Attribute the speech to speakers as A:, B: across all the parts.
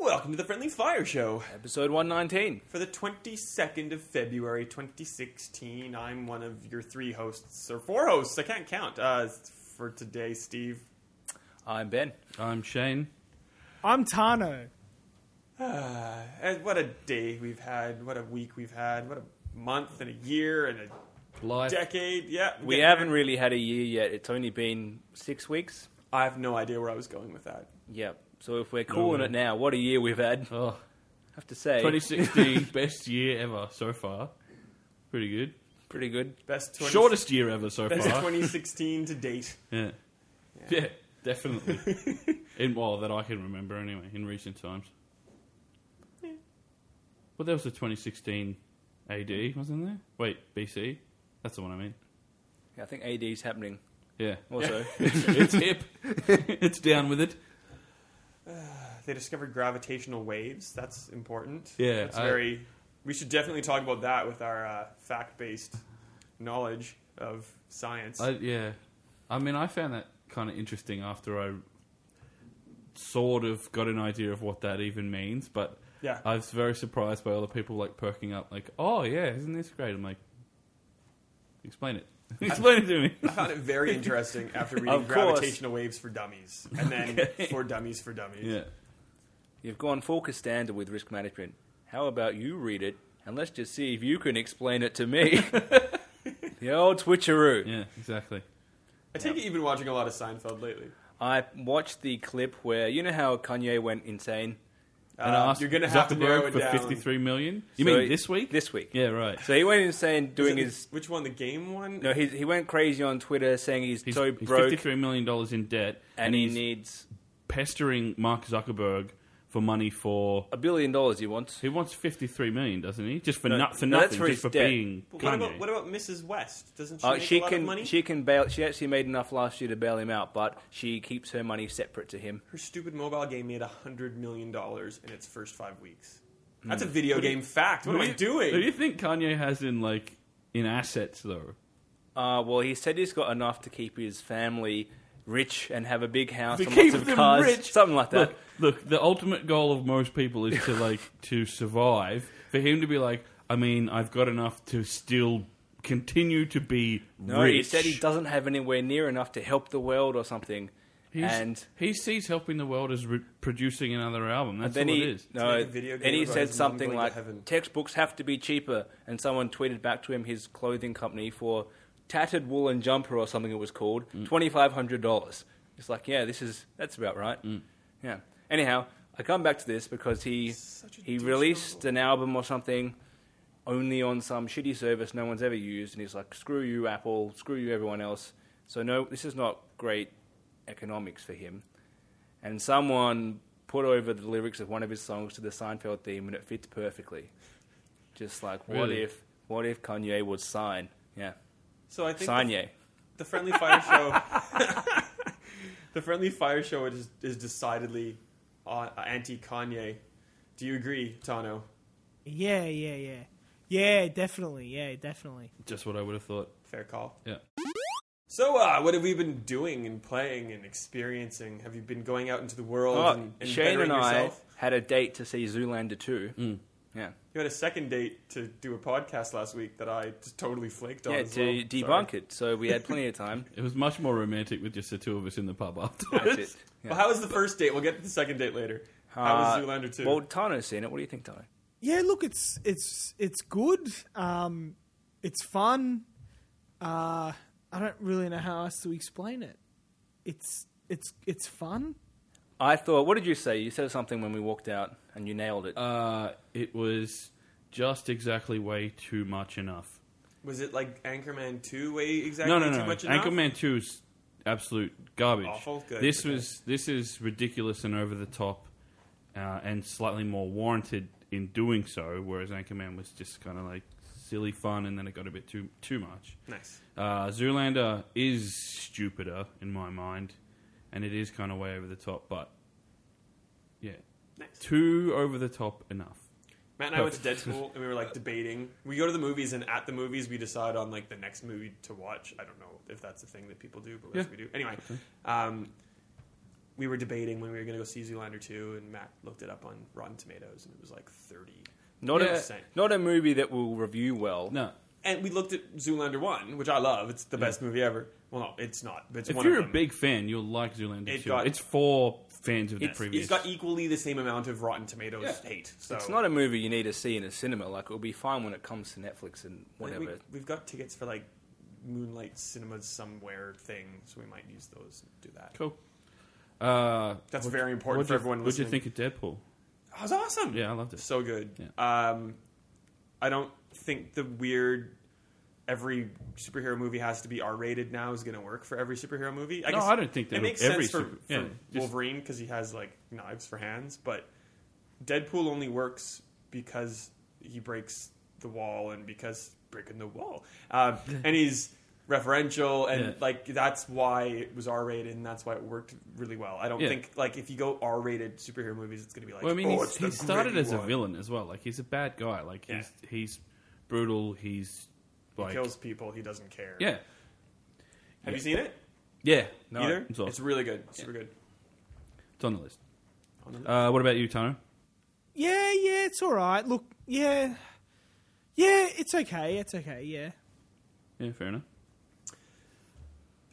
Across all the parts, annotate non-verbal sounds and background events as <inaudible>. A: Welcome to the Friendly Fire Show
B: Episode 119.
A: for the 22nd of February 2016. I'm one of your three hosts, or four hosts, I can't count, uh, for today, Steve.
B: I'm Ben.
C: I'm Shane.
D: I'm Tano.
A: Uh, And what a day we've had, what a week we've had, what a month and a year and a
C: Life.
A: decade. Yeah, we're
B: We
A: getting
B: haven't
A: there.
B: really had a year yet. It's only been six weeks.
A: I have no idea where I was going with that.
B: Yep. So if we're calling
C: No.
B: it now, what a year we've had. I
C: Oh,
B: have to say,
C: 2016, best year ever so far. Pretty good.
B: pretty good.
A: Best 20,
C: Shortest year ever so
A: best
C: far.
A: 2016 to date.
C: yeah. yeah. definitely. in well, that I can remember anyway, in recent times. Well, there was a 2016 AD, wasn't there? Wait, BC? That's the one I mean.
B: Yeah, I think AD's happening
C: Yeah.
B: also.
C: <laughs>
B: <laughs>
C: it's hip. it's down with it.
A: They discovered gravitational waves. That's important.
C: Yeah,
A: That's
C: I-
A: very. We should definitely talk about that with our uh, fact-based knowledge of science.
C: I, yeah, I mean, I found that kind of interesting after I sort of got an idea of what that even means. But
A: Yeah.
C: I was very surprised by all the people like perking up, like, "Oh yeah, isn't this great?" I'm like, "Explain it, <laughs> explain it
A: <laughs>
C: to me."
A: I found it very interesting after reading
B: Of course.
A: Gravitational Waves for Dummies and
C: <laughs>
A: then For Dummies for Dummies.
C: <laughs> yeah,
B: You've gone full Costander with risk management. How about you read it and let's just see if you can explain it to me? <laughs> the old switcheroo.
C: yeah, exactly.
A: I take it you've been watching a lot of Seinfeld lately.
B: I watched the clip where you know how Kanye went insane.
C: And
A: Uh,
C: I asked
A: you're going to
C: Zuckerberg
A: have to narrow it
C: for
A: down.
C: 53 million. You
B: So
C: mean
B: he-
C: this week?
B: This week.
C: Yeah, right.
B: So he went insane
A: Is
B: doing
A: it-
B: his.
A: which one? The game one?
B: No, he, he went crazy on Twitter saying he's,
C: He's,
B: so
C: he's
B: broke
C: 53 million dollars in debt,
B: and he
C: he's
B: needs
C: pestering Mark Zuckerberg for money for
B: a billion dollars he wants.
C: He wants fifty three million, doesn't he? Just for
B: No,
C: not for
B: no, that's
C: nothing,
B: for
C: just
B: his
C: for
B: debt.
C: being
A: But
C: Kanye.
A: what about, what about Mrs. West? Doesn't she
B: Uh,
A: make
B: she
A: a lot
B: can
A: of money?
B: she can bail. She actually made enough last year to bail him out, but she keeps her money separate to him.
A: Her stupid mobile game made $100 million in its first five weeks. That's a video game fact. What
C: Who
A: am
C: do
A: I
C: you-
A: doing?
C: Who do you think Kanye has in like in assets though?
B: Uh, well, he said he's got enough to keep his family rich and have a big house
C: To
B: and
C: keep
B: lots of
C: them
B: cars,
C: rich.
B: something like that.
C: Look, look, the ultimate goal of most people is to
B: <laughs>
C: like to survive. For him to be like, I mean, I've got enough to still continue to be
B: no,
C: rich.
B: he said he doesn't have anywhere near enough to help the world or something.
C: He's-
B: and
C: he sees helping the world as re- producing another album. That's
B: then
C: all
B: he
C: it is.
B: no,
A: It's like a video game
B: then he
A: about
B: said
A: his mum
B: something
A: going to
B: like
A: heaven.
B: textbooks have to be cheaper, and someone tweeted back to him his clothing company for tattered woolen jumper or something it was called twenty five hundred dollars. It's like yeah, this is that's about right. Yeah. Anyhow, I come back to this because he
A: Such a
B: he
A: douche
B: released
A: novel.
B: an album or something only on some shitty service no one's ever used, and he's like, screw you, Apple, screw you, everyone else. So no, this is not great economics for him and someone put over the lyrics of one of his songs to the Seinfeld theme, and it fits perfectly. Just like what
C: Really?
B: if, what if Kanye was sign? Yeah,
A: so I think the-
B: Kanye.
A: the Friendly Fire Show. <laughs> the Friendly Fire Show is, is decidedly uh, anti Kanye. Do you agree, Tano?
D: Yeah, yeah, yeah. Yeah, definitely. Yeah, definitely.
C: Just what I would have thought.
A: Fair call.
C: Yeah.
A: So, uh, what have we been doing and playing and experiencing? Have you been going out into the world
B: Oh,
A: and, and
B: Shane
A: bettering
B: and I
A: yourself? Mm.
B: had a date to see Zoolander two. Yeah,
A: You had a second date to do a podcast last week that I just totally flaked on.
B: yeah,
A: as
B: to
A: well.
B: debunk
A: Sorry.
B: it. So we had plenty of
A: <laughs>
B: time.
C: It was much more romantic with just the two of us in the pub afterwards.
B: That's it. Yeah.
A: Well, how was the first date? We'll get to the second date later. How
B: Uh,
A: was Zoolander 2?
B: Well, Tano's seen it. What do you think, Tano?
D: Yeah, look, it's it's it's good. Um, it's fun. Uh, I don't really know how else to explain it. It's it's it's fun.
B: I thought. What did you say? You said something when we walked out, and you nailed it.
C: Uh, it was just exactly way too much enough.
A: was it like Anchorman 2 way exactly
C: No, no,
A: too
C: no.
A: much enough?
C: Anchorman Two is absolute garbage.
A: Awful? Good.
C: This
A: Okay.
C: was this is ridiculous and over the top, uh, and slightly more warranted in doing so. Whereas Anchorman was just kind of like silly fun, and then it got a bit too too much.
A: Nice.
C: Uh, Zoolander is stupider in my mind, and it is kind of way over the top. But yeah,
A: Nice.
C: too over the top enough.
A: Matt and I went to Deadpool and we were like debating. We go to the movies and at the movies we decide on like the next movie to watch. I don't know if that's a thing that people do, but that's what
C: Yeah.
A: we do. Anyway, um, we were debating when we were going to go see Zoolander 2 and Matt looked it up on Rotten Tomatoes and it was like 30.
B: Not
A: Yeah.
B: a not a movie that will review well.
C: No,
A: And we looked at Zoolander 1, which I love. It's the best movie ever. Well, no, it's not. But it's
C: if
A: one
C: you're
A: of
C: a
A: them.
C: big fan, you'll like Zoolander
A: It
C: too.
A: got-
C: it's for fans of the
A: it's,
C: previous.
A: it's got e- equally the same amount of Rotten Tomatoes
C: Yeah.
A: hate. So
B: It's not a movie you need to see in a cinema. Like it'll be fine when it comes to Netflix
A: I
B: and
A: think
B: whatever.
A: We, have got tickets for like Moonlight Cinemas somewhere thing, so we might use those and do that.
C: cool. Uh,
A: That's very important
C: what'd
A: for
C: you-
A: everyone
C: What'd you
A: listening.
C: think of Deadpool?
A: That was awesome.
C: Yeah, I loved it.
A: So good. Um, I don't think the weird every superhero movie has to be R rated now is going to work for every superhero movie. I
C: No,
A: guess
C: I don't think
A: it
C: that'll-
A: makes
C: every
A: sense for,
C: super- yeah,
A: for
C: just-
A: Wolverine because he has like knives for hands, but Deadpool only works because he breaks the wall and because breaking the wall,
C: <laughs>
A: um, and he's referential and
C: Yeah.
A: like that's why it was R rated and that's why it worked really well. I don't
C: Yeah.
A: think like if you go R rated superhero movies, it's going to be like
C: Well, I mean,
A: oh,
C: he's,
A: it's the
C: he started
A: gritty
C: as a
A: one.
C: villain as well. Like he's a bad guy. Like he's he's brutal. He's
A: He
C: like
A: kills people. He doesn't care.
C: yeah,
A: Have you seen it?
C: yeah.
B: No,
A: Either?
C: it's awesome.
A: It's really good. Super good.
C: It's on the list.
A: On the
C: Uh, what about you, Tano?
D: Yeah, yeah, it's all right. Look, yeah, yeah, it's okay. It's okay. Yeah.
C: Yeah, fair enough.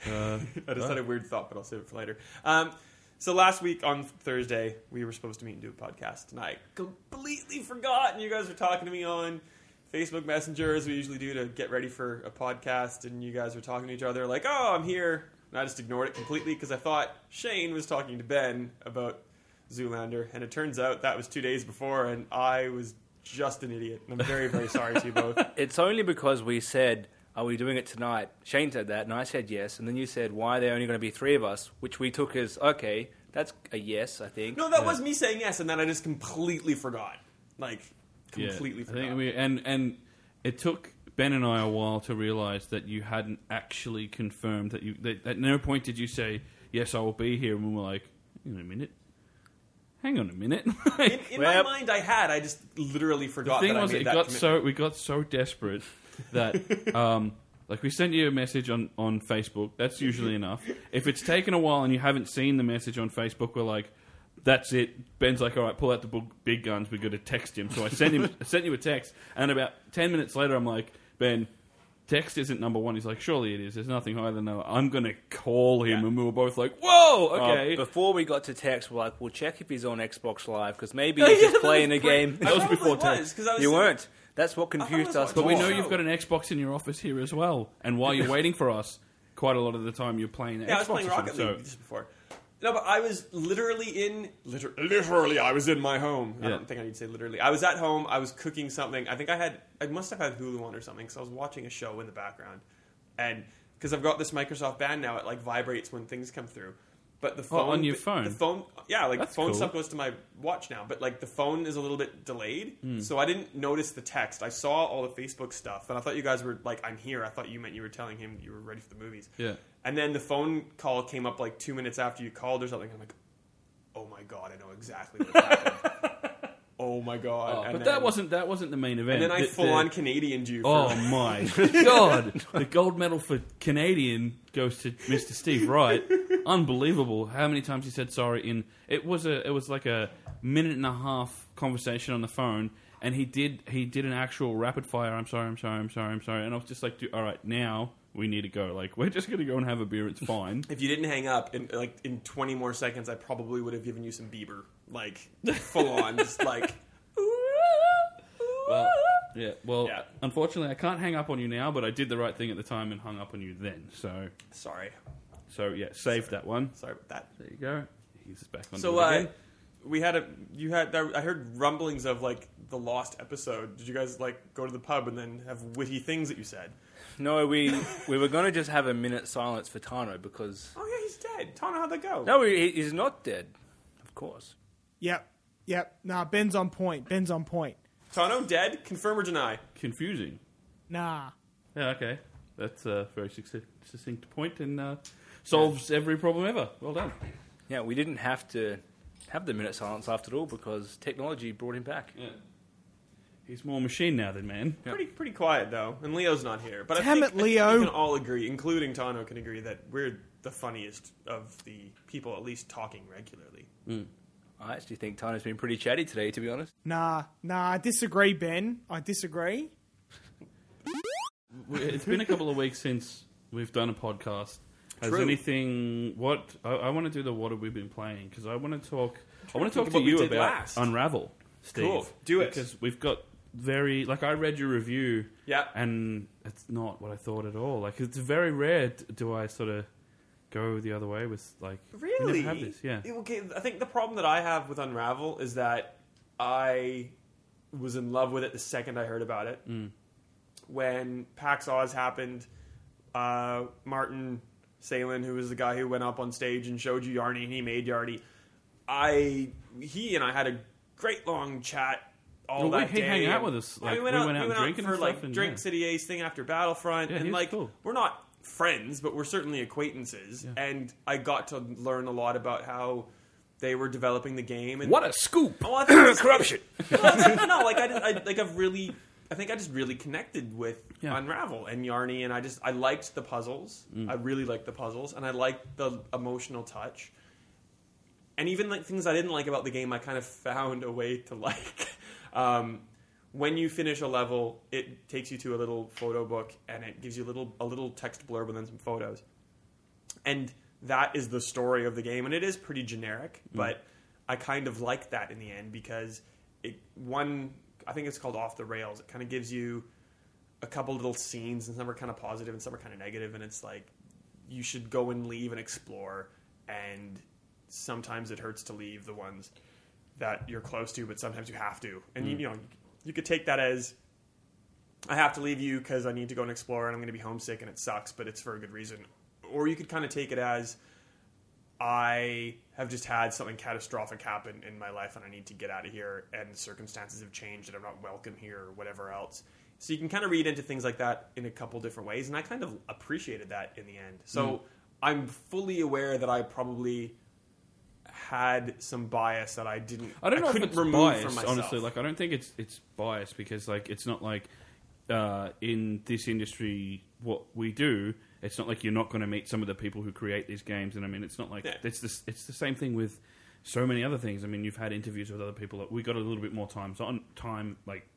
C: Uh,
A: <laughs> I just had a weird thought, but I'll save it for later. Um, so last week on Thursday, we were supposed to meet and do a podcast, and I completely forgot. And you guys were talking to me on Facebook Messenger, as we usually do to get ready for a podcast. And you guys were talking to each other, like, "Oh, I'm here," and I just ignored it completely because I thought Shane was talking to Ben about Zoolander, and it turns out that was two days before, and I was just an idiot. And I'm very, very sorry to you
C: <laughs>
A: both.
B: It's only because we said, "Are we doing it tonight?" Shane said that, and I said yes, and then you said, "Why are there only going to be three of us?" Which we took as okay. That's a yes, I think.
A: No, that was me saying yes, and then I just completely forgot. Like
C: yeah.
A: completely
C: I
A: forgot.
C: think we and and it took Ben and I a while to realize that you hadn't actually confirmed that you. That, at no point did you say yes, I will be here, and we were like, hang on a minute, hang on a minute. <laughs>
A: in in
B: Well-
A: my mind, I had. I just literally
C: the
A: forgot.
C: thing
A: that
C: was,
A: I made
C: it
A: that
C: got
A: commitment.
C: so we got so desperate
A: <laughs>
C: that um, like we sent you a message on on Facebook. That's usually enough. If it's taken a while and you haven't seen the message on Facebook, we're like. That's it. Ben's like, all right, pull out the bu- big guns. We're going to text him. So I sent him, <laughs> I sent you a text, and about ten minutes later, I'm like, Ben, text isn't number one. He's like, surely it is. There's nothing higher than number. I'm going to call him,
A: Yeah. Oh,
C: and we were both like, whoa,
B: Uh,
C: okay.
B: before we got to text, we're like, "We'll check if he's on Xbox Live
A: <laughs>
B: because maybe he's just playing a game."
A: I probably was, 'cause I was
B: You
A: thinking-
B: weren't. That's what confused
A: was
B: us.
A: watching
C: But we
B: more.
C: know
A: Oh.
C: you've got an Xbox in your office here as well, and while you're waiting for us, quite a lot of the time you're playing.
A: Yeah,
C: Xbox
A: I was playing
C: or
A: Rocket
C: something,
A: League just before. No, but I was literally in liter- literally. I was in my home. I
C: Yeah.
A: don't think I need to say literally. I was at home. I was cooking something. I think I had. I must have had Hulu on or something because I was watching a show in the background, and because I've got this Microsoft band now, it like vibrates when things come through. But the phone
C: Oh, on your
A: the-
C: phone?
A: the phone, yeah, like
C: That's
A: the phone
C: cool.
A: stuff goes to my watch now. But like the phone is a little bit delayed,
C: Hmm.
A: so I didn't notice the text. I saw all the Facebook stuff, and I thought you guys were like, "I'm here." I thought you meant you were telling him you were ready for the movies.
C: Yeah.
A: And then the phone call came up like two minutes after you called or something. I'm like, oh my god, I know exactly what happened.
C: <laughs>
A: oh my god.
C: so-
A: and
C: but
A: then,
C: that wasn't that wasn't the main event.
A: And then I
C: The-
A: full
C: the-
A: on Canadian you. For,
C: Oh my
A: <laughs>
C: god! The gold medal for Canadian goes to Mr. Steve Wright. Unbelievable! How many times he said sorry? In it was a it was like a minute and a half conversation on the phone, and he did he did an actual rapid fire. I'm sorry. I'm sorry. I'm sorry. I'm sorry. And I was just like, dude, all right, now we need to go. Like we're just gonna go and have a beer.
A: <laughs>
C: It's fine.
A: If you didn't hang up in like in 20 more seconds, I probably would have given you some Bieber, like full on, just like. <laughs>
C: Well, yeah. Well,
A: Yeah.
C: unfortunately, I can't hang up on you now, but I did the right thing at the time and hung up on you then. So,
A: Sorry,
C: so yeah, save that one.
A: sorry about that.
C: There you go. He's back on.
A: So
C: it
A: uh,
C: again.
A: we had a you had I heard rumblings of like the lost episode. Did you guys like go to the pub and then have witty things that you said?
B: No, we
A: <laughs>
B: we were going to just have a minute silence for Tano because
A: Oh yeah, he's dead. Tana, how'd that go?
B: no, he, he's not dead. Of course,
D: Yep. Yep. Nah, Ben's on point. Ben's on point.
A: Tano dead? Confirm or deny?
C: confusing.
D: Nah.
C: Yeah. Okay. That's a very succinct, succinct point and uh, solves every problem ever. Well done.
B: yeah, we didn't have to have the minute silence after all because technology brought him back.
C: Yeah. He's more machine now than man.
A: Pretty pretty quiet though, and Leo's not here. But
D: Damn
A: I think,
D: it,
A: I think
D: Leo.
A: we can all agree, including Tano, can agree that we're the funniest of the people at least talking regularly.
B: I actually think Tana's been pretty chatty today, to be honest.
D: Nah, nah, I disagree, Ben. I disagree.
C: We- It's been a couple of weeks since we've done a podcast. Has
A: True.
C: anything? What I, I want to do the what have we been playing because I want to talk. I want to
A: think
C: talk
A: of
C: to
A: what we
C: you
A: did
C: about
A: last.
C: Unravel, Steve.
A: Cool. Do it.
C: because we've got very like I read your review.
A: Yeah.
C: and it's not what I thought at all. Like it's very rare. d- Do I sort of go the other way with like
A: Really?
C: We never have this. Yeah,
A: Okay, I think the problem that I have with Unravel is that I was in love with it the second I heard about it.
C: Mm.
A: When PAX Oz happened, uh, Martin Salen, who was the guy who went up on stage and showed you Yarny, and he made Yarny. I he and I had a great long chat all
C: Well, we-
A: that
C: he
A: day.
C: hung out
A: and-
C: with us,
A: Well,
C: like,
A: we went
C: we
A: out,
C: went out
A: we
C: and
A: went out
C: drinking
A: for
C: and
A: like
C: stuff, and
A: Drink
C: yeah.
A: City Ace thing after Battlefront,
C: Yeah, he
A: and
C: was
A: like
C: cool.
A: we're not friends, but we're certainly acquaintances. And I got to learn a lot about how they were developing the game. And <coughs>
B: What a scoop!
A: Oh, I think it's-
B: Corruption.
A: no, I think- no, like I, just, I like I've really, I think I just really connected with
C: Yeah.
A: Unravel and Yarny, and I just I liked the puzzles. I really liked the puzzles, and I liked the emotional touch. And even like things I didn't like about the game, I kind of <laughs> found a way to like. Um, when you finish a level, it takes you to a little photo book, and it gives you a little a little text blurb and then some photos and that is the story of the game and it is pretty generic but i kind of like that in the end because it one i think it's called off the rails it kind of gives you a couple little scenes and some are kind of positive and some are kind of negative and it's like you should go and leave and explore and sometimes it hurts to leave the ones that you're close to but sometimes you have to and you, you know you could take that as I have to leave you because I need to go and explore and I'm going to be homesick and it sucks, but it's for a good reason. Or you could kind of take it as I have just had something catastrophic happen in my life and I need to get out of here and circumstances have changed and I'm not welcome here or whatever else. So you can kind of read into things like that in a couple different ways and I kind of appreciated that in the end. So
C: Mm.
A: I'm fully aware that I probably had some bias that I didn't
C: I don't know if
A: couldn't
C: it's
A: remove
C: biased.
A: from myself.
C: honestly, like I don't think it's it's biased because like it's not like uh, in this industry what we do. It's not like you're not going to meet some of the people who create these games, and I mean, it's not like
A: Yeah.
C: it's this. It's the same thing with so many other things. I mean, you've had interviews with other people. Like, we got a little bit more time so on time. Like,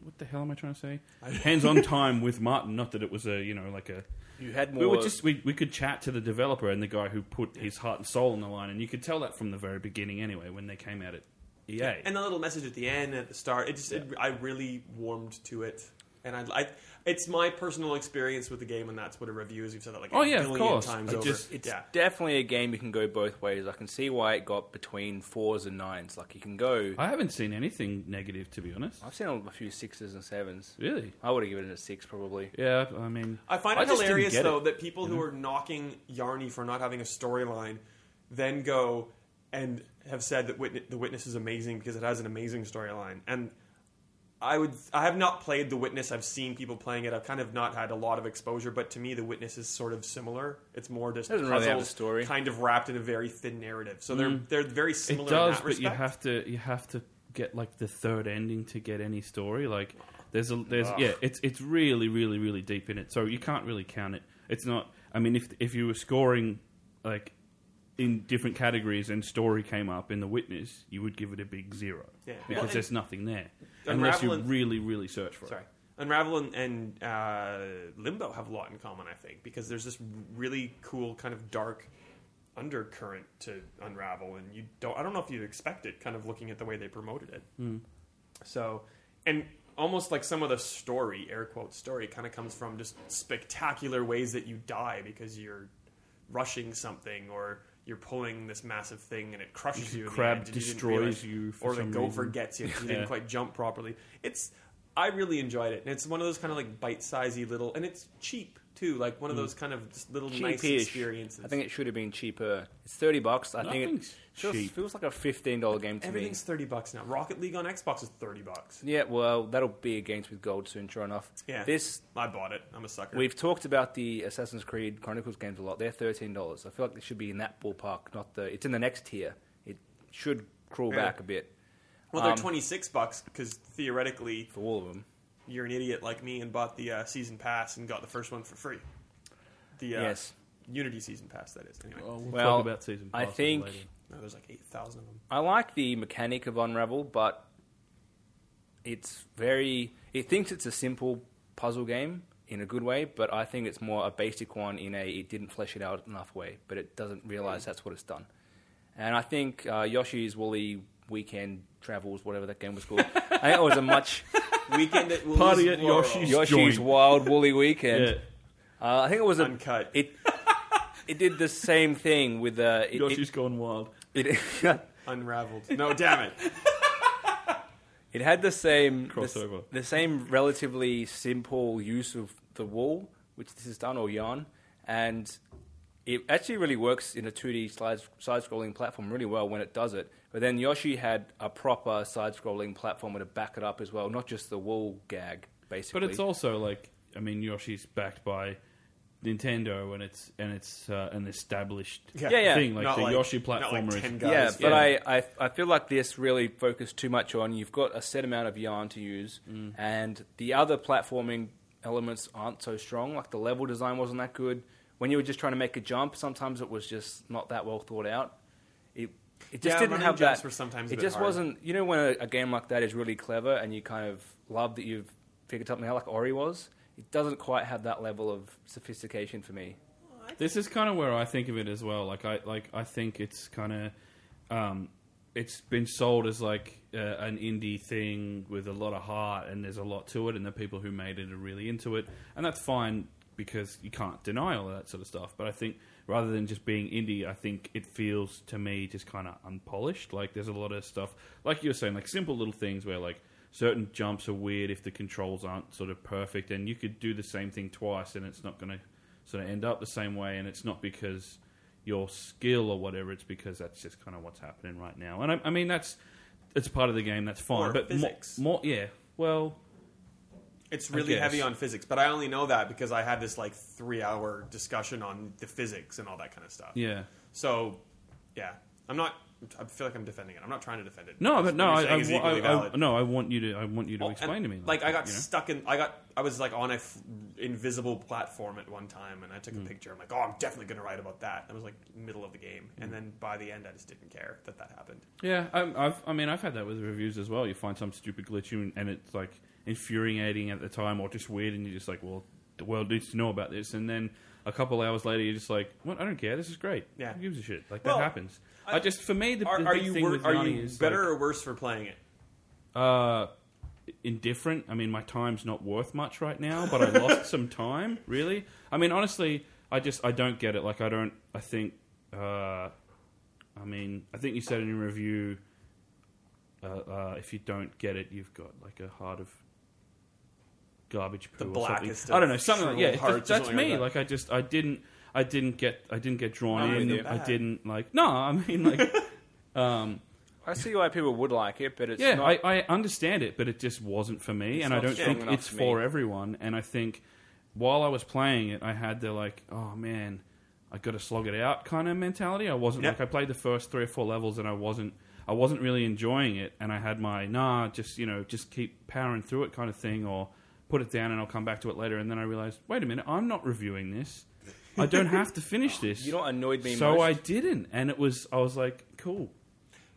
C: what the hell am I trying to say? Hands on time with Martin. Not that it was a you know like a
B: You had more.
C: we were just we, we could chat to the developer and the guy who put his heart and soul on the line, and you could tell that from the very beginning anyway when they came out at E EA.
A: And the little message at the end, at the start, it just it, I really warmed to it, and I, I it's my personal experience with the game, and that's what a review is. You've said that like
C: Oh,
A: a
C: yeah, of
A: billion
C: course.
A: times
C: I
A: over.
C: just-
B: It's
A: yeah.
B: definitely a game you can go both ways. I can see why it got between fours and nines. Like you can go.
C: I haven't seen anything negative to be honest.
B: I've seen a few sixes and sevens.
C: Really?
B: I would have given it a six probably.
C: Yeah, I mean,
A: I find it
C: just didn't
A: hilarious
C: get
A: though
C: it.
A: that people who are knocking Yarny for not having a storyline then go and have said that Witne- the Witness is amazing because it has an amazing storyline. And I would I have not played the Witness. I've seen people playing it. I've kind of not had a lot of exposure, but to me the Witness is sort of similar. It's more just
B: Doesn't really have a
A: puzzles
B: story.
A: kind of wrapped in a very thin narrative. So they're they're very similar
C: Mm. it does,
A: in that
C: but you
A: respect.
C: have to you have to get like the third ending to get any story. Like there's a there's
A: Ugh.
C: yeah, it's it's really really really deep in it, so you can't really count it. It's not. I mean, if if you were scoring like in different categories and story came up in the witness, you would give it a big zero
A: Yeah.
C: because
A: Well, and-
C: there's nothing there unless you
A: Unravel and-
C: really really search for
A: Sorry.
C: it.
A: Unravel and, and uh, Limbo have a lot in common, I think, because there's this really cool kind of dark undercurrent to Unravel, and you don't. I don't know if you'd expect it, kind of looking at the way they promoted it.
C: Hmm.
A: So, and almost like some of the story, air quote story, kind of comes from just spectacular ways that you die because you're rushing something or you're pulling this massive thing and it crushes you. in the
C: crab
A: end and didn't
C: destroys
A: realize-
C: you
A: or
C: for
A: the
C: some
A: gopher
C: reason.
A: gets you because you didn't
C: Yeah.
A: quite jump properly. It's I really enjoyed it, and it's one of those kind of like bite-sized little, and it's cheap too, like one of those kind of just little nice
B: Mm. Cheapish.
A: experiences.
B: I think it should have been cheaper. It's thirty bucks. I think it
C: Nothing's
B: feels,
C: cheap.
B: feels like a fifteen dollar game to me.
A: everything's thirty bucks now. Rocket League on Xbox is thirty bucks.
B: Yeah, well, that'll be against with gold soon. Sure enough.
A: Yeah,
B: This
A: I bought it. I'm a sucker.
B: We've talked about the Assassin's Creed Chronicles games a lot. They're thirteen dollars. I feel like they should be in that ballpark, not the. It's in the next tier. It should crawl
A: Yeah.
B: back a bit.
A: Well, they're
B: Um,
A: 26 bucks because theoretically
B: for all of them.
A: you're an idiot like me and bought the uh, season pass and got the first one for free. The uh,
B: Yes. Oh.
A: Unity season pass, that is. Anyway,
C: we'll
B: Well,
C: talk about season
B: I
C: passes
B: think
C: later.
A: no, there's like 8,000 of them.
B: I like the mechanic of Unravel, but it's very. It thinks it's a simple puzzle game in a good way, but I think it's more a basic one in a it didn't flesh it out enough way, but it doesn't realize that's what it's done. And I think uh, Yoshi's Woolly Weekend Travels, whatever that game was called, I think it was a much
A: Weekend
B: <laughs>
A: at Willie's
C: Party at
A: Laurel.
C: Yoshi's.
B: Yoshi's
C: joint.
B: Wild Woolly Weekend.
C: Yeah.
B: Uh, I think it was a
A: Uncut.
B: It it did the same thing with uh, it,
C: Yoshi's gone wild.
B: it, it, <laughs>
A: Unraveled. No, damn it.
B: It had the same the s-
C: Crossover.
B: the, same relatively simple use of the wool, which this is done or yarn, and it actually really works in a 2D slide side-scrolling platform really well when it does it. But then Yoshi had a proper side-scrolling platformer to back it up as well, not just the wool gag basically.
C: But it's also like I mean Yoshi's backed by Nintendo and it's and it's uh, an established
B: Yeah, yeah.
C: thing like
A: Not
C: the
A: like-
C: Yoshi
A: not like
C: platformer
A: 10
C: is.
A: guys.
B: yeah, but
C: yeah.
B: I, I I feel like this really focused too much on you've got a set amount of yarn to use,
A: Mm.
B: and the other platforming elements aren't so strong. Like the level design wasn't that good. When you were just trying to make a jump, sometimes it was just not that well thought out. It it just
A: Yeah,
B: didn't
A: running
B: have
A: jumps
B: that.
A: were sometimes a
B: it
A: bit
B: just
A: hard.
B: wasn't. You know when a, a game like that is really clever and you kind of love that you've figured something out, like Ori was. It doesn't quite have that level of sophistication for me.
C: This is kind of where I think of it as well. Like I like I think it's kind of um, it's been sold as like uh, an indie thing with a lot of heart and there's a lot to it and the people who made it are really into it and that's fine because you can't deny all of that sort of stuff. But I think rather than just being indie, I think it feels to me just kind of unpolished. Like there's a lot of stuff like you were saying, like simple little things where like certain jumps are weird if the controls aren't sort of perfect and you could do the same thing twice and it's not going to sort of end up the same way and it's not because your skill or whatever it's because that's just kind of what's happening right now and i, I mean that's it's part of the game that's fine
A: Or
C: but mo-
A: physics.
C: more yeah well
A: It's
C: I
A: really
C: guess.
A: heavy on physics, but I only know that because I had this like three hour discussion on the physics and all that kind of stuff.
C: yeah
A: So, yeah, I'm not. I feel like I'm defending it. I'm not trying to defend it.
C: no but no
A: What
C: I,
A: you're
C: I,
A: saying is equally
C: I- I-
A: valid.
C: no I want you to I want you to
A: Well, and,
C: explain to me
A: Like, I got
C: you know?
A: stuck in. I got. I was like on a f- invisible platform at one time, and I
C: Mm.
A: took a picture. I'm like, oh, I'm definitely going to write about that. I was like middle of the game,
C: Mm.
A: and then by the end, I just didn't care that that happened.
C: Yeah, I, I've, I mean, I've had that with reviews as well. You find some stupid glitch and, and it's like infuriating at the time or just weird, and you're just like, well, the world needs to know about this. And then a couple hours later, you're just like, what? I don't care. This is great.
A: Yeah.
C: Who gives a shit? Like,
A: Well,
C: that happens. I,
A: I-
C: just, for me, the,
A: Are,
C: the
A: are
C: big
A: you
C: thing
A: wor-
C: with
A: are
C: Yanni
A: you
C: is,
A: better
C: like,
A: or worse for playing it?
C: uh, indifferent. I mean, my time's not worth much right now, but I
A: <laughs>
C: lost some time. Really, I mean, honestly, I just I don't get it. Like, I don't. I think. Uh, I mean, I think you said in your review. Uh, uh, if you don't get it, you've got like a heart of garbage poo
A: The
C: or something.
A: blackest of
C: I don't know, something like
A: shriveled
C: yeah. it's
A: hearts or
C: just- that's
A: something like
C: me.
A: that.
C: Like I just I didn't I didn't get I didn't get drawn
A: I'm with
C: in.
A: you.
C: I didn't like no. I
A: <laughs>
C: mean like. um,
B: I see why people would like it, but it's
C: yeah,
B: not.
C: I, I understand it, but it just wasn't for me,
B: It's
C: and I
B: not
C: don't
B: strong
C: think
B: enough
C: it's
B: for me.
C: for everyone. And I think while I was playing it, I had the like, oh man, I got to slog it out kind of mentality. I wasn't
A: Yep.
C: like I played the first three or four levels, and I wasn't I wasn't really enjoying it, and I had my nah, just you know, just keep powering through it kind of thing, or put it down and I'll come back to it later. And then I realized, wait a minute, I'm not reviewing this.
B: <laughs>
C: I don't have to finish this.
B: Oh, you know what annoyed me
C: So
B: most?
C: I didn't, and it was I was like, cool.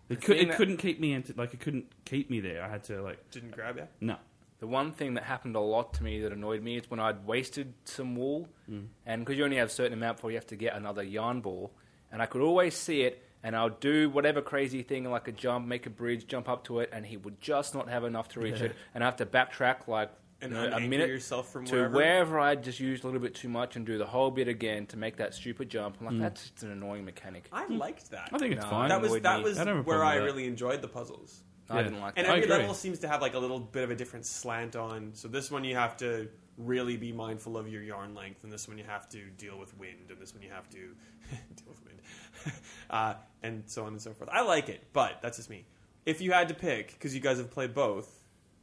C: It,
B: The
C: could,
B: thing
C: it
B: that-
C: couldn't keep me into like it couldn't keep me there. I had to like
A: Didn't grab you.
C: no.
B: The one thing that happened a lot to me that annoyed me is when I'd wasted some wool,
C: Mm.
B: and because you only have a certain amount before you have to get another yarn ball, and I could always see it, and I'll do whatever crazy thing like a jump, make a bridge, jump up to it, and he would just not have enough to reach it, and I have to backtrack like
A: And
B: you know, a
A: unanchor
B: minute
A: yourself from
B: to
A: wherever?
B: wherever I just used a little bit too much and do the whole bit again to make that stupid jump.
C: Mm.
B: I'm like, that's just an annoying mechanic.
A: I liked that.
C: Hmm. I think it's
B: No,
C: fine.
A: that was
B: annoyed
A: that
B: me.
A: was
C: I don't have a
A: where
C: problem
A: I
C: with that.
A: really enjoyed the puzzles.
B: I
C: Yeah.
B: didn't like
A: And
B: that.
C: I
A: every
C: agree.
A: level seems to have like a little bit of a different slant on. So this one you have to really be mindful of your yarn length, and this one you have to deal with wind, and this one you have to <laughs> deal with wind, <laughs> uh, and so on and so forth. I like it, but that's just me. If you had to pick, because you guys have played both,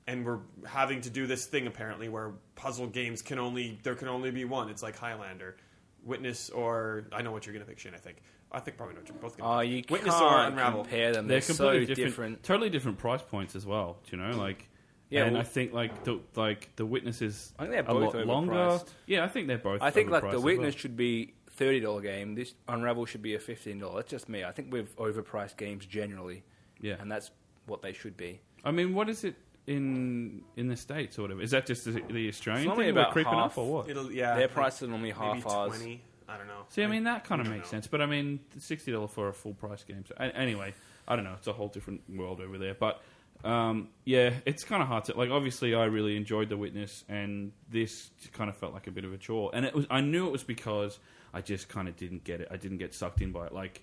A: and we're having to do this thing apparently where puzzle games can only there can only be one. It's like Highlander, Witness, or I know what you're gonna pick, Shane. I think I think probably know what you're both
C: Uh,
A: going to
B: Oh, you
A: Witness
B: can't
A: or Unravel.
B: compare them.
C: They're
B: They're,
C: completely
B: so
C: different,
B: different.
C: totally different price points as well. Do you know, like,
B: Yeah,
C: and
B: well-
C: I think like the like the witness is
B: I think they're
C: a
B: both
C: lot longer.
B: overpriced.
C: Yeah, I think they're both.
B: I think like
C: overpriced
B: the
C: as
B: witness
C: well.
B: should be thirty dollar game. This Unravel should be a fifteen dollar. That's just me. I think we've overpriced games generally,
C: Yeah,
B: and that's what they should be.
C: I mean, what is it in in the states or whatever? Is that just the, the Australian
B: It's normally
C: thing? We're
B: about
C: creeping
B: half.
C: up or what?
A: It'll, yeah,
B: Their
A: like
B: prices are normally half
A: Uh, maybe
B: ours.
A: twenty. I don't know.
C: See, I mean, that kind of
A: I don't
C: makes
A: know.
C: sense. But I mean, sixty dollars for a full price game. So, a- anyway, I don't know. It's a whole different world over there. But um, yeah, it's kind of hard to like. Obviously, I really enjoyed The Witness, and this kind of felt like a bit of a chore. And it was. I knew it was because I just kind of didn't get it. I didn't get sucked in by it. Like,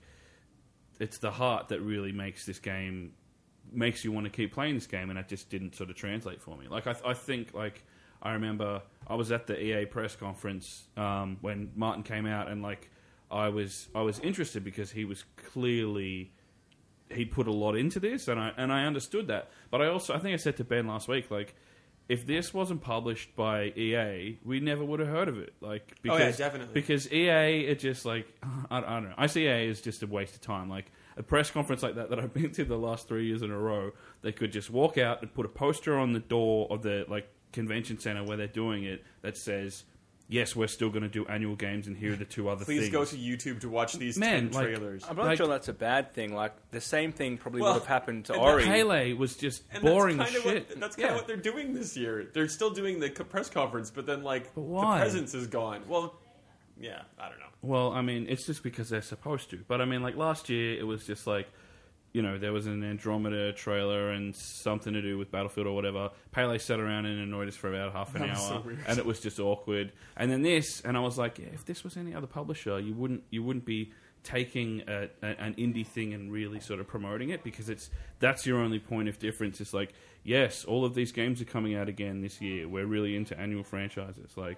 C: it's the heart that really makes this game makes you want to keep playing this game, and it just didn't sort of translate for me. Like I, I think like I remember I was at the EA press conference um, when Martin came out, and like I was I was interested because he was clearly he put a lot into this, and I and I understood that. But I also I think I said to Ben last week like. If this wasn't published by EA, we never would have heard of it. Like,
A: Oh, yeah,
C: because,
A: definitely.
C: because EA, E it just like <laughs> I, I don't know. I see EA is just a waste of time. Like a press conference like that that I've <laughs> been to the last three years in a row, they could just walk out and put a poster on the door of the like convention center where they're doing it that says, "Yes, we're still going to do annual games, and here are the two other
A: Please
C: things."
A: go to YouTube to watch these
C: Man,
A: ten
C: like,
A: trailers.
B: I'm not
C: Like-
B: sure that's a bad thing. Like the same thing probably
A: Well,
B: would have happened to
A: and
B: Ori.
C: Pele was just
A: And
C: boring
A: that's
C: as
A: kind
C: shit.
A: of what, that's kind
C: Yeah.
A: of what they're doing this year. They're still doing the co- press conference, but then like
C: But why?
A: the presence is gone. Well, yeah, I don't know.
C: Well, I mean, it's just because they're supposed to. But I mean, like last year, it was just like, you know, there was an Andromeda trailer and something to do with Battlefield or whatever. Pele sat around and annoyed us for about half an
A: That
C: hour,
A: was so weird.
C: and it was just awkward. And then this, and I was like, yeah, if this was any other publisher, you wouldn't you wouldn't be taking a, a, an indie thing and really sort of promoting it because it's that's your only point of difference. It's like, yes, all of these games are coming out again this year. We're really into annual franchises, like.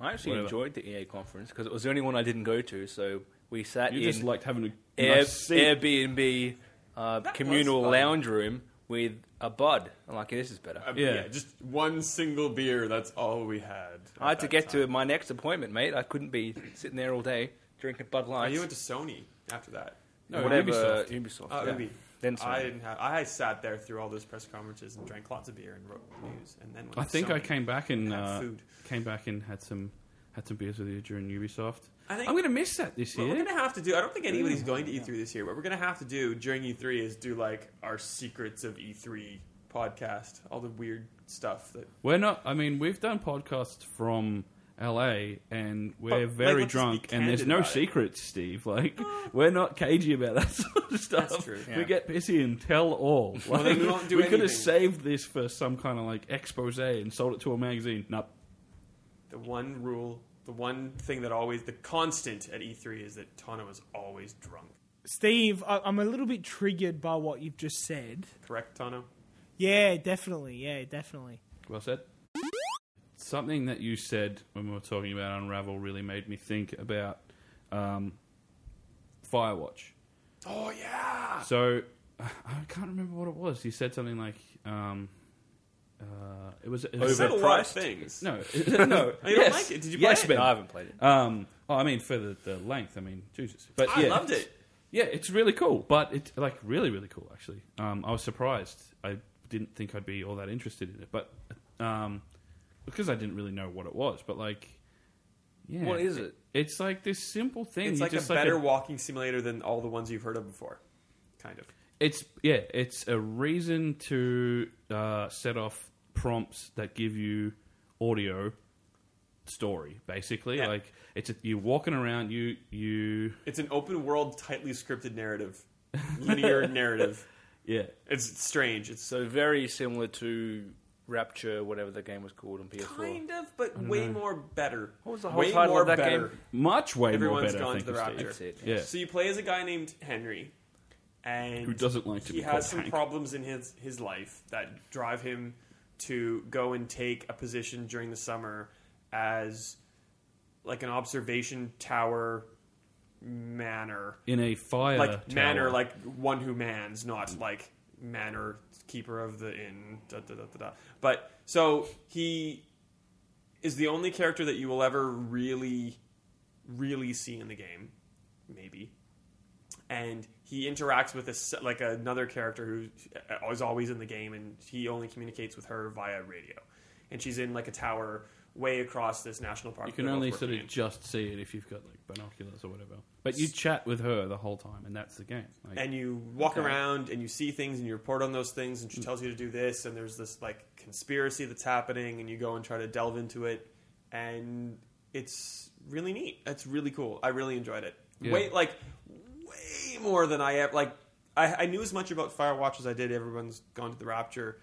B: I actually
C: Whatever.
B: enjoyed the EA conference because it was the only one I didn't go to. So we sat
C: You
B: in
C: just liked having a
B: Air,
C: nice seat.
B: Airbnb uh,
A: That was
B: communal
A: fun.
B: lounge room with a bud. I'm like, this is better.
A: Uh,
C: Yeah.
A: just one single beer. That's all we had.
B: I had to get
A: to
B: to my next appointment, mate. I couldn't be sitting there all day drinking Bud
A: Oh,
B: Lights.
A: you went to Sony after that.
C: No,
B: whatever.
C: Ubisoft.
B: Ubisoft,
A: Oh,
B: yeah.
A: Ubi.
B: Then
A: I
B: Sony.
A: <laughs> didn't have. I sat there through all those press conferences and drank lots of beer and wrote news, and then went
C: I
A: to
C: think I
A: Sony.
C: came back and
A: had
C: uh,
A: food.
C: came back and had some had some beers with you during Ubisoft.
A: I think-
C: I'm going to miss that this
A: What we're
C: year.
A: gonna have to do. I don't think anybody's going to E3 this year. What we're gonna have to do during E3 is do like our secrets of E3 podcast, all the weird stuff that
C: We're not. I mean, we've done podcasts from LA, and
A: But,
C: we're
A: like,
C: very
A: let's just be
C: drunk, and there's
A: candid
C: no
A: about it. Oh.
C: secrets, Steve. <laughs> Like we're not cagey about that <laughs> sort of stuff.
A: That's true.
B: Yeah.
C: We get pissy and tell all. Like,
A: Well, then we won't do
C: could have
A: anything.
C: saved this for some kind of like expose and sold it to a magazine. Nope.
A: the one rule, the one thing that always, the constant at E3 is that Tano is always drunk.
D: Steve, I, I'm a little bit triggered by what you've just said.
A: Correct, Tano?
D: Yeah, definitely. Yeah, definitely.
C: Well said. Something that you said when we were talking about Unravel really made me think about um, Firewatch.
A: Oh, yeah!
C: So <laughs> I can't remember what it was. You said something like um, uh, it was it
A: I
C: was-
A: said a lot of
B: Overpriced?
A: things.
C: No,
B: <laughs>
C: <laughs> no.
A: Oh, you don't like it? Did you play
C: yes,
A: it?
C: Ben.
B: No, I haven't played it.
C: Um, oh, I mean for the, the length. I mean, Jesus. But
A: I
C: yeah,
A: loved it.
C: Yeah, it's really cool. But it's like really, really cool. Actually, um, I was surprised. I didn't think I'd be all that interested in it, but um, because I didn't really know what it was. But like, yeah,
B: What is it?
C: It's like this simple thing.
A: It's
C: You
A: like a
C: just
A: better walking simulator than all the ones you've heard of before. Kind of.
C: it's yeah, it's a reason to uh, set off prompts that give you audio story. Basically,
A: Yeah.
C: like it's a, you're walking around. You you
A: It's an open world, tightly scripted narrative,
C: <laughs>
A: linear narrative.
C: yeah.
A: It's strange. It's
B: So very similar to Rapture, whatever the game was called on PS4.
A: kind of, but way more better.
B: What was the whole
A: way
B: title
A: more
B: of that
A: better.
B: game?
C: Much way
A: Everyone's
C: more better.
A: gone
C: I
A: to
C: think,
A: the
C: is Steve.
A: rapture.
B: That's it.
C: Yeah.
A: So you play as a guy named Henry, and
C: Who doesn't like to
A: He
C: be called
A: has some
C: Hank.
A: problems in his his life that drive him to go and take a position during the summer as like an observation tower manor,
C: in a fire
A: like
C: tower.
A: manor, like one who mans, not like manor keeper of the inn. Da, da, da, da, da. But so he is the only character that you will ever really, really see in the game. Maybe and he interacts with a s like another character who uh, is always in the game, and he only communicates with her via radio, and she's in like a tower way across this national park.
C: You can
A: they're both
C: only
A: working
C: sort
A: in.
C: of just see it if you've got like binoculars or whatever. But you chat with her the whole time, and that's the game. Like,
A: and you walk
C: Okay. Mm.
A: around and you see things and you report on those things and she tells you to do this and there's this like conspiracy that's happening and you go and try to delve into it and it's really neat it's really cool i really enjoyed it
C: Yeah.
A: way like way more than i ever like I, I knew as much about firewatch as i did everyone's gone to the rapture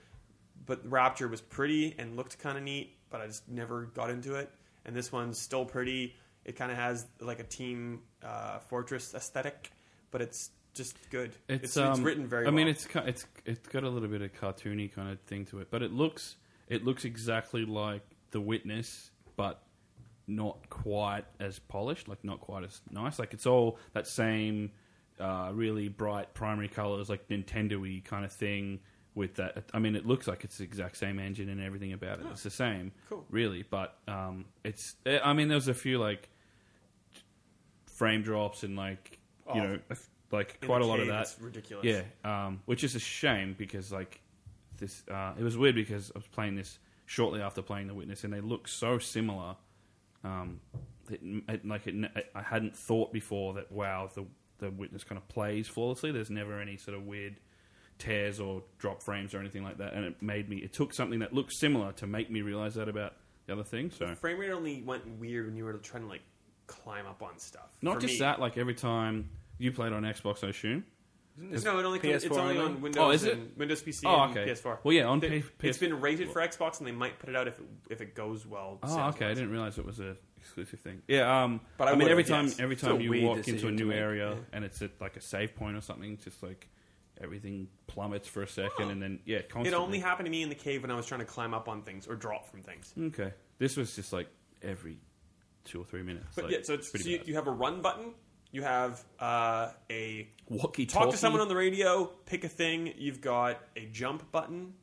A: but rapture was pretty and looked kind of neat but i just never got into it and this one's still pretty it kind of has like a team uh, fortress aesthetic but it's just good. It's, it's,
C: um,
A: written very.
C: I mean,
A: well.
C: it's ki- it's it's got a little bit of cartoony kind of thing to it, but it looks it looks exactly like The Witness, but not quite as polished, like not quite as nice. Like it's all that same uh, really bright primary colors, like Nintendo-y kind of thing. With that, I mean, it looks like it's the exact same engine and everything about it. It's the same,
A: Oh, Cool.
C: really. But um, it's. I mean, there was a few like frame drops and like you
A: Oh.
C: know a f- like
A: In
C: quite
A: the
C: a lot of
A: cave,
C: that.
A: It's ridiculous.
C: Yeah, um, which is a shame because like this, uh, it was weird because I was playing this shortly after playing The Witness, and they look so similar. Um, it, it, like it, it- I hadn't thought before that wow, the the Witness kind of plays flawlessly. There's never any sort of weird tears or drop frames or anything like that, and it made me. It took something that looked similar to make me realize that about the other thing. So
A: The frame rate only went weird when you were trying to like climb up on stuff.
C: not
A: For
C: just
A: me.
C: that, like every time you played on Xbox, I assume.
A: No, it only comes, it's
B: PS4
A: only
B: only?
A: on Windows.
C: Oh, is it?
A: And Windows PC
C: Oh,
A: and
C: okay.
A: PS4.
C: Well, yeah, on
A: They-
C: P- PS4.
A: it's been rated for Xbox, and they might put it out if it, if it goes well.
C: Oh,
A: sales-wise.
C: okay. I didn't realize it was a exclusive thing. Yeah. Um.
A: But
C: But
A: I
C: I, mean,
A: would've,
C: every time
A: yes.
C: every
B: It's a
C: time you
B: weird
C: walk into a
B: decision to
C: new
B: make,
C: area
A: yeah.
C: and it's at like a save point or something, it's just like everything plummets for a second,
A: Oh.
C: and then yeah, constantly.
A: It only happened to me in the cave when I was trying to climb up on things or drop from things.
C: Okay. This was just like every two or three minutes.
A: But
C: like,
A: yeah, so it's so
C: pretty
A: you,
C: bad.
A: you have a run button. You have uh, a
C: walkie
A: talk to someone on the radio, pick a thing. You've got a jump button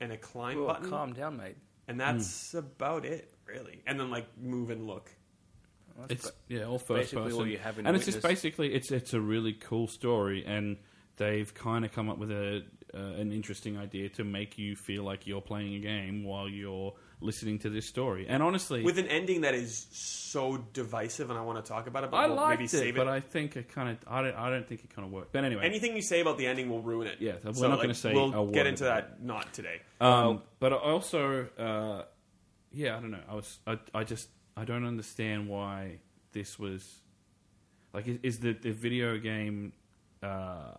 A: and a climb
B: Well,
A: button.
B: calm down, mate.
C: Hmm.
A: and that's about it really and then like move and look
B: That's
C: It's
B: ba-
C: yeah, all first
B: basically
C: person.
B: all you have in
C: and it's just
B: Witness.
C: basically it's it's a really cool story, and they've kind of come up with a uh, an interesting idea to make you feel like you're playing a game while you're listening to this story. And honestly,
A: with an ending that is so divisive and i want to talk about it but
C: I
A: we'll
C: liked
A: maybe
C: it,
A: save it,
C: but I think it kind of I don't I don't think it kind of worked. But anyway,
A: anything you say about the ending will ruin it
C: Yeah, we're
A: So,
C: not
A: like,
C: gonna say
A: we'll
C: a
A: get
C: word
A: into
C: about
A: that not today
C: Um, but I also, uh, yeah, I don't know. I was, I, I just, I don't understand why this was, like, is, is the the video game, uh,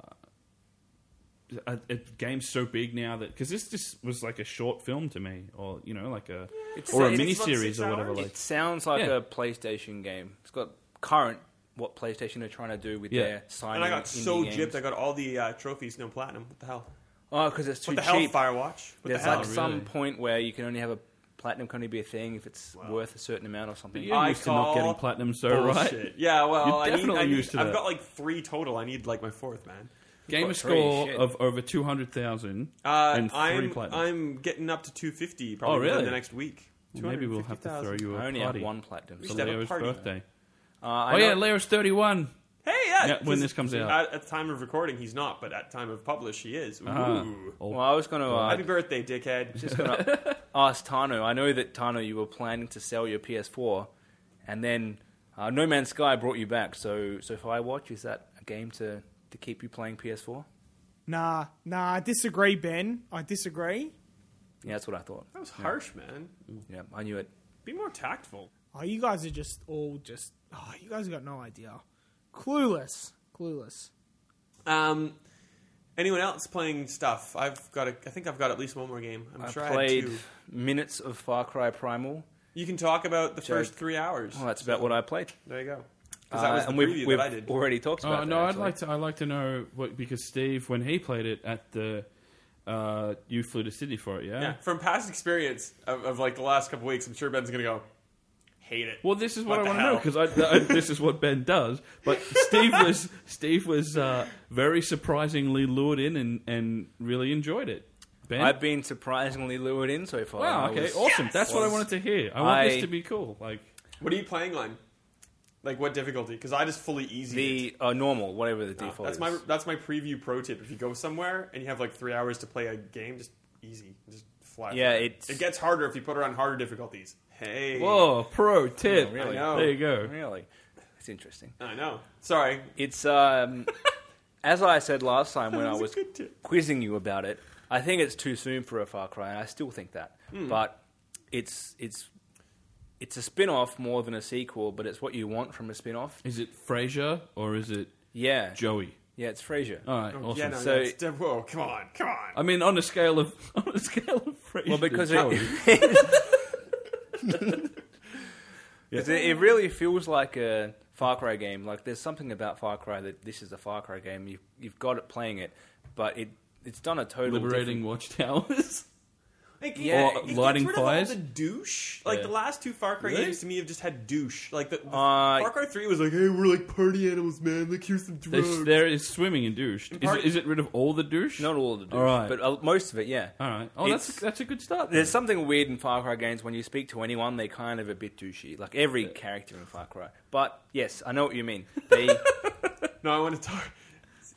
C: a, a game so big now that because this just was like a short film to me, or you know, like a
B: It's-
C: or a
A: it's
C: mini
A: about six
C: series or whatever.
A: hours.
C: Like,
B: It sounds like
C: Yeah.
B: a PlayStation game. It's got current what PlayStation are trying to do with
C: Yeah.
B: their signing.
A: and i got
B: indie
A: so
B: games.
A: gypped i got all the uh, trophies no platinum what the hell
B: Oh, because it's too
A: what the
B: cheap.
A: hell firewatch what
B: There's
A: the hell
B: like
C: Oh,
B: some
C: really?
B: point where you can only have a platinum can only be a thing if it's
A: Wow.
B: worth a certain amount or something.
C: but you're
A: I
C: used to not getting
A: call
C: platinum, so
A: Bullshit.
C: right?
A: yeah well
C: You're
A: I need,
C: definitely
A: I need,
C: used to
A: i've
C: that.
A: got like three total i need like my fourth man
C: <laughs> Gamer
B: got three,
C: score
B: shit.
C: of over two hundred thousand
A: uh,
C: and 3
A: I'm,
C: platinums.
A: I'm getting up to 250 probably
C: Oh, really?
A: within the next week
C: Maybe we'll have to throw
A: 250,000.
C: you a
B: I only
C: party
B: have one platinum.
A: We
C: for
A: should have a
C: Leo's
A: party.
C: birthday.
B: Uh, I
C: oh
B: know-
C: yeah, Leo's thirty-one.
A: Hey, yeah.
C: Yeah, when
A: 'cause
C: this comes out.
A: At, at the time of recording, he's not, but at time of publish, he is. Ooh.
C: Ah. Oh,
B: Well, I was going to
A: Happy
B: uh,
A: birthday,
C: <laughs>
A: dickhead.
B: just going to ask Tano. I know that Tano, you were planning to sell your PS4, and then uh, No Man's Sky brought you back. So, so Firewatch is that a game to to keep you playing PS4?
D: Nah, nah, I disagree, Ben. I disagree.
B: Yeah, that's what I thought.
A: that was harsh, man.
B: Yeah, I knew it.
A: Be more tactful.
D: Oh, you guys are just all just. Oh, you guys have got no idea. Clueless. Clueless.
A: Um, anyone else playing stuff? I've got. A, I think I've got at least one more game. I'm
B: I
A: sure I
B: played
A: had two.
B: minutes of Far Cry Primal.
A: You can talk about the
B: Should I-
A: first three hours.
B: Well, that's about what I played.
A: There you go. 'Cause that
B: Uh,
A: was the
B: and we've,
A: preview
B: we've
A: that I did.
B: already talked about
C: Oh,
B: that,
C: no, I'd
B: actually.
C: like to. I'd like to know what because Steve, when he played it at the, uh, you flew to Sydney for it, yeah.
A: Yeah, from past experience of, of like the last couple weeks, I'm sure Ben's gonna go hate it.
C: Well, this is
A: What
C: what, I
A: the
C: want to know because I, I, this is what Ben does. But Steve was Steve was uh, very surprisingly lured in and, and really enjoyed it. Ben,
B: I've been surprisingly lured in so far.
C: wow,
B: I
C: okay,
B: was-
C: awesome. That's what I
B: was-
C: wanted to hear. I want
B: I-
C: this to be cool. Like,
A: What are you playing on? Like what difficulty? Because I just fully easy.
B: The uh, normal, whatever the default
A: Ah, that's
B: is.
A: my that's my preview pro tip. If you go somewhere and you have like three hours to play a game, just easy, just fly.
B: Yeah,
A: through it.
B: it's-
A: it gets harder if you put it on harder difficulties. Hey,
C: Whoa, pro tip.
B: Oh, really?
A: I know.
C: There you go.
B: Really? It's interesting.
A: I know. Sorry,
B: It's, um, <laughs> as I said last time when
A: That
B: I
A: was a
B: was
A: good tip.
B: quizzing you about it, I think it's too soon for a Far Cry, and I still think that. But it's, it's, it's a spin off more than a sequel, but it's what you want from a spin off.
C: Is it Frasier or is it
B: Yeah.
C: Joey?
B: Yeah, it's Frasier.
C: All right,
A: Oh,
C: awesome. Uh,
A: Yeah, no,
B: So-
A: yeah, it's de- whoa, come on, come on.
C: I mean, on a scale of <laughs> on a scale of Frasier.
B: Well, because
C: to
B: it, <laughs>
C: <laughs> Joey.
B: Because it, it really feels like a Far Cry game. Like there's something about Far Cry that this is a Far Cry game. You've, you've got it playing it, but it it's done a total
C: liberating watchtowers.
A: Like,
B: Yeah,
A: it-
B: or
A: it gets
C: lighting
A: rid of all
C: fires?
A: the douche. Like
C: Yeah.
A: the last two Far Cry
C: Really?
A: games to me have just had douche. Like the, the
B: Uh,
A: Far Cry Three was like, hey, we're like party animals, man. Like here's some drugs.
C: <laughs> There's, there is swimming and douche. Is
A: part-
C: it, is it rid of all the douche?
B: Different, not all of it,
C: All right.
B: but uh, most of it, yeah.
C: All right. Oh, that's
B: It's-
C: that's a good
B: <laughs>
C: start.
B: There's something weird in Far Cry games when you speak to anyone, they're kind of a bit douchey. Like every character in Far Cry. But yes, I know what you mean. They
C: <laughs>
A: No, I want to talk.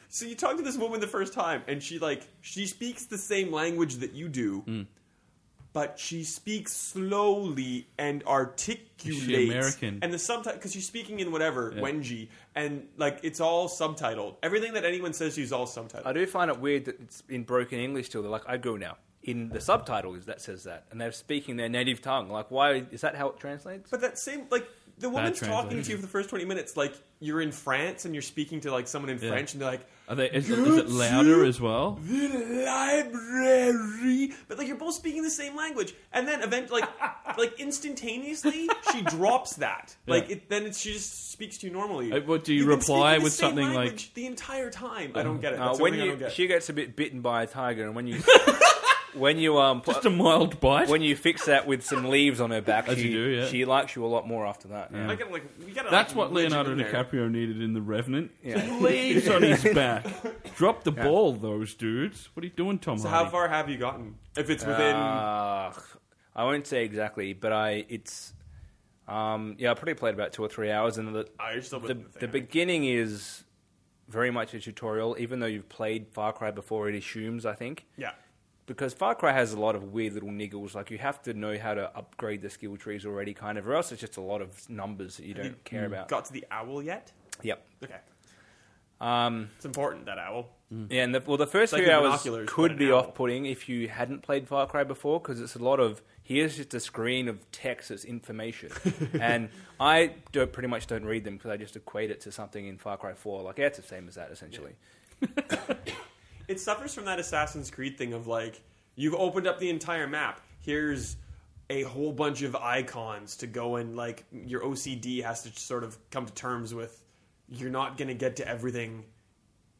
A: So you talk to this woman the first time, and she like she speaks the same language that you do,
C: Mm.
A: but she speaks slowly and articulates.
C: American?
A: And the subtitle because she's speaking in whatever
C: Yeah.
A: Wenji, and like it's all subtitled. Everything that anyone says, she's all subtitled.
B: I do find it weird that it's in broken English still. They're like, I go now. In the subtitles that says that. And they're speaking their native tongue. Like why is that how it translates?
A: But that same like the woman's talking to
C: translation.
A: you for the first twenty minutes, like you're in France and you're speaking to like someone in
C: Yeah. Uh,
A: French, and they're like,
C: Are they, is, it- is it louder as well?
B: <laughs>
A: "The library," but like you're both speaking the same language, and then event
C: <laughs>
A: like like instantaneously she drops that.
C: Yeah.
A: Like it, then it's, she just speaks to you normally.
C: Uh, what, do you
A: You've been
C: reply
A: speaking the
C: with
A: same
C: something like-
A: language the entire time? I don't get it.
B: Uh,
A: That's the
B: when
A: only thing I
B: you,
A: don't get.
B: she gets a bit bitten by a tiger, and
A: <laughs>
B: when you when you um put-
C: Just a mild bite.
B: when you fix that with some leaves on her back,
C: As
B: she,
C: you do, yeah.
B: she likes you a lot more after that. Yeah.
A: I gotta, like, we gotta,
C: That's
A: like,
C: what
A: wedge it
C: Leonardo
A: in there.
C: DiCaprio needed in The Revenant.
B: Yeah. <laughs>
C: Leaves on his back. Drop the ball, those dudes. What are you doing, Tom
A: So
C: Hardy?
A: how far have you gotten? If it's within,
B: Uh, I won't say exactly, but I it's um yeah I probably played about two or three hours, and the
A: oh, you're still
B: the,
A: within the,
B: the
A: thing.
B: beginning is very much a tutorial, even though you've played Far Cry before. It assumes, I think.
A: yeah.
B: because Far Cry has a lot of weird little niggles. Like you have to know how to upgrade the skill trees already, kind of, or else it's just a lot of numbers that you don't care about.
A: Got to the owl yet?
B: Yep.
A: Okay.
B: Um,
A: It's important that owl.
B: yeah, and the, well, the first
A: like
B: few
A: your
B: hours
A: binoculars, but
B: could
A: an
B: be
A: owl.
B: off-putting if you hadn't played Far Cry before, because it's a lot of here's just a screen of text that's
A: <laughs>
B: information, and I don't, pretty much don't read them because I just equate it to something in Far Cry Four. Like yeah, it's the same as that essentially.
A: It suffers from that Assassin's Creed thing of like you've opened up the entire map. Here's a whole bunch of icons to go and like your OCD has to sort of come to terms with. You're not going to get to everything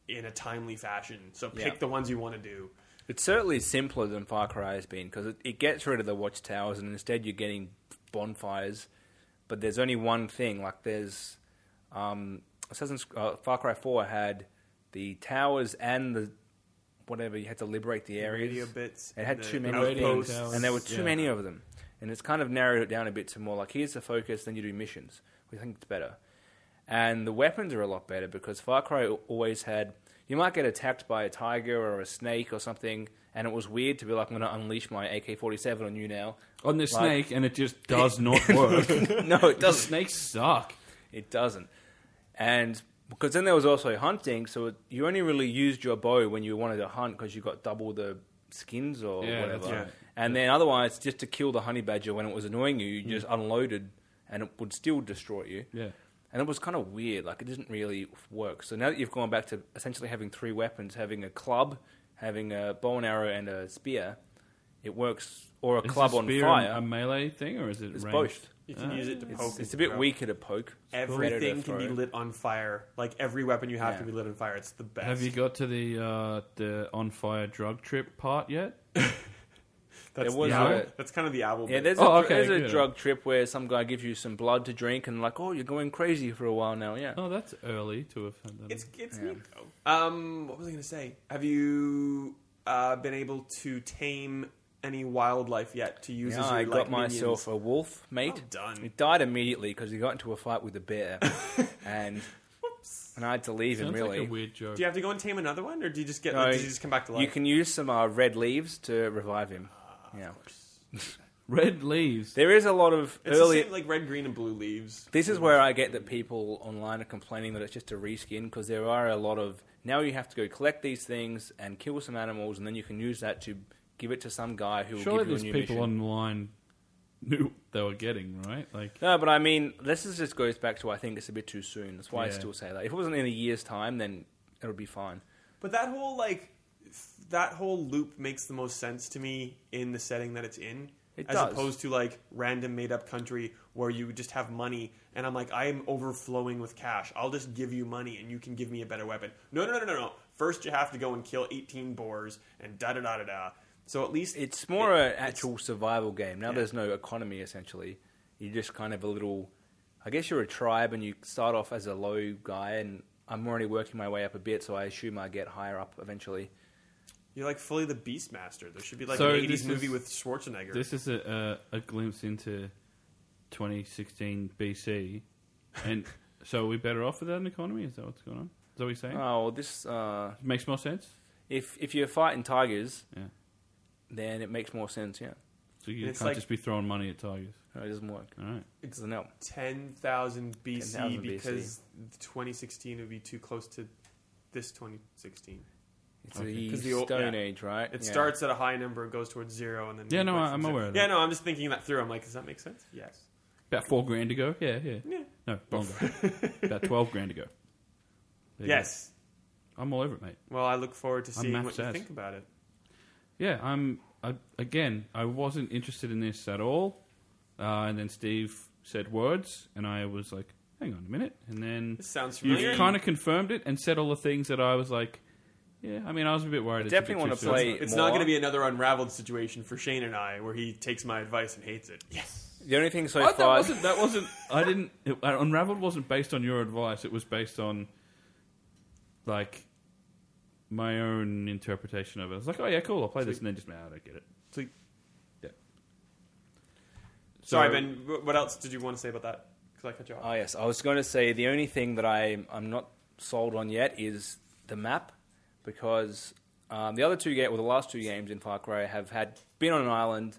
A: in a timely fashion, so pick
B: Yeah.
A: the ones you want to do.
B: It's certainly simpler than Far Cry has been because it, it gets rid of the watchtowers and instead you're getting bonfires. But there's only one thing. Like there's um, Assassin's uh, Far Cry Four had the towers and the whatever you had to liberate the areas.
A: Radio bits.
B: It had
A: and the
B: too many
C: radio
A: outposts.
C: towers.
B: and there were too
C: Yeah.
B: many of them. And it's kind of narrowed it down a bit to more like here's the focus, then you do missions. We think it's better. And the weapons are a lot better because Far Cry al- always had you might get attacked by a tiger or a snake or something, and it was weird to be like I'm going to unleash my AK-47 on you now. <laughs>
C: on this
B: Like-
C: snake, and it
B: <laughs>
C: just does not work.
B: no,
C: <laughs>
B: it
C: the
B: doesn't.
C: snakes suck.
B: It doesn't. And because then there was also hunting, so it, you only really used your bow when you wanted to hunt because you got double the skins or
C: Yeah, Mm. that's
B: whatever.
A: right.
B: And then otherwise, just to kill the honey badger when it was annoying you, you just unloaded and it would still destroy you.
C: Yeah.
B: And it was kind of weird. Like it didn't really work. So now that you've gone back to essentially having three weapons, having a club, having a bow and arrow, and a spear, it works. Or a
C: Is
B: club
C: the
B: on
C: spear
B: fire.
C: A melee thing, or is it
B: it's
C: ranged?
B: both.
A: You can use it to poke.
B: Uh, It's, it's
A: and
B: a bit
A: throw.
B: weaker to poke. It's better to
A: Everything can be
B: throw.
A: lit on fire. Like every weapon you have
B: Yeah.
A: can be lit on fire. It's the best.
C: Have you got to the uh, the on fire drug trip part yet?
A: That's
B: There was
A: the
B: a-
A: owl. That's kind of the owl.
B: Yeah,
A: bit.
B: there's a,
C: Oh,
B: dr-
C: okay,
B: there's
C: good.
B: a drug trip where some guy gives you some blood to drink and like, oh, you're going crazy for a while now. Yeah,
C: Oh, that's early to have had that.
A: It's it's neat though. Um, what was I going to say? Have you uh, been able to tame any wildlife yet to use
B: Yeah,
A: as your
B: I
A: like,
B: got
A: minions.
B: myself a wolf, mate.
A: Well done.
B: It died immediately because he got into a fight with
A: <laughs>
B: a bear, and and I had to leave him.
C: Sounds
B: Really,
C: like a weird joke.
A: Do you have to go and tame another one, or do you just get?
B: No,
A: like, does he just come back to life?
B: you can use some uh, red leaves to revive him. Yeah,
C: Red leaves.
B: there is a lot of
A: It's the
B: early.
A: same, like red, green, and blue leaves.
B: This is where I get that people online are complaining that it's just a reskin because there are a lot of now you have to go collect these things and kill some animals and then you can use that to give it to some guy who will
C: Surely
B: give you a
C: there's
B: new
C: people
B: mission.
C: online knew what they were getting right. Like
B: No, but I mean, this is just goes back to I think it's a bit too soon. That's why I
C: Yeah.
B: still say that. If it wasn't in a year's time, then it would be fine.
A: But that whole like f- that whole loop makes the most sense to me in the setting that it's in.
B: It
A: as
B: does.
A: opposed to like random made up country where you just have money and I'm like, I am overflowing with cash. I'll just give you money and you can give me a better weapon. No no no no no. no. First you have to go and kill eighteen boars and da da da da da. So at least
B: It's more
A: it-
B: an
A: it's-
B: actual survival game. Now
A: Yeah.
B: there's no economy essentially. You're just kind of a little. I guess you're a tribe, and you start off as a low guy, and I'm already working my way up a bit, so I assume I get higher up eventually.
A: you're like fully the Beastmaster. There should be like
C: So
A: an
C: this
A: eighties movie
C: is-
A: with Schwarzenegger.
C: this is a, a, a glimpse into 2016 BC,
B: <laughs>
C: and so are we better off without an economy. Is that what's going on? Is that what you're saying?
B: Oh, well, this. Uh,
C: Makes more sense.
B: if if you're fighting tigers,
C: Yeah.
B: then it makes more sense. Yeah,
C: So you
A: It's
C: can't
A: like-
C: just be throwing money at tigers.
B: no, it doesn't work.
C: All right.
B: It doesn't help.
A: ten thousand BC
B: 10,000 BC.
A: because twenty sixteen would be too close to this twenty sixteen.
B: It's
C: Okay.
B: the
A: 'Cause the old-
B: Stone
A: yeah.
B: Age, right?
A: It
B: Yeah.
A: starts at a high number and goes towards zero, and then
C: Yeah, no,
A: went
C: I-
A: from
C: I'm
A: zero.
C: aware of
A: Yeah,
C: that.
A: no, I'm just thinking that through. I'm like, does that make sense? Yes.
C: About four grand to go. Yeah, yeah.
A: Yeah.
C: No, longer.
B: <laughs>
C: About twelve grand to go. There you
A: yes.
C: go. I'm all over it, mate.
A: Well, I look forward to
C: I'm
A: seeing
C: math
A: what you
C: sad.
A: think about it.
C: Yeah, I'm. I, again, I wasn't interested in this at all, uh, and then Steve said words, and I was like, "Hang on a minute," and then
A: This sounds familiar.
C: you've kind of confirmed it and said all the things that I was like. Yeah, I mean, I was a bit worried. it's a
B: definitely
C: bit
B: wanna
C: too soon.
B: play-
A: it's not
B: more.
A: going to be another unraveled situation for Shane and I, where he takes my advice and hates it.
B: The only thing so
C: Oh, that
B: far.
C: wasn't. That wasn't. I didn't. It, Unraveled wasn't based on your advice. It was based on like my own interpretation of it. I was like, oh yeah, cool. I'll play this, and then just, nah, I don't get it.
A: Sweet.
C: Yeah.
A: Sorry,
C: So- Uh,
A: Ben. wh- What else did you want to say about that? Because I cut you off.
B: Oh yes, I was going to say the only thing that I I'm not sold on yet is the map, because um, the other two games, well, the last two games in Far Cry have had been on an island.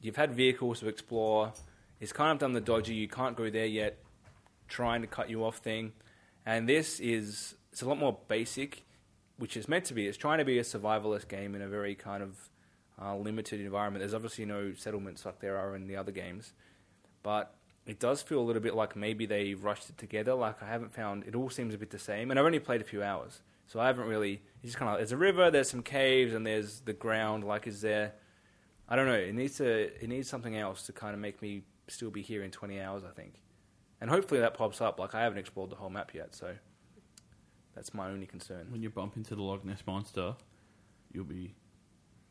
B: You've had vehicles to explore. It's kind of done the dodgy. You can't go there yet, trying to cut you off thing, and this is it's a lot more basic, which is meant to be. It's trying to be a survivalist game in a very kind of uh, limited environment. There's obviously no settlements like there are in the other games, but it does feel a little bit like maybe they rushed it together. Like I haven't found it all seems a bit the same, and I've only played a few hours, so I haven't really. It's just kind of there's a river, there's some caves, and there's the ground. Like is there? I don't know. It needs to. It needs something else to kind of make me still be here in 20 hours, I think, and hopefully that pops up. Like I haven't explored the whole map yet, so that's my only concern.
C: When you bump into the Loch Ness monster, you'll be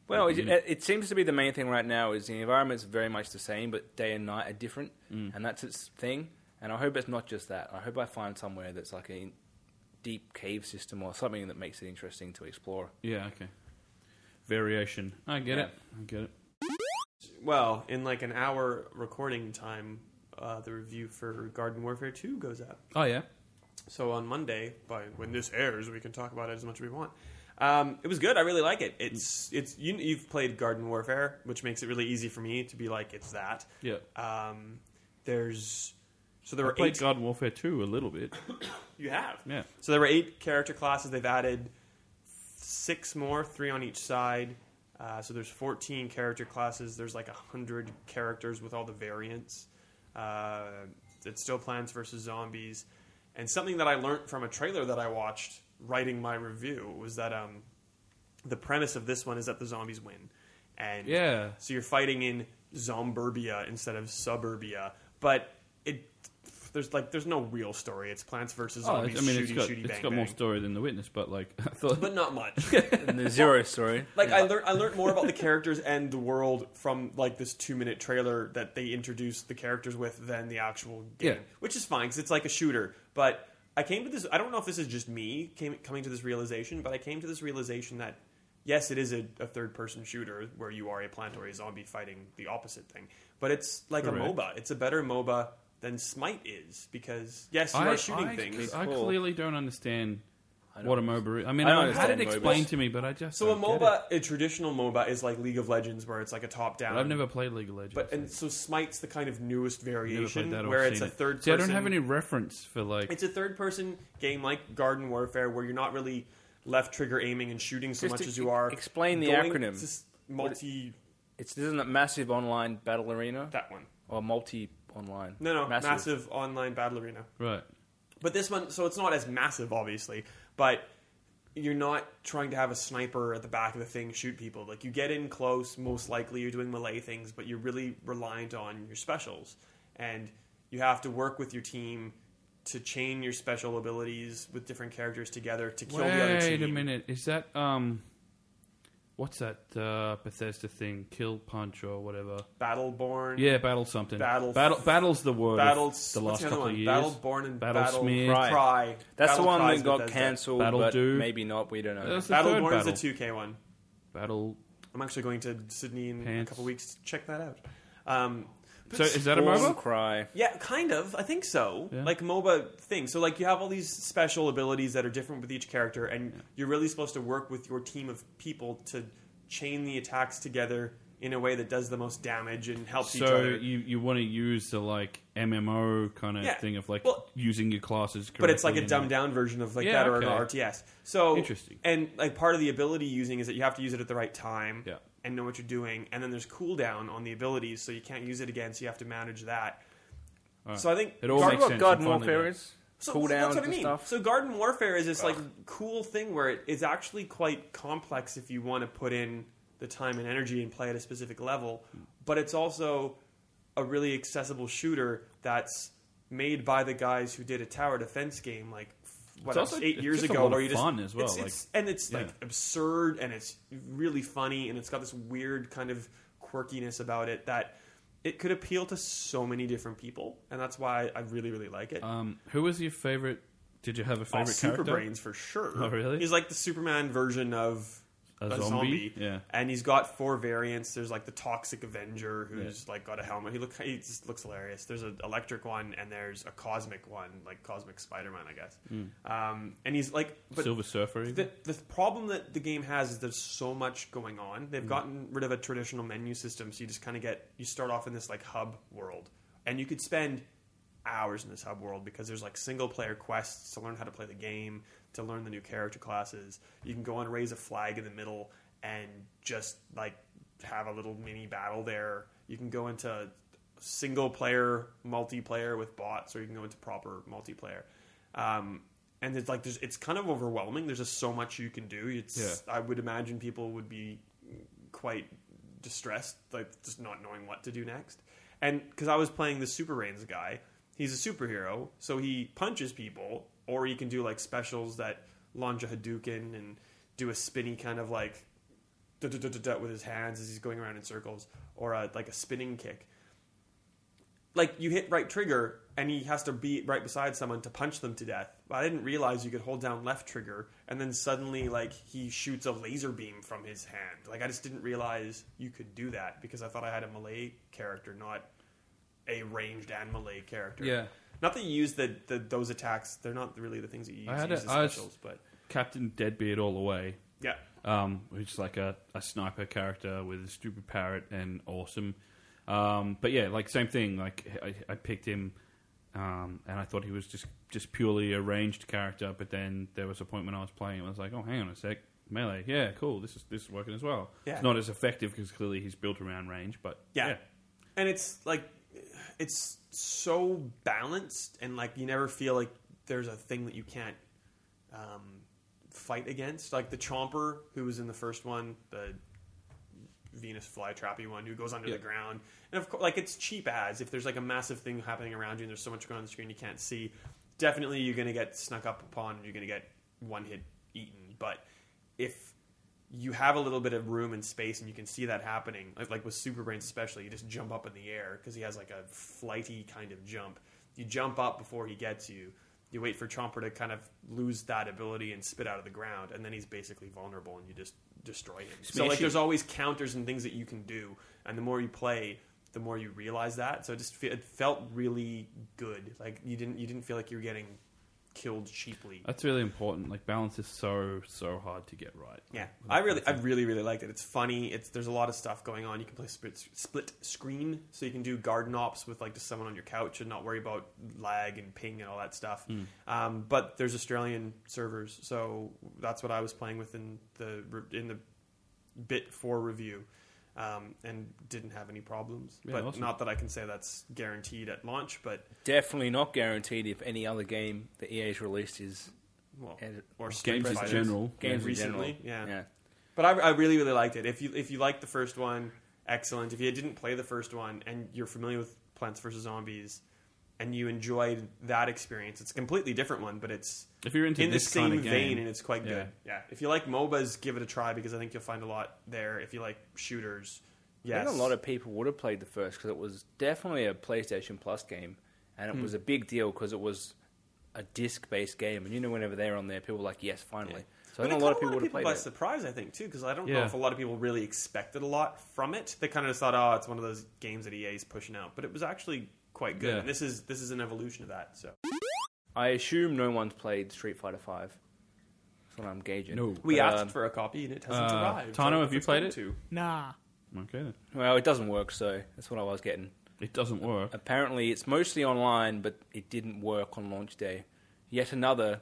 B: Well, it,
C: Yeah.
B: it, it seems to be the main thing right now is the environment's very much the same, but day and night are different,
A: Mm.
B: and that's its thing. And I hope it's not just that. I hope I find somewhere that's like a deep cave system or something that makes it interesting to explore.
C: yeah okay. Variation. I get
B: Yeah.
C: it. I get it.
A: Well, in like an hour recording time, uh, the review for Garden Warfare Two goes up.
C: Oh yeah.
A: So on Monday, by when this airs, we can talk about it as much as we want. Um, it was good. I really like it. It's it's you, you've played Garden Warfare, which makes it really easy for me to be like it's that.
C: Yeah.
A: Um, there's so there
C: I
A: were
C: played
A: eight.
C: Garden Warfare 2 a little bit. <laughs>
A: you have
C: Yeah.
A: so there were eight character classes. They've added six more, three on each side. Uh, so there's 14 character classes. There's like 100 characters with all the variants. Uh, it's still Plants vs. Zombies. And something that I learned from a trailer that I watched writing my review was that um, the premise of this one is that the zombies win. And
C: Yeah.
A: so you're fighting in Zomburbia instead of Suburbia. But it there's like there's no real story. It's Plants vs.
C: Oh, I
A: Zombies,
C: mean,
A: shooty,
C: it's got,
A: shooty,
C: it's
A: bang,
C: got more
A: bang.
C: story than The Witness, but like,
A: <laughs>
C: <laughs> I thought.
A: But not much.
C: <laughs>
B: And the zero story.
A: Like I learned, I learned more about the characters and the world from like this two-minute trailer that they introduced the characters with than the actual game,
C: Yeah.
A: which is fine because it's like a shooter. But I came to this. I don't know if this is just me came, coming to this realization, but I came to this realization that yes, it is a, a third person shooter where you are a plant or a zombie fighting the opposite thing, but it's like a
C: Correct.
A: MOBA. It's a better MOBA than Smite is because yes, you
C: I,
A: are shooting
C: I-
A: things.
C: I
B: Cool.
C: clearly don't understand
B: I
C: what a
B: don't
C: MOBA is. I mean,
B: I don't
C: I, had it
B: understand MOBAs.
C: explained to me, but I just
A: so a
C: don't get it.
A: MOBA, a traditional MOBA, is like League of Legends, where it's like a top down.
C: But I've never played League of Legends.
A: But and so Smite's the kind of newest
C: I've never
A: variation
C: played that or
A: where it's
C: seen
A: a
C: it.
A: third.
C: See, I
A: person,
C: don't have any reference for like.
A: It's a third person game like Garden Warfare where you're not really left trigger aiming and shooting so
B: Just
A: much
B: to
A: as you are.
B: explain the
A: going
B: acronym.
A: to s- multi
B: It's isn't that massive online battle arena
A: that one.
B: or multi online?
A: No, no, massive. online battle arena.
C: Right.
A: But this one, so it's not as massive, obviously, but you're not trying to have a sniper at the back of the thing shoot people. Like, you get in close, most likely you're doing melee things, but you're really reliant on your specials. And you have to work with your team to chain your special abilities with different characters together to kill the other team.
C: Wait a minute. Is that um, what's that uh, Bethesda thing? Kill Punch or whatever?
A: Battleborn.
C: Yeah, Battle something.
A: Battle-
C: Battle. Battle's the word. of
A: Battle,
C: The last couple of years.
A: Battleborn and
C: Battle
A: Battle,
C: Smear.
A: Cry.
B: That's
A: Battle
B: the one
A: Cries
B: that got
A: Bethesda.
B: cancelled,
C: Battle
B: but
C: Doom.
B: maybe not. We don't know.
C: That's the third
A: Battleborn is
C: battle.
A: the 2K one.
C: battle.
A: I'm actually going to Sydney in a
C: Pants.
A: couple weeks to check that out. Um,
C: So is that a
B: Balls
C: MOBA?
B: Cry.
A: yeah, kind of. I think so.
C: Yeah.
A: Like MOBA thing. So like you have all these special abilities that are different with each character, and you're really supposed to work with your team of people to chain the attacks together in a way that does the most damage and helps each
C: So
A: other.
C: you, you want to use the like MMO kind of
A: Yeah.
C: thing of like
A: Well-
C: using your classes,
A: but it's like a
C: correctly
A: dumbed
C: and-
A: down version of like
C: Yeah,
A: that or
C: okay.
A: an RTS. So
C: Interesting.
A: And like part of the ability using is that you have to use it at the right time
C: Yeah.
A: and know what you're doing. And then there's cooldown on the abilities, so you can't use it again. So you have to manage that.
C: Alright.
A: So I think
C: It all
A: Gar-
B: Talk
C: makes
B: about
C: sense,
B: Garden
C: I'm finally
B: Warfare
C: there.
B: is
A: so
B: cooldowns
A: that's what I
B: and
A: mean.
B: stuff.
A: So Garden Warfare is this like cool thing where it is actually quite complex if you want to put in the time and energy and play at a specific level, but it's also a really accessible shooter that's made by the guys who did a tower defense game like f- what
C: It's also-
A: else, eight
C: it's
A: years
C: just a
A: ago
C: lot
A: where
C: of
A: you just
C: fun as well,
A: it's-
C: like-
A: it's- and it's like
C: yeah.
A: absurd and it's really funny and it's got this weird kind of quirkiness about it that it could appeal to so many different people and that's why I really really like it.
C: Um, who was your favorite? Did you have a
A: Oh,
C: favorite
A: Super
C: character?
A: Brains for sure.
C: Oh, really?
A: He's like the Superman version of
C: A
A: a,
C: zombie?
A: zombie.
C: Yeah.
A: and he's got four variants. There's like the Toxic Avenger, who's like got a helmet. He look, he just looks hilarious. There's an electric one, and there's a cosmic one, like Cosmic Spider-Man, I guess.
C: Hmm.
A: Um, and he's like, but
C: Silver Surfer. even?
A: the, the problem that the game has is there's so much going on. They've gotten rid of a traditional menu system, so you just kind of get you start off in this like hub world, and you could spend hours in this hub world because there's like single player quests to learn how to play the game, to learn the new character classes. You can go and raise a flag in the middle and just like have a little mini battle there. You can go into single player multiplayer with bots, or you can go into proper multiplayer. Um, and it's like there's, it's kind of overwhelming. There's just so much you can do. It's I would imagine people would be quite distressed, like just not knowing what to do next. And because I was playing the Super Reigns guy, he's a superhero, so he punches people, or he can do like specials that launch a Hadouken and do a spinny kind of like duh, duh, duh, duh, duh, with his hands as he's going around in circles, or a, like a spinning kick like you hit right trigger and he has to be right beside someone to punch them to death. But I didn't realize you could hold down left trigger and then suddenly like he shoots a laser beam from his hand. Like I just didn't realize you could do that because I thought I had a melee character, not a ranged and melee character.
C: Yeah.
A: Not that you use the, the those attacks; they're not really the things that you use,
C: I had
A: you
C: a-
A: use the
C: I was-
A: specials. But
C: Captain Deadbeard all the way.
A: yeah,
C: um, who's like a, a sniper character with a stupid parrot and awesome. Um, but yeah, like same thing. Like I, I picked him, um, and I thought he was just just purely a ranged character. But then there was a point when I was playing, and I was like, oh, hang on a sec, melee. Yeah, cool. This is this is working as well.
A: Yeah.
C: It's not as effective because clearly he's built around range. But
A: Yeah. And it's like it's so balanced and like you never feel like there's a thing that you can't um, fight against. Like the Chomper who was in the first one, the Venus flytrappy one who goes under
C: Yeah.
A: the ground. And of course like it's cheap as if there's like a massive thing happening around you and there's so much going on the screen you can't see, definitely you're gonna get snuck up upon and you're gonna get one hit eaten. But if you have a little bit of room and space and you can see that happening like, like with super brains especially you just jump up in the air because he has like a flighty kind of jump you jump up before he gets you you wait for chomper to kind of lose that ability and spit out of the ground and then he's basically vulnerable and you just destroy him. So like,
B: Smashy.
A: there's always counters and things that you can do, and the more you play, the more you realize that. So it just fe- it felt really good. Like you didn't you didn't feel like you were getting killed cheaply.
C: That's really important. Like balance is so so hard to get right.
A: Yeah,
C: Like,
A: I really, I really, really liked it. It's funny. It's there's a lot of stuff going on. You can play split, split screen, so you can do garden ops with like just someone on your couch and not worry about lag and ping and all that stuff. Um, but there's Australian servers, so that's what I was playing with in the re- in the bit for review, um, and didn't have any problems.
C: Yeah,
A: but
C: awesome.
A: not that I can say that's guaranteed at launch. But
B: Definitely not guaranteed if any other game that EA's released is
A: well,
B: and-
A: or Street
C: games in
A: Fighters.
C: general.
B: games in general.
A: Recently, yeah. But I, I really, really liked it. If you if you liked the first one, excellent. If you didn't play the first one and you're familiar with Plants vs Zombies, and you enjoyed that experience, it's a completely different one, but it's
C: If you're into
A: in the
C: this kind
A: same
C: of
A: vein
C: game,
A: and it's quite
C: Yeah.
A: good. Yeah. If you like MOBAs, give it a try because I think you'll find a lot there. If you like shooters,
B: I
A: yes,
B: think a lot of people would have played the first because it was definitely a PlayStation Plus game, and
A: Hmm.
B: it was a big deal because it was a disc-based game. And you know, whenever they're on there, people were like, "Yes, finally." So
A: But
B: I
A: it
B: think a
A: caught
B: lot of people would have played
A: by
B: it.
A: surprise, I think, too, because I don't know
C: Yeah.
A: if a lot of people really expected a lot from it. They kind of just thought, "Oh, it's one of those games that EA's pushing out," but it was actually quite good.
C: Yeah.
A: And this is this is an evolution of that. So
B: I assume no one's played Street Fighter Five. That's what I'm gauging.
C: No.
A: We
B: But,
A: asked
B: um,
A: for a copy and it hasn't
C: uh,
A: arrived.
C: Tano,
A: So
C: have you
A: it's going
C: played it?
A: to.
D: Nah.
C: okay, then.
B: well, it doesn't work, so that's what I was getting.
C: it doesn't work.
B: Apparently, it's mostly online, but it didn't work on launch day. Yet another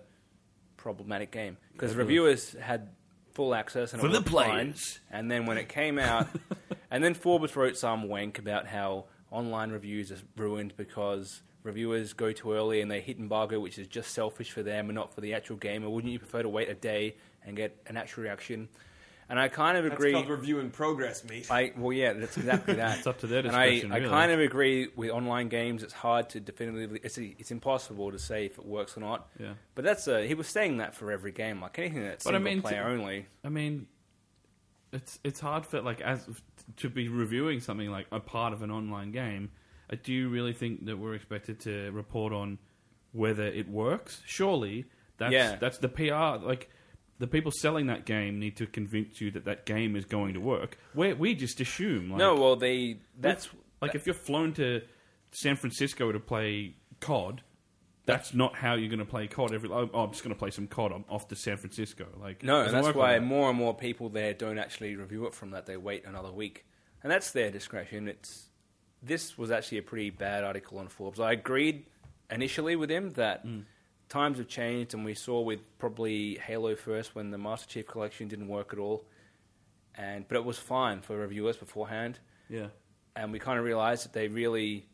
B: problematic game because reviewers had full access and it
C: For the
B: worked fine.
C: players.
B: And then when it came
C: <laughs>
B: out, and then Forbes wrote some wank about how online reviews are ruined because reviewers go too early and they hit embargo, which is just selfish for them and not for the actual gamer. Wouldn't you prefer to wait a day and get an actual reaction? And I kind of
A: That's
B: agree.
A: called review in progress, mate.
B: I well, yeah, that's exactly that.
C: <laughs> It's up to their
B: And
C: discretion,
B: I,
C: really.
B: I kind of agree with online games. It's hard to definitively. It's it's impossible to say if it works or not.
C: Yeah.
B: But that's a, he was saying that for every game, like anything that's
C: But I
B: single
C: mean,
B: player
C: to-
B: only.
C: I mean, it's it's hard for like as to be reviewing something like a part of an online game. I do really think that we're expected to report on whether it works. Surely that's
B: Yeah.
C: that's the PR. Like the people selling that game need to convince you that that game is going to work. We we just assume. Like,
B: no, well they that's
C: like if you're flown to San Francisco to play COD. That's not how you're going to play COD. Every oh, I'm just going to play some COD. I'm off to San Francisco. Like
B: no,
C: it
B: and
C: doesn't
B: that's
C: work
B: why
C: like that.
B: more and more people there don't actually review it from that. They wait another week, and that's their discretion. It's this was actually a pretty bad article on Forbes. I agreed initially with him that
C: Hmm.
B: times have changed, and we saw with probably Halo first when the Master Chief Collection didn't work at all, and but it was fine for reviewers beforehand
C: yeah.
B: and we kind of realized that they really,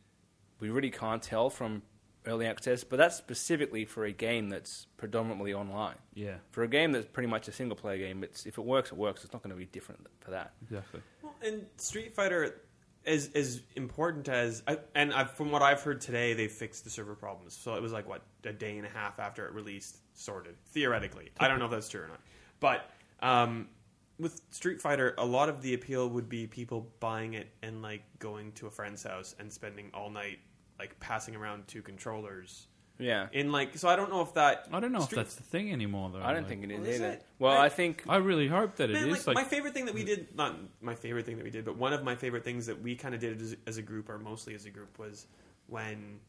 B: we really can't tell from early access, but that's specifically for a game that's predominantly online.
C: Yeah.
B: For a game that's pretty much a single player game, it's if it works, it works. It's not going to be different for that.
C: Exactly.
A: Well, and Street Fighter is as important as I, and I've, from what I've heard today, they fixed the server problems. So it was like what a day and a half after it released, sorted theoretically. I don't know if that's true or not, but um, with Street Fighter, a lot of the appeal would be people buying it and like going to a friend's house and spending all night like passing around two controllers.
B: Yeah,
A: In like, so I don't know if that
C: I don't know
A: Street
C: if that's the thing anymore, though.
B: I don't
C: Like,
B: think it is
A: Well, is
B: either.
A: it?
B: Well,
A: I-
B: I think
C: I really hope that it is.
A: Man, like,
C: like,
A: my favorite thing that we did, not my favorite thing that we did, but one of my favorite things that we kind of did as, as a group, or mostly as a group, was when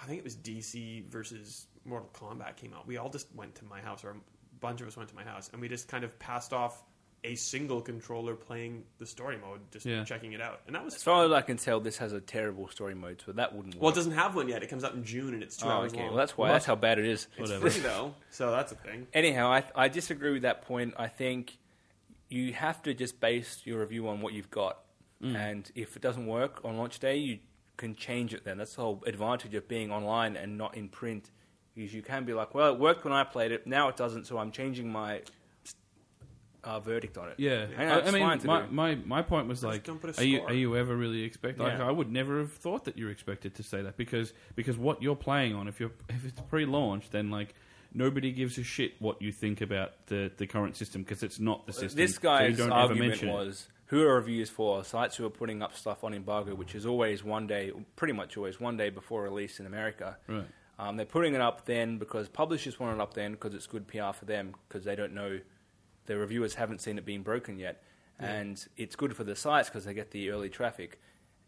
A: I think it was DC versus Mortal Kombat came out. We all just went to my house, or a bunch of us went to my house, and we just kind of passed off a single controller playing the story mode, just
C: Yeah.
A: checking it out, and that was
B: as
A: fun.
B: far as I can tell, this has a terrible story mode, so that wouldn't work.
A: Well, it doesn't have one yet. It comes out in June, and it's two
B: Oh,
A: hours
B: okay.
A: long.
B: Well, that's why.
C: Well,
B: that's how bad it is.
A: it's
C: whatever.
A: free though, so that's a thing.
B: Anyhow, I, I disagree with that point. I think you have to just base your review on what you've got.
C: Mm.
B: And if it doesn't work on launch day, you can change it then. That's the whole advantage of being online and not in print. Is you can be like, well, it worked when I played it, now it doesn't, so I'm changing my uh, verdict on it.
C: Yeah,
B: I, know,
C: I,
B: it's
C: I
B: fine
C: mean,
B: to
C: my,
B: do.
C: my, my point was
A: Just
C: like,
A: don't put a
C: are you
A: score.
C: are you ever really expected? Like,
B: Yeah.
C: I would never have thought that you're expected to say that because because what you're playing on, if you're <laughs> if it's pre-launch, then like nobody gives a shit what you think about the, the current system because it's not the system.
B: this
C: so you
B: guy's
C: don't ever
B: argument
C: mention it.
B: was who are reviews for sites who are putting up stuff on embargo which is always one day pretty much always one day before release in america
C: Right.
B: um, they're putting it up then because publishers want it up then because it's good pr for them because they don't know the reviewers haven't seen it being broken yet, and it's good for the sites because they get the early traffic.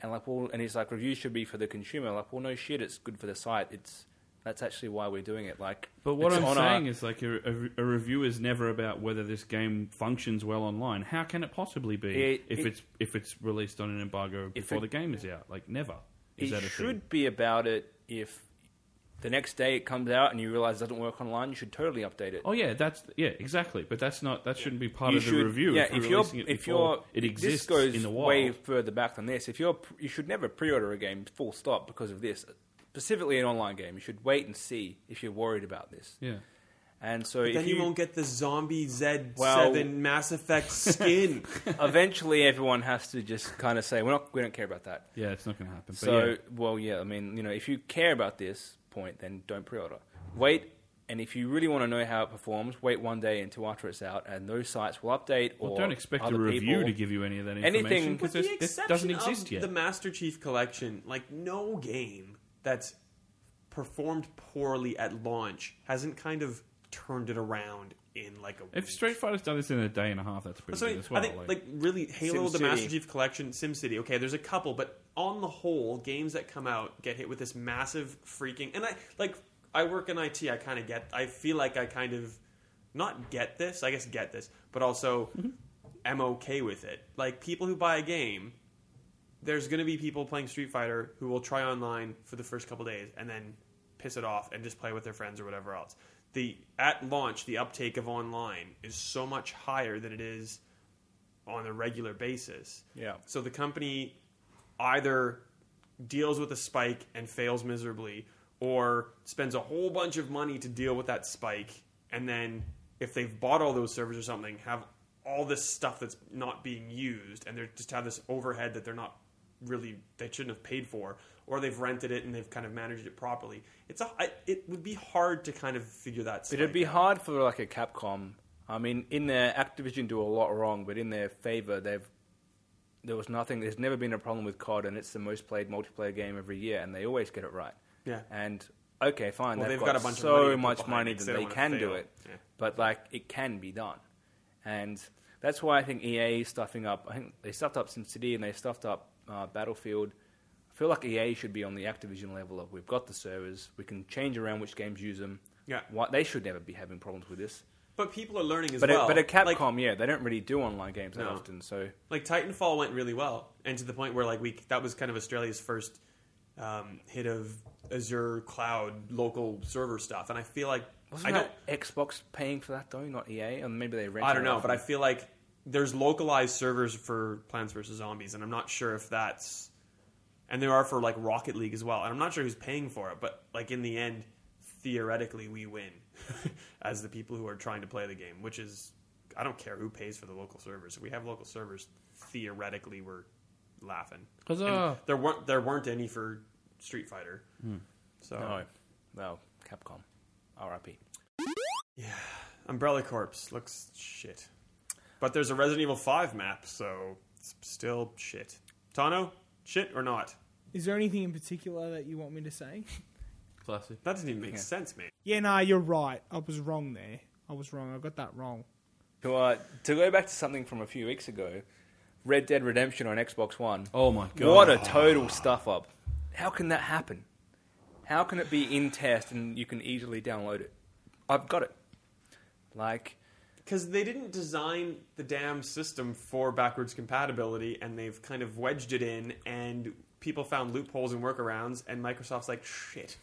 B: And like, well, and he's like, reviews should be for the consumer. Like, well, no shit, it's good for the site. It's that's actually why we're doing it. Like,
C: But what
B: it's
C: I'm
B: on our-
C: saying is, like, a, a, a review is never about whether this game functions well online. How can it possibly be
B: It-
C: if
B: it-
C: it's if it's released on an embargo
B: If
C: before
B: it-
C: the game is out? Like, never. Is
B: it
C: that a
B: should
C: thing?
B: be about it if the next day it comes out and you realize it doesn't work online, you should totally update it.
C: Oh yeah, that's yeah, exactly. But that's not that shouldn't be part
B: you
C: of the
B: should-
C: review.
B: Yeah,
C: if, we're
B: if you're
C: releasing it
B: if
C: before
B: you're
C: it
B: this
C: exists
B: goes
C: in the wild.
B: way further back than this. If you're pr- you should never pre-order a game full stop because of this, specifically an online game. You should wait and see if you're worried about this.
C: yeah,
B: And so if
A: Then you,
B: you
A: won't <laughs> get the zombie Z7
B: Well-
A: Mass Effect skin.
B: eventually everyone has to just kind of say we're not we don't care about that.
C: yeah, it's not going to happen. But
B: So,
C: yeah.
B: well, yeah, I mean, you know, if you care about this point, then don't pre-order. Wait, and if you really want to know how it performs, wait one day until after it's out, and those sites will update.
C: Well,
B: or
C: don't expect a
B: other
C: review
B: people.
C: to give you any of that
B: Anything-
C: information
B: With
C: because
A: With the
C: this
A: exception
C: doesn't exist
A: of
C: yet.
A: the Master Chief Collection, like no game that's performed poorly at launch hasn't kind of turned it around in like a.
C: If
A: week.
C: Street Fighter's done this in a day and a half, that's pretty
A: So, I
C: good
A: mean,
C: as well.
A: I think, like, really, Halo, the
B: SimCity.
A: Master Chief Collection, SimCity. Okay, there's a couple, but on the whole, games that come out get hit with this massive freaking. And I like, I work in IT. I kind of get. I feel like I kind of not get this. I guess get this, but also am okay with it. Like people who buy a game, there's going to be people playing Street Fighter who will try online for the first couple days and then piss it off and just play with their friends or whatever else. The at launch, the uptake of online is so much higher than it is on a regular basis.
B: Yeah.
A: So the company either deals with a spike and fails miserably or spends a whole bunch of money to deal with that spike and then if they've bought all those servers or something have all this stuff that's not being used and they are just have this overhead that they're not really they shouldn't have paid for or they've rented it and they've kind of managed it properly it's a I, it would be hard to kind of figure that
B: But it'd
A: spike
B: be
A: out.
B: hard for like a Capcom. I mean, in their Activision do a lot wrong, but in their favor, they've there was nothing. There's never been a problem with COD, and it's the most played multiplayer game every year, and they always get it right.
A: Yeah.
B: And okay, fine.
A: Well,
B: they've,
A: they've got
B: got,
A: a bunch of money
B: so
A: to put
B: much
A: behind
B: money
A: it, so
B: that
A: they
B: they
A: don't
B: can
A: wanna
B: do
A: fail.
B: it.
A: Yeah.
B: But like, it can be done, and that's why I think EA is stuffing up. I think they stuffed up SimCity and they stuffed up uh, Battlefield. I feel like EA should be on the Activision level of we've got the servers, we can change around which games use them.
A: Yeah.
B: Why, they should never be having problems with this.
A: but people are learning as
B: But
A: well
B: a, but at
A: Like,
B: Capcom, yeah, they don't really do online games that
A: No.
B: often. So
A: like Titanfall went really well, and to the point where like we that was kind of Australia's first um, hit of Azure cloud local server stuff, and I feel like
B: wasn't
A: I don't
B: that Xbox paying for that though, not EA, and maybe they rented.
A: I don't
B: it
A: know,
B: off
A: but I
B: them.
A: feel like there's localized servers for Plants vs Zombies, and I'm not sure if that's and there are for like Rocket League as well, and I'm not sure who's paying for it, but like in the end, theoretically we win <laughs> as the people who are trying to play the game, which is I don't care who pays for the local servers. If we have local servers, theoretically we're laughing.
C: Huzzah.
A: And There weren't there weren't any for Street Fighter, so
B: Hmm. no, no, oh, Capcom, R.I.P.
A: Umbrella Corpse looks shit. But there's a Resident Evil 5 map, so it's still shit. Tano, shit or not?
D: Is there anything in particular that you want me to say? <laughs>
C: classic.
A: That doesn't even make sense, man.
D: Yeah, nah, you're right. I was wrong there. I was wrong. I got that wrong.
B: To, uh, to go back to something from a few weeks ago, Red Dead Redemption on Xbox One.
C: Oh my god!
B: What a total stuff up! How can that happen? How can it be in test and you can easily download it? I've got it. Like,
A: Because they didn't design the damn system for backwards compatibility, and they've kind of wedged it in, and people found loopholes and workarounds, and Microsoft's like, shit.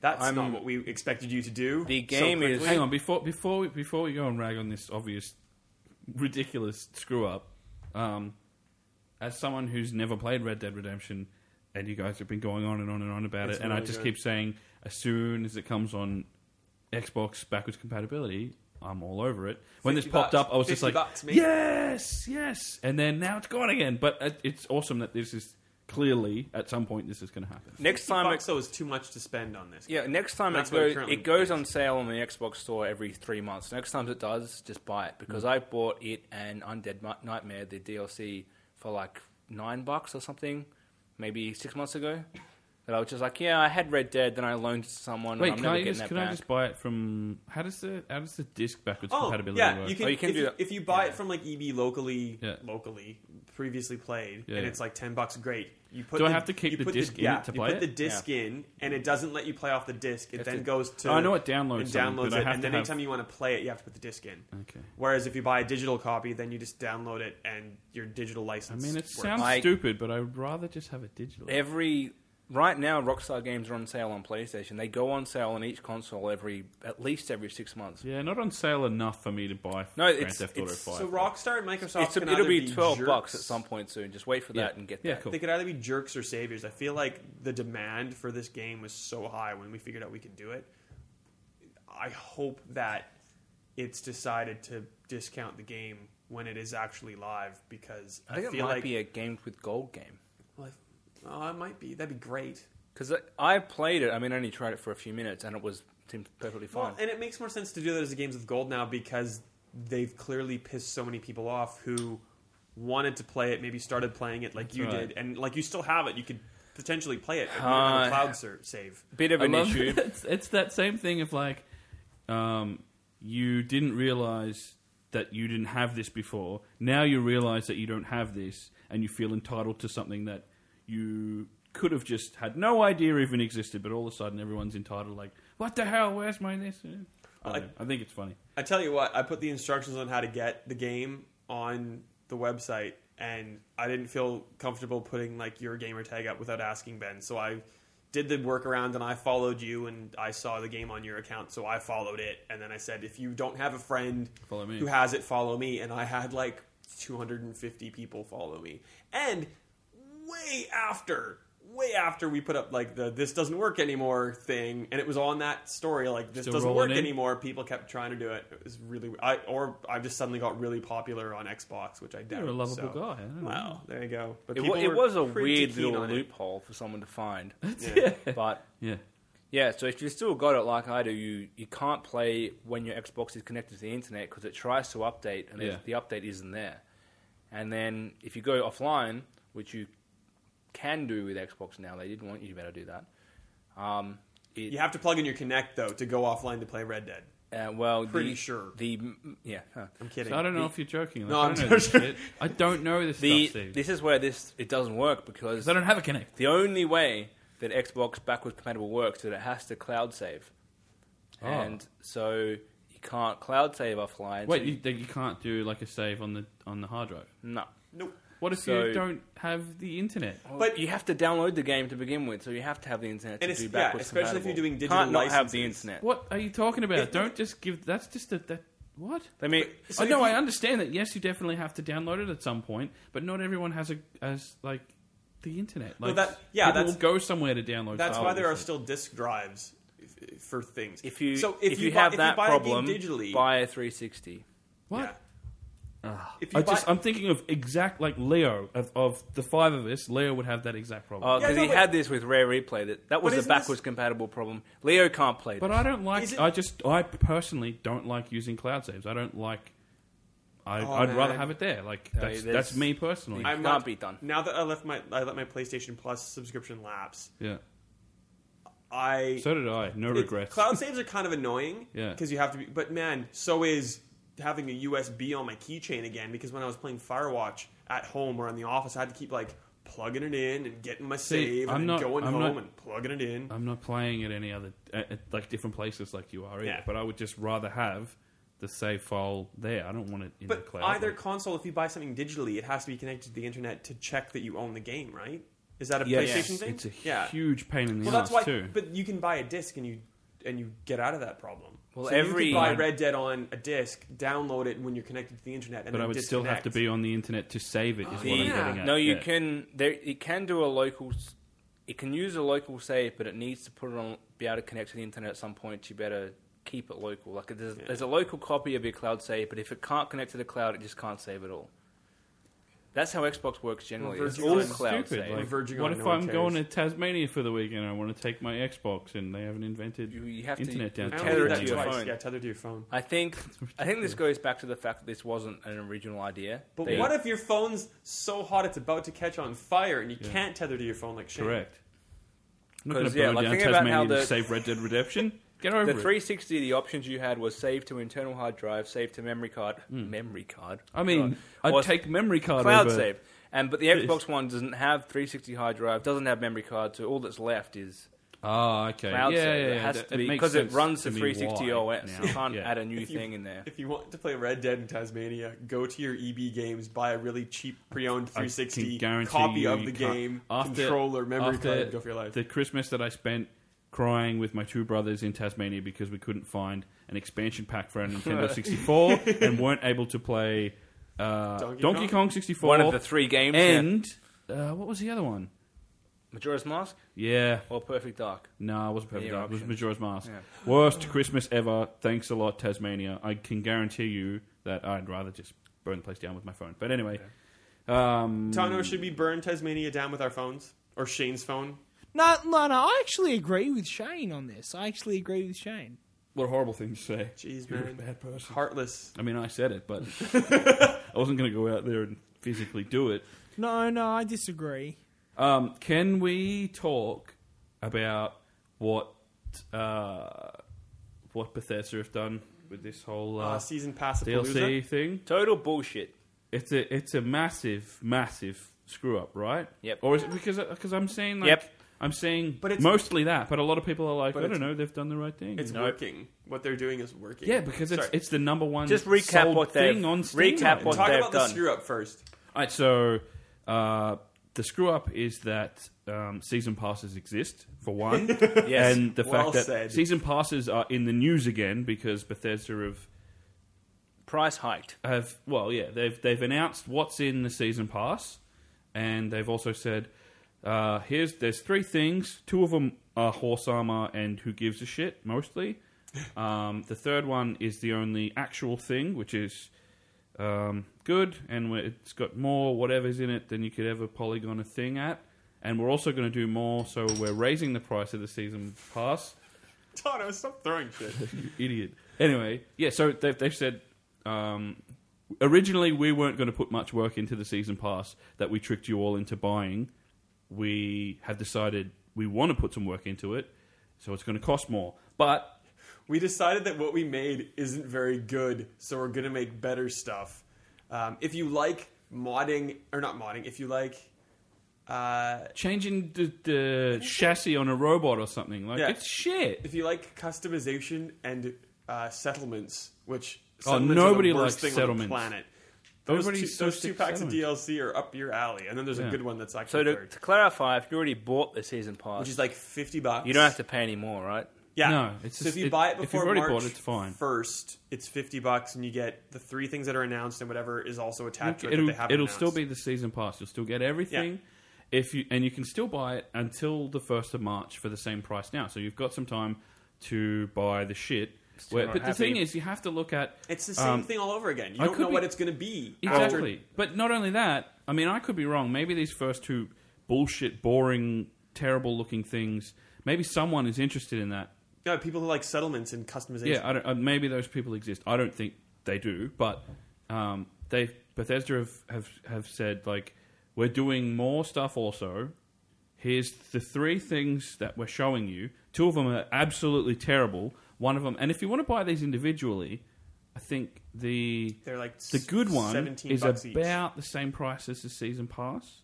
A: That's
B: I'm-
A: not what we expected you to do.
B: The
A: so
B: game is-
A: quickly."
C: Hang on, before before we, before we go and rag on this obvious, ridiculous screw up, um, as someone who's never played Red Dead Redemption, and you guys have been going on and on and on about
A: It's
C: it, and I
A: really
C: just
A: good.
C: keep saying, as soon as it comes on Xbox backwards compatibility, I'm all over it. When this
A: 50
C: popped
A: bucks.
C: up, I was just
A: 50
C: like,
A: bucks, mate.
C: yes, yes, and then now it's gone again. But uh, it's awesome that this is clearly at some point this is going to happen.
B: next
A: 50
B: time it
A: bucks, though, is too much to spend on this.
B: Yeah, next time
A: That's
B: it
A: what it
B: goes,
A: currently
B: it goes
A: is.
B: on sale on the Xbox Store every three months. Next time it does, just buy it because
C: Hmm.
B: I bought it and Undead Mi- Nightmare the DLC for like nine bucks or something, maybe six months ago, That I was just like, yeah, I had Red Dead, then I loaned it to someone.
C: Wait,
B: and I'm
C: can
B: never
C: I
B: getting
C: just
B: that
C: can
B: back.
C: I just buy it from how does the how does the disc backwards
A: Oh,
C: compatibility
A: yeah,
C: work?
A: you can,
B: Oh, you can
A: if,
B: do
A: you,
B: that.
A: if you buy
B: Yeah.
A: it from like EB locally,
C: Yeah.
A: locally previously played,
C: Yeah,
A: and
C: yeah.
A: it's like ten bucks. Great. You put
C: Do I
A: the-
C: have to keep
A: you
C: the
A: put
C: disc in
A: yeah,
C: it to
A: you
C: play
A: put the
C: it?
A: disc in, and it doesn't let you play off the disc. It
B: Have
A: then
B: to-
A: goes to.
C: Oh, I know it downloads
A: It
C: something,
A: downloads
C: but I
A: it,
C: have
A: and
C: to
A: then
C: have-
A: anytime you want to play it, you have to put the disc in.
C: okay.
A: Whereas if you buy a digital copy, then you just download it, and your digital
C: I
A: license.
C: mean, it
A: works.
C: sounds
B: I-
C: stupid, but I would rather just have it digital.
B: every right now rockstar games are on sale on playstation they go on sale on each console every at least every six months
C: yeah, not on sale enough for me to buy
B: No,
C: Grand
B: it's-
C: Theft Auto
B: it's-
C: Five.
A: So Rockstar and Microsoft
B: it's,
A: can
B: it'll
A: either
B: be 12
A: jerks-
B: bucks at some point soon just wait for that
C: Yeah.
B: and get that
C: Yeah, cool.
A: They could either be jerks or saviors. I feel like the demand for this game was so high when we figured out we could do it. I hope that it's decided to discount the game when it is actually live because
B: i
A: I,
B: think it
A: feel
B: might
A: like
B: be a games with gold game
A: well, I- oh, it might be. That'd be great.
B: because I, I played it i mean I only tried it for a few minutes and it was seemed perfectly fine
A: Well, and it makes more sense to do that as a games with gold now because they've clearly pissed so many people off who wanted to play it, maybe started playing it like
C: That's
A: you
C: right.
A: did, and like you still have it. You could potentially play it, but you don't have
B: Uh,
A: a cloud ser- save.
B: bit of
C: I
B: an
C: love-
B: issue
C: <laughs> it's, it's that same thing of like, um, you didn't realize that you didn't have this before. Now you realize that you don't have this, and you feel entitled to something that you could have just had no idea even existed. But all of a sudden, everyone's entitled. Like, what the hell? Where's my this? I, don't
A: Well, I-
C: know. I think it's funny.
A: I tell you what, I put the instructions on how to get the game on the website, and I didn't feel comfortable putting like your gamer tag up without asking Ben. So I did the workaround, and I followed you, and I saw the game on your account, so I followed it. And then I said, if you don't have a friend
C: Follow me.
A: who has it, follow me. And I had like 250 people follow me, and way after. Way after we put up like the this doesn't work anymore thing, and it was on that story like this
C: Still
A: doesn't work
C: rolling in?
A: anymore more people kept trying to do it. It was really I or I just suddenly got really popular on Xbox, which I doubt.
C: You're a lovable
A: so.
C: guy. I don't know.
A: Wow, there you go. But
B: it, wa-
A: people
B: it
A: were
B: was a
A: pretty
B: weird
A: keen
B: little
A: on it.
B: loophole for someone to find
A: <laughs> Yeah.
B: but
C: Yeah.
B: Yeah, so if you still got it like I do, you, you can't play when your Xbox is connected to the internet because it tries to update and
C: Yeah.
B: the update isn't there. And then if you go offline, which you can do with Xbox now, they didn't want you to be able to do that. Um, it,
A: You have to plug in your Connect though to go offline to play Red Dead.
B: uh, well, the-
A: Pretty sure.
B: the yeah. huh.
A: I'm kidding.
C: So I don't know if you're joking. Like,
A: No,
C: I
A: I'm
C: don't know this
A: joking.
C: shit. I don't know this
B: The
C: stuff, Steve.
B: this is where this it doesn't work
C: 'Cause
B: because
C: I don't have a connect.
B: the only way that Xbox backwards compatible works is that it has to cloud save,
C: Oh.
A: Ah.
B: and so you can't cloud save offline. so
C: Wait, you, that you can't do like a save on the on the hard drive.
B: no.
A: Nope.
C: What if
B: So-
C: you don't have the internet?
B: But you have to download the game to begin with, so you have to have the internet
A: And
B: to
A: it's-
B: do
A: yeah,
B: backwards
A: especially if
B: compatible.
A: you're doing digital
B: Can't not have the
A: licenses.
B: internet.
C: What are you talking about?
A: It-
C: Don't just give. That's just a that. What?
B: I mean,
A: So
C: oh, no,
A: if you-
C: I understand that. Yes, you definitely have to download it at some point, but not everyone has a as like the internet.
A: Well,
C: Like
A: that- yeah,
C: people
A: that's-
C: will go somewhere to download.
A: That's
C: stuff,
A: why there are
C: obviously.
A: still disk drives f- for things.
B: if you
A: so
B: if, you,
A: buy,
B: have
A: if
B: that
A: you buy
B: problem,
A: a game digitally,
B: buy a 360.
C: what.
A: yeah. If you
C: I
A: buy-
C: just I'm thinking of exact like Leo of, of the five of us. Leo would have that exact problem.
B: Oh,
A: Yeah,
B: because
A: no,
B: he
A: but-
B: had this with Rare Replay. That that was
A: But isn't
B: a
A: this-
B: backwards compatible problem. Leo can't play.
C: But
B: this.
C: I don't like.
A: Is it-
C: I just. I personally don't like using cloud saves. I don't like. I,
A: Oh,
C: I'd rather
A: man.
C: have it there. Like
B: No,
C: that's,
B: there's-
C: that's me personally.
B: I-
A: I'm
B: can't
A: not
B: be done.
A: Now that I left my I let my PlayStation Plus subscription lapse,
C: yeah.
A: I
C: So did I. No
A: It-
C: regrets.
A: Cloud saves are kind of annoying.
C: Yeah.
A: Because you have to be, but man, so is having a USB on my keychain again. Because when I was playing Firewatch at home or in the office, I had to keep like plugging it in and getting my
C: See,
A: save
C: I'm
A: and
C: not-
A: then going
C: I'm
A: home
C: not-
A: and plugging it in.
C: I'm not playing at any other at, at, like different places like you are either.
A: Yeah.
C: But I would just rather have the save file there. I don't want it in the
A: but
C: cloud.
A: either
C: Like,
A: console, if you buy something digitally, it has to be connected to the internet to check that you own the game, right? Is that a
B: Yeah,
A: PlayStation
B: yes.
A: thing?
C: it's a
A: yeah.
C: huge pain in the
A: well,
C: ass
A: that's why.
C: too.
A: But you can buy a disc and you and you get out of that problem.
B: Well,
A: So you could
B: every-
A: buy Red Dead on a disc, download it when you're connected to the internet, and
C: But
A: then
C: I would still have to
A: disconnect.
C: be on the internet to save it. Is what I'm
B: The-
C: getting at.
B: No, you
C: Yeah.
B: can. There, it can do a local. s- It can use a local save, but it needs to put it on. Be able to connect to the internet at some point. You better keep it local. Like there's, there's a local copy of your cloud save, but if it can't connect to the cloud, it just can't save at all. That's how Xbox works generally.
A: Well,
B: It's
A: Virgin
B: all
A: Island's
B: cloud
C: Stupid,
B: save.
C: like,
A: We're verging
C: what
A: on
C: if
A: no
C: I'm
A: tears.
C: going to Tasmania for the weekend? and I want to take my Xbox, and they haven't invented
B: You- you have to-
C: internet
B: you
C: down
A: I
C: there.
A: only
B: Tether
A: did
B: it
A: that
B: to your
A: twice.
B: phone.
A: Yeah, tether to your phone.
B: I think. I think this goes back to the fact that this wasn't an original idea.
A: But
B: They-
A: what if your phone's so hot it's about to catch on fire and you
C: Yeah.
A: can't tether to your phone like Shane?
C: Correct. I'm not going
B: 'Cause,
C: to
B: yeah,
C: burn
B: like,
C: down
B: think about how
C: Tasmania to
B: the-
C: save Red Dead Redemption. Get over
B: The
C: it.
B: 360, the options you had was save to internal hard drive, save to memory card, memory card.
C: Hmm. I mean,
B: God.
C: I'd
B: Or
C: take memory card
B: cloud
C: over.
B: save. And but the
C: Yes.
B: Xbox One doesn't have 360 hard drive, doesn't have memory card, so all that's left is
C: Ah, okay.
B: cloud
C: yeah,
B: save.
C: yeah,
B: it
C: yeah,
B: has
C: that-
B: to be
C: makes
B: because it
C: sense
B: runs the
C: to me
B: 360
C: why
B: OS.
C: now.
B: You can't
C: Yeah.
B: add a new
A: If you-
B: thing in
C: <laughs>
B: there.
A: If you want to play Red Dead in Tasmania, go to your EB games, buy a really cheap pre-owned
C: I can
A: 360
C: guarantee
A: copy
C: you
A: of
C: you
A: the
C: can't-
A: game,
C: after-
A: controller, memory
C: after
A: card, go for your life.
C: The Christmas that I spent crying with my two brothers in Tasmania because we couldn't find an expansion pack for our
B: <laughs>
C: Nintendo 64 and weren't able to play uh,
A: Donkey
C: Donkey,
A: Kong?
C: Kong? 64
B: One of the three games, yeah.
C: and uh, what was the other one?
B: Majora's Mask
C: Yeah,
B: or Perfect Dark.
C: no, it wasn't Perfect
B: Near
C: Dark. It was
B: option.
C: Majora's Mask.
B: Yeah.
C: Worst Christmas ever. Thanks a lot, Tasmania. I can guarantee you that I'd rather just burn the place down with my phone. But anyway, um,
A: Tano, should we burn Tasmania down with our phones? Or Shane's phone?
D: No, no, no. I actually agree with Shane on this. I actually agree with Shane.
C: what a horrible thing to say.
A: Jeez,
C: You're a
A: man.
C: bad person.
A: Heartless.
C: I mean, I said it, but I wasn't going to go out there and physically do it.
D: No, no, I disagree.
C: Um, can we talk about what uh, what Bethesda have done with this whole
A: Uh,
C: uh,
A: season pass of
C: DLC thing?
B: Total bullshit.
C: It's a it's a massive, massive screw up, right?
B: Yep.
C: Or is it because because I'm seeing like
B: Yep.
C: I'm seeing
A: But it's-
C: mostly that, but a lot of people are like,
A: But
C: I don't
A: it's-
C: know, they've done the right thing.
A: It's
B: Nope.
A: working. What they're doing is working.
C: yeah, because it's
A: Sorry.
C: it's the number one
B: Just recap
C: sold
B: what they've-
C: thing on Steam.
B: recap
C: right
B: what
A: Talk
B: they've
A: about the
B: done.
A: screw up first.
C: All right, so uh, the screw up is that um, season passes exist
A: <laughs>
C: for one,
B: Yes.
C: and the fact
A: Well
C: that
A: said.
C: season passes are in the news again because Bethesda have
B: Price hiked.
C: have well, yeah, they've they've announced what's in the season pass, and they've also said uh, here's there's three things. Two of them are horse armor and who gives a shit mostly. Um, the third one is the only actual thing, which is um, good, and we- it's got more whatever's in it than you could ever polygon a thing at. And we're also going to do more, so we're raising the price of the season pass
A: Tano, stop throwing shit.
C: you idiot. Anyway, yeah, so they've, they've said um, originally we weren't going to put much work into the season pass that we tricked you all into buying. We have decided we want to put some work into it, so it's going to cost more. But
A: we decided that what we made isn't very good, so we're gonna make better stuff. Um, if you like modding or not modding, if you like, uh,
C: changing the, the chassis on a robot or something, like,
A: Yeah.
C: it's shit.
A: if you like customization and uh, settlements, which
C: Oh,
A: settlements
C: nobody
A: are the worst
C: likes
A: thing on
C: settlements.
A: the planet. Those two,
C: Everybody's so
A: those two
C: sick
A: packs of
C: settlements.
A: DLC are up your alley, and then there's a
C: Yeah.
A: good one that's actually
B: So to,
A: third,
B: to clarify, if you already bought the season pass,
A: which is like fifty bucks.
B: you don't have to pay any more, right?
A: Yeah.
C: No, it's
A: so
C: just-
A: if you
C: it-
A: buy it
C: if you've
A: before
C: already
A: March
C: bought it, it's fine.
A: first, it's fifty bucks, and you get the three things that are announced and whatever is also attached to it.
C: It'll,
A: that they haven't
C: it'll still
A: announced.
C: be the season pass. You'll still get everything. If you and you can still buy it until the first of March for the same price now. So you've got some time to buy the shit. Where,
B: not
C: but the
B: happy.
C: thing is, you have to look at
A: It's the same
C: um,
A: thing all over again. You
C: I
A: don't
C: could
A: know what
C: be-
A: it's going to be.
C: Exactly. But not only that, I mean, I could be wrong. Maybe these first two bullshit, boring, terrible looking things. Maybe someone is interested in that.
A: After, no, people who like settlements and customization.
C: Yeah, I don't, uh, maybe those people exist. I don't think they do, but um, they Bethesda have, have have said like we're doing more stuff. Also, here's the three things that we're showing you. Two of them are absolutely terrible. One of them, and if you want to buy these individually, I think the
A: They're like
C: the good one
A: 17
C: is
A: bucks
C: about
A: each.
C: the same price as the season pass.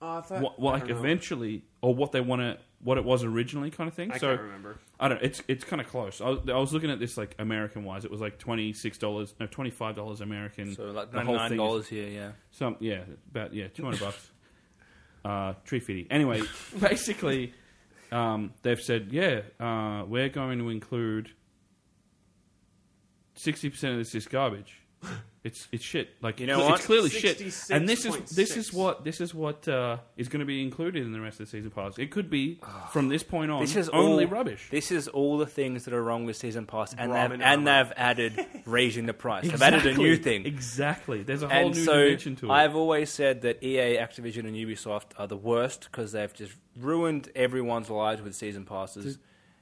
A: Oh, I thought,
C: What,
A: I
C: like
A: don't know.
C: eventually, or what they want to, what it was originally, kind of thing.
A: I
C: so
A: can't remember.
C: I don't. It's it's kind of close. I, was- I was looking at this like American wise. It was like twenty six dollars, no twenty five dollars American.
B: So like
C: Mm. The whole thing
B: nine
C: is-
B: dollars here, yeah.
C: Some yeah, about yeah, two
B: <laughs>
C: hundred bucks. Uh, tree fitty. Anyway, basically, um, they've said yeah, uh, we're going to include sixty percent of this is
B: <laughs>
C: garbage. It's it's shit. Like
B: You know
C: it's
B: what?
C: clearly shit. And this is
A: 66.6.
C: this is what this is what uh, is going to be included in the rest of the season pass. It could be from this point on
B: Ah. This is
C: only
B: all,
C: rubbish.
B: This is all the things that are wrong with season pass, and
A: Ramen
B: they've, and
A: armor.
B: they've
C: <laughs>
B: added raising the price. They've added a new thing.
C: Exactly. There's a whole
B: And
C: new
B: so
C: dimension to it.
B: I've always said that EA, Activision, and Ubisoft are the worst because they've just ruined everyone's lives with season passes.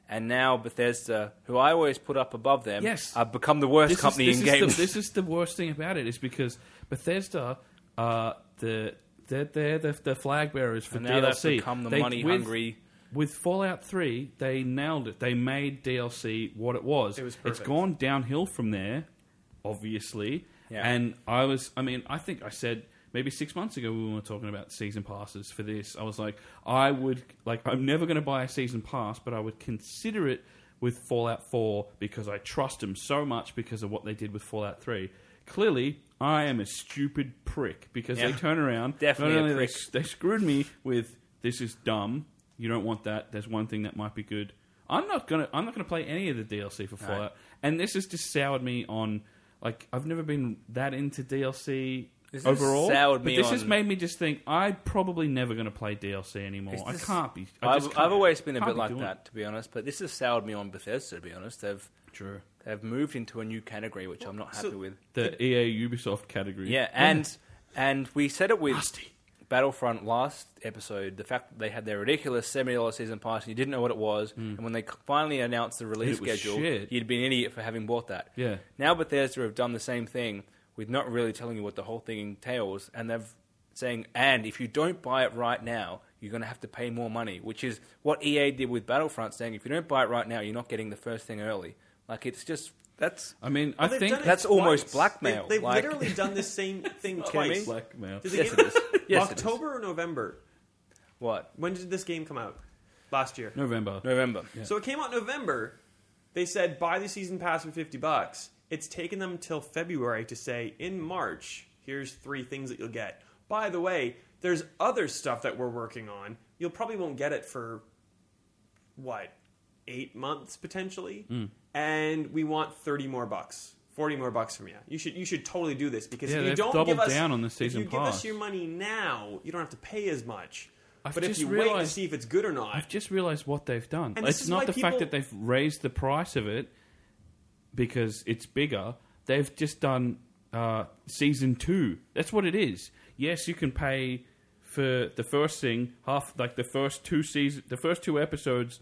B: And now Bethesda, who I always put up above them,
C: Yes.
B: have become the worst
C: this
B: company
C: is,
B: in
C: this is
B: games.
C: The, this is the worst thing about it is because Bethesda, uh, the they're, they're the, the flag bearers
B: <laughs>
C: for
B: and now
C: DLC.
B: they've become the
C: They-
B: money
C: with-
B: hungry.
C: with Fallout 3, they nailed it. They made DLC what it was.
A: It was
C: it's
A: perfect.
C: gone downhill from there, obviously.
B: Yeah.
C: And I was, I mean, I think I said maybe six months ago when we were talking about season passes for this. I was like, I would, like, I'm never going to buy a season pass, but I would consider it with Fallout 4 because I trust them so much because of what they did with Fallout 3. Clearly, I am a stupid prick because
B: Yeah.
C: they turn around.
B: Definitely
C: not
B: a
C: only they
B: prick.
C: they screwed me with this is dumb. You don't want that. There's one thing that might be good. I'm not gonna I'm not gonna play any of the DLC for Fallout. And this has just soured me on like I've never been that into DLC
B: This has
C: overall.
B: soured
C: but
B: me
C: this has
B: on-
C: made me just think I'm probably never gonna play DLC anymore.
B: Is
C: I
B: this-
C: can't be. I
B: I've,
C: just can't-
B: I've always been a
C: can't
B: bit
C: be
B: like
C: doing it.
B: that, to be honest. But this has soured me on Bethesda, to be honest. They've
C: True.
B: they've moved into a new category, which I'm not
A: so-
B: happy with.
C: The EA Ubisoft category.
B: Yeah, and and we said it with
C: Nasty.
B: Battlefront last episode. The fact that they had their ridiculous seventy dollars season pass, and you didn't know what it was, and when they c- finally announced the release
C: Hmm. It was
B: schedule,
C: shit.
B: you'd be an idiot for having bought that.
C: Yeah.
B: Now Bethesda have done the same thing with not really telling you what the whole thing entails, and they've saying, and if you don't buy it right now, you're going to have to pay more money, which is what EA did with Battlefront, saying if you don't buy it right now, you're not getting the first thing early. Like it's just that's
C: I mean, I
A: Well, they've
C: think
A: done it
B: that's almost
A: twice.
B: blackmail,
A: They, they've
B: like-
A: literally done the
B: <laughs>
A: same thing
B: kidding
A: twice.
B: me?
C: blackmail.
A: Does
B: Yes,
A: it game,
B: <laughs> it is. Yes, it is.
A: October or November?
B: what
A: When did this game come out? Last year.
C: November.
B: November.
A: So it came out in November. They said buy the season pass for fifty bucks. It's taken them until February to say in March, here's three things that you'll get. By the way, there's other stuff that we're working on. You'll probably won't get it for what eight months potentially,
C: Hmm.
A: and we want thirty more bucks, forty more bucks from you. You should you should totally do this because
C: Yeah,
A: if you
C: they've
A: don't
C: doubled
A: give us
C: down on the season
A: if you give
C: pass.
A: us your money now, you don't have to pay as much.
C: I've
A: but if
C: just
A: you wait and
C: realized-
A: see if it's good or not,
C: I've just realised what they've done.
A: And this
C: it's
A: is
C: not
A: why
C: the fact
A: people-
C: that they've raised the price of it because it's bigger. They've just done uh, season two. That's what it is. Yes, you can pay for the first thing half, like the first two season, the first two episodes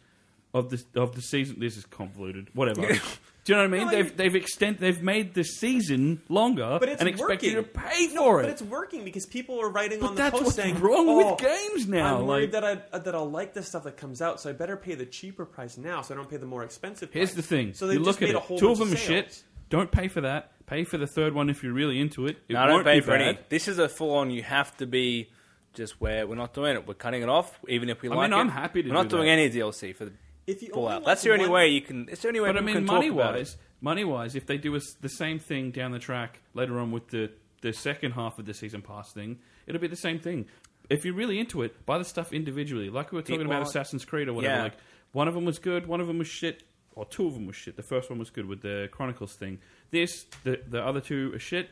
C: of the of the season. This is convoluted. Whatever.
A: <laughs>
C: Do you know what I mean?
A: No,
C: they've
A: you-
C: they've extend they've made the season longer
A: But it's
C: and expect you to
A: working.
C: pay for
A: But
C: it.
A: it's working because people are writing
C: But
A: on the
C: that's
A: post
C: what's
A: saying,
C: wrong
A: "Oh,
C: with games now."
A: I'm
C: like,
A: worried that I that I'll like the stuff that comes out, so I better pay the cheaper price now, so I don't pay the more expensive. price.
C: Here's the thing.
A: So
C: So
A: they
C: you
A: just
C: look
A: made
C: at
A: a
C: it.
A: whole
C: Two
A: bunch
C: of them are
A: sales.
C: shit. Don't pay for that. Pay for the third one if you're really into it. It
B: No, I don't
C: won't
B: pay
C: be
B: for any.
C: bad.
B: This is a full on. You have to be just where we're not doing it. We're cutting it off, even if we
C: I
B: like
C: mean,
B: it.
C: I'm happy to
B: We're not
C: do
B: doing
C: that.
B: any DLC for the
A: If you only
B: Fallout.
A: want
B: That's the only
A: one-
B: way you can. It's the only way.
C: But I
B: people
C: mean,
B: can talk
C: money
B: about it.
C: wise, money wise, if they do us the same thing down the track later on with the the second half of the season pass thing, it'll be the same thing. If you're really into it, buy the stuff individually. Like we were talking about
B: well,
C: Assassin's Creed or whatever.
B: yeah.
C: Like one of them was good, one of them was shit, or two of them was shit. The first one was good with the Chronicles thing. This, the the other two are shit.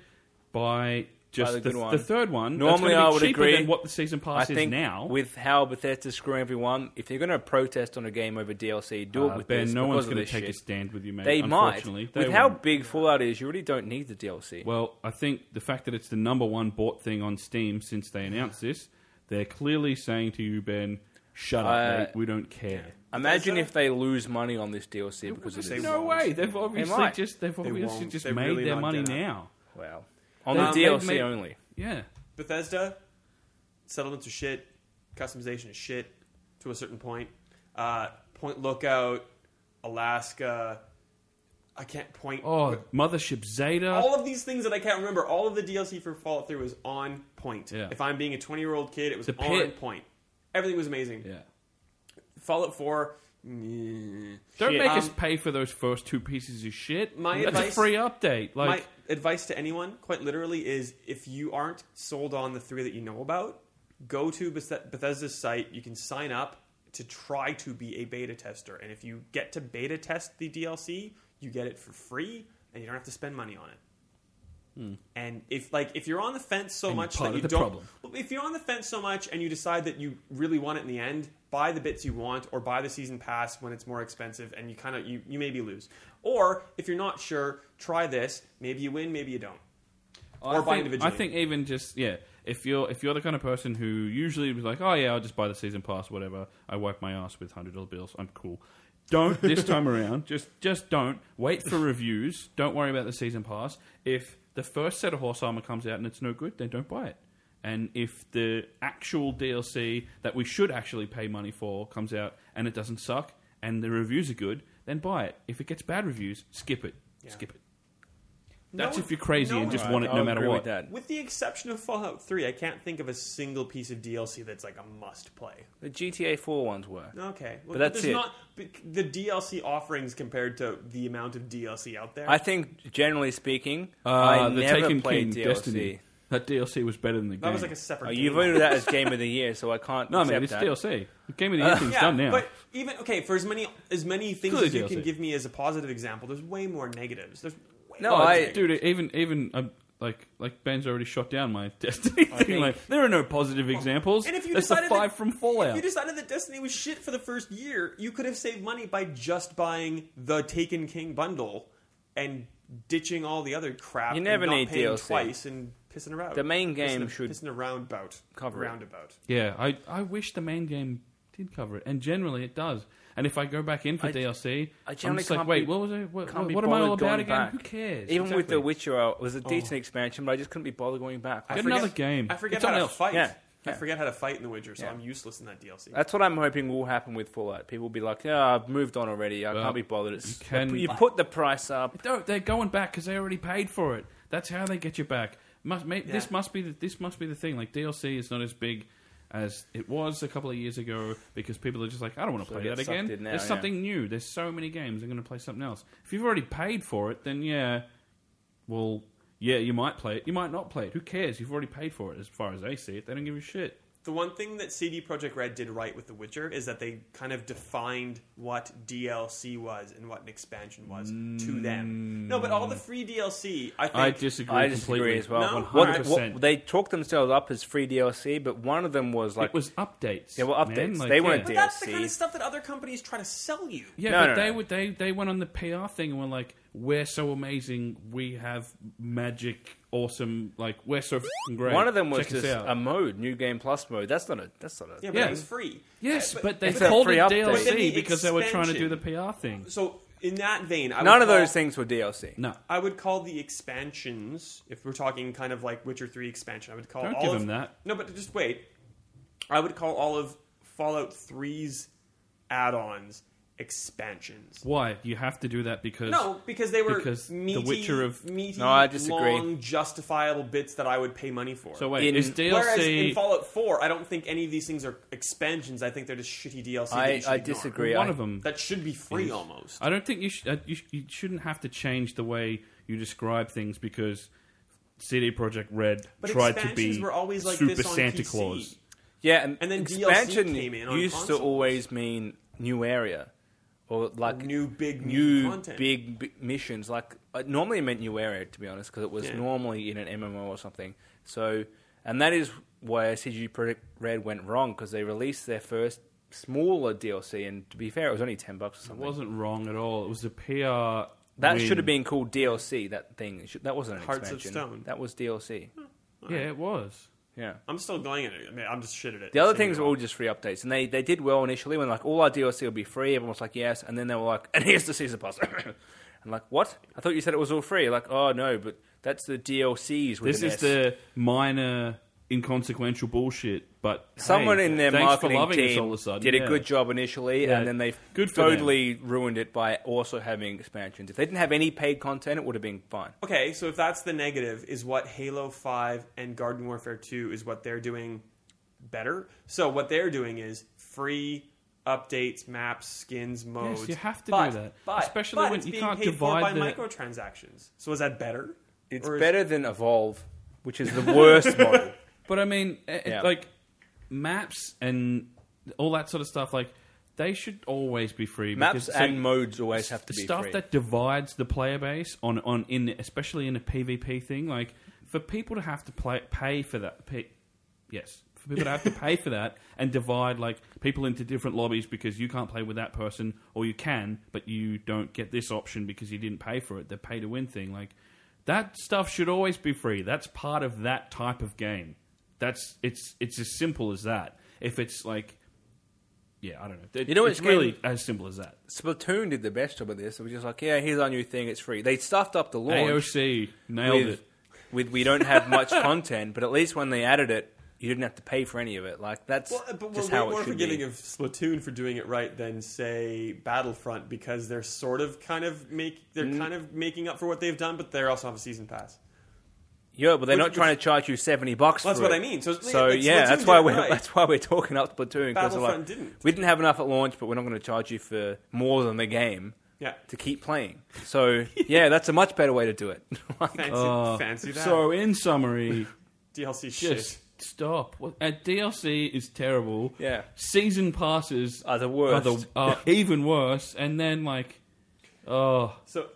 C: Buy just
B: the
C: the,
B: good one.
C: the third one. that's
B: Normally,
C: gonna be
B: I would
C: cheaper
B: agree.
C: than what the season
B: I
C: pass is
B: think
C: now.
B: with how Bethesda's screwing everyone, if you're going to protest on a game over DLC, do
C: Uh,
B: it with
C: ben,
B: this.
C: no one's
B: going
C: gonna
B: to
C: take a stand with you, mate.
B: They might.
C: unfortunately.
B: with
C: They
B: how
C: won't.
B: big Fallout is, you really don't need the DLC.
C: Well, I think the fact that it's the number one bought thing on Steam since they announced this, they're clearly saying to you, Ben, shut
B: Uh,
C: up, mate. We don't care.
B: Imagine
A: Bethesda-
B: if they lose money on this DLC because of
A: they
B: this.
A: won't.
C: no way. They've obviously
B: might.
C: just they've obviously
A: won't.
C: just
A: They're
C: made
A: really
C: their
A: not
C: money
A: gonna.
C: now.
B: Wow. On
A: They-
B: the
A: they've
B: DLC
C: made-
B: only.
C: Yeah.
A: Bethesda settlements are shit, customization is shit to a certain point. Uh, point Lookout, Alaska. I can't point.
C: Oh, Mothership Zeta.
A: all of these things that I can't remember, all of the DLC for Fallout 3 was on point.
C: Yeah.
A: If I'm being a 20 year old kid, it was
C: The
A: on
C: pit.
A: point. Everything was amazing.
C: yeah.
A: Fallout 4. meh.
C: Don't
B: Shit.
C: make us
A: Um,
C: pay for those first two pieces of shit.
A: My
C: That's
A: advice-
C: a free update.
A: Um,
C: Like,
A: My advice to anyone, quite literally, is if you aren't sold on the three that you know about, go to Bethe- Bethesda's site. You can sign up to try to be a beta tester. And if you get to beta test the DLC, you get it for free and you don't have to spend money on it. And if like if you're on the fence so
C: And you're
A: much
C: part
A: that you
C: of the
A: don't,
C: problem.
A: Well, if you're on the fence so much and you decide that you really want it in the end, buy the bits you want or buy the season pass when it's more expensive, and you kind of you, you maybe lose. Or if you're not sure, try this. Maybe you win, maybe you don't. Or
C: I
A: buy
C: think,
A: individually.
C: I think even just yeah, if you're if you're the kind of person who usually was like, oh yeah, I'll just buy the season pass, whatever. I wipe my ass with hundred dollar bills. I'm cool. Don't
A: <laughs>
C: this time around. Just just don't wait for reviews. Don't worry about the season pass. If the first set of horse armor comes out and it's no good, then don't buy it. and if the actual DLC that we should actually pay money for comes out and it doesn't suck and the reviews are good, then buy it. If it gets bad reviews, skip it.
A: Yeah.
C: Skip it.
A: No
C: That's
A: one-
C: if you're crazy
A: no
C: and
A: one-
C: just want it no
B: I'll
C: matter
B: agree
C: what.
B: With that.
A: With the exception of Fallout 3, I can't think of a single piece of DLC that's like a must play.
B: The GTA 4 ones were.
A: Okay. Well,
B: But that's
A: there's
B: it.
A: Not, bec- the DLC offerings compared to the amount of DLC out there.
B: I think, generally speaking,
C: Uh,
B: I
C: the
B: never
C: Taken King
B: played DLC.
C: Destiny. That DLC was better than the game.
A: that was like a separate.
B: Oh,
A: game.
B: you voted that as Game of the Year, so I can't.
C: no,
B: accept
C: man, it's
B: that.
C: DLC. The Game of
B: Uh,
C: the Year thing's
A: yeah,
C: done now.
A: But even okay, for as many as many things
C: Clearly
A: as you can
C: DLC.
A: give me as a positive example, there's way more negatives. There's way
B: No,
C: Oh,
A: more
B: I-
A: negatives.
C: dude, even even um, like like Ben's already shot down my <laughs> Destiny thing.
B: think-
C: Like there are no positive examples.
A: and if you
C: That's the
A: decided
C: five
A: that-
C: from Fallout.
A: If you decided that Destiny was shit for the first year, you could have saved money by just buying the Taken King bundle and ditching all the other crap.
B: You never
A: and not
B: need
A: paying
B: DLC.
A: twice and pissing around.
B: The main game
A: pissing,
B: should
A: pissing around about
B: cover it.
A: roundabout.
C: yeah, I I wish the main game did cover it, and generally it does. And if I go back in for
B: I-
C: DLC,
B: I
C: I am
B: generally
C: just like,
B: can't
C: wait,
B: be-
C: what was I? What,
B: Can't
C: what,
B: be
C: am I all
B: bothered
C: about
B: going
C: again?
B: back.
C: Who cares?
B: Even with The
C: Exactly. Oh.
B: Witcher, uh, it was a decent expansion, but I just couldn't be bothered going back.
C: Get
A: forget-
C: another game.
A: I forget
C: It's
A: how
C: something
A: to
C: else.
A: fight.
B: Yeah,
A: I
B: yeah.
A: forget how to fight in the Witcher, so
B: Yeah.
A: I'm useless in that DLC.
B: That's what I'm hoping will happen with Fallout. People will be like, "Yeah, I've moved on already. I
C: Well,
B: can't be bothered." It's,
C: you can-
B: you put the price up.
C: No, they're going back because they already paid for it. That's how they get you back. Must ma-
A: Yeah.
C: this must be the, this must be the thing. Like DLC is not as big as it was a couple of years ago because people are just like, I don't want to
B: So
C: play
B: get
C: that
B: sucked
C: again.
B: in now,
C: There's
B: yeah.
C: something new. There's so many games. I'm going to play something else. If you've already paid for it, then yeah, well, yeah, you might play it. You might not play it. Who cares? You've already paid for it. As far as they see it, they don't give a shit.
A: The one thing that CD Projekt Red did right with The Witcher is that they kind of defined what DLC was and what an expansion was to them. No, but all the free DLC, I think.
C: I disagree.
B: I disagree
C: completely.
B: as well.
A: No?
B: What,
C: 100%.
B: what- they talked themselves up as free DLC, but one of them was like,
C: it was updates.
B: Yeah, well,
C: man.
B: updates.
C: Like,
B: They
C: yeah.
B: weren't
A: but that's the
B: DLC.
A: kind of stuff that other companies try to sell you.
C: Yeah,
B: No,
C: but
B: no,
C: they
B: no.
C: would they they went on the PR thing and were like, "We're so amazing. We have magic, awesome. Like we're so fing great."
B: one of them was
C: Check us
B: just
C: out."
B: a mode, new game plus mode. That's not a. That's not a.
A: Yeah, but
C: Yeah.
A: it was free. Uh,
C: yes,
A: but-
C: but, they
B: It's a
C: called
B: free
C: it
B: update.
A: But then the
C: DLC because they were trying to do the
A: expansion-
C: PR thing.
A: So, in that vein, I
B: None
A: would
B: of those
A: call-
B: things were DLC.
C: No,
A: I would call the expansions, if we're talking kind of like Witcher 3 expansion, I would call
C: Don't
A: all
C: give
A: of,
C: him that.
A: No, but just wait. I would call all of Fallout 3's add-ons expansions.
C: why? You have to do that because
A: No, because they were
C: because The
A: meaty,
C: Witcher of-
A: meaty,
B: No, I disagree.
A: long, justifiable bits that I would pay money for.
C: So wait,
B: In-
C: is
A: Whereas in
C: DLC?
A: Fallout 4, I don't think any of these things are expansions. I think they're just shitty DLC. that you
B: I,
A: should
B: I
A: ignore.
B: disagree.
C: one
B: I-
C: of them.
A: That should be free
C: is-
A: almost.
C: I don't think you, sh- uh, you, sh- you shouldn't have to change the way you describe things because CD Projekt Red
A: But
C: tried to
A: expansions
C: be
A: were always like
C: super
A: this on
C: Santa
A: PC.
C: Claus.
B: Yeah, and,
A: And then DLC
B: expansion
A: came in on
B: used
A: consoles.
B: to always mean new area or like
A: New big meaty
B: new
A: content.
B: big, big missions. Like it normally it meant new area to be honest, because it was
A: Yeah.
B: normally in an MMO or something. So, and that is where CG Project Red went wrong because they released their first smaller DLC, and to be fair, it was only ten bucks or
C: It
B: something.
C: wasn't wrong at all. It was a PR.
B: that
C: win.
B: should have been called DLC. That thing It should- that wasn't an
A: Hearts of
B: expansion.
A: Stone.
B: That was DLC.
C: Yeah, it was.
B: Yeah.
A: I'm still going at it. I mean, I'm just shit at it.
B: The other
A: Same
B: things
A: way.
B: were all just free updates, and they, they did well initially when like all our DLC will be free. Everyone was like yes, and then they were like, <laughs> and here's the season pass. <coughs> and like what? I thought you said it was all free. Like oh no, but that's the DLCs. With
C: This
B: an
C: is
B: S.
C: the minor, inconsequential bullshit. But
B: someone
C: hey,
B: in their
C: thanks for
B: marketing
C: loving us
B: team
C: all of a sudden.
B: did
C: yeah.
B: a good job initially,
C: Yeah,
B: and then they
C: good for them.
B: totally ruined it by also having expansions. If they didn't have any paid content, it would have been fine.
A: Okay, so if that's the negative, is what Halo 5 and Garden Warfare 2 is what they're doing better? So what they're doing is free updates, maps, skins, modes.
C: you have to
A: But-
C: do that.
A: But,
C: Especially
A: but
C: when
A: it's
C: you
A: being
C: can't
A: paid for
C: divide
A: by
C: the-
A: microtransactions. So is that better?
B: It's
A: Or is-
B: better than Evolve, which is the <laughs> worst model.
C: But I mean, it,
B: Yeah.
C: like maps and all that sort of stuff. Like they should always be free.
B: Maps
C: because- so
B: and modes always have to
C: the
B: be
C: stuff
B: free.
C: that divides the player base on on in especially in a PvP thing. Like for people to have to play pay for that. Pay, yes, for people to have
B: <laughs>
C: to pay for that and divide like people into different lobbies because you can't play with that person or you can, but you don't get this option because you didn't pay for it. The pay to win thing, like that stuff should always be free. That's part of that type of game. That's it's it's as simple as that. If it's like yeah, I don't know. It-
B: You know
C: it's
B: which game-
C: really as simple as that.
B: Splatoon did the best job of this. It was just like, yeah, here's our new thing. It's free. They stuffed up the launch
C: AOC nailed
B: with
C: it.
B: with we don't have much <laughs> content, but at least when they added it, you didn't have to pay for any of it. Like that's
A: Well, uh, but
B: just
A: we're
B: how
A: more
B: it should
A: forgiving
B: be.
A: of Splatoon for doing it right than say Battlefront because they're sort of kind of make they're
B: Mm.
A: kind of making up for what they've done, but they also have a season pass.
B: yeah, but they're
A: which-
B: not trying to charge you seventy bucks.
A: Well, that's
B: for
A: what
B: it.
A: I mean. So,
B: So
A: it's-
B: yeah,
A: Splatoon
B: that's
A: did
B: why
A: it
B: we're
A: right.
B: that's why we're talking up Splatoon because
A: Battlefront
B: like
A: didn't.
B: we didn't have enough at launch, but we're not going to charge you for more than the game
A: yeah.
B: to keep playing.
A: <laughs>
B: So yeah, that's a much better way to do it. <laughs> Like,
A: Fancy,
C: Uh,
A: fancy that
C: So, in <laughs> summary,
A: DLC shit.
C: just stop. What, uh, DLC is terrible.
B: yeah,
C: Season passes
B: are the
C: are,
B: worst.
C: the, are even worse. And then, like, oh.
A: So,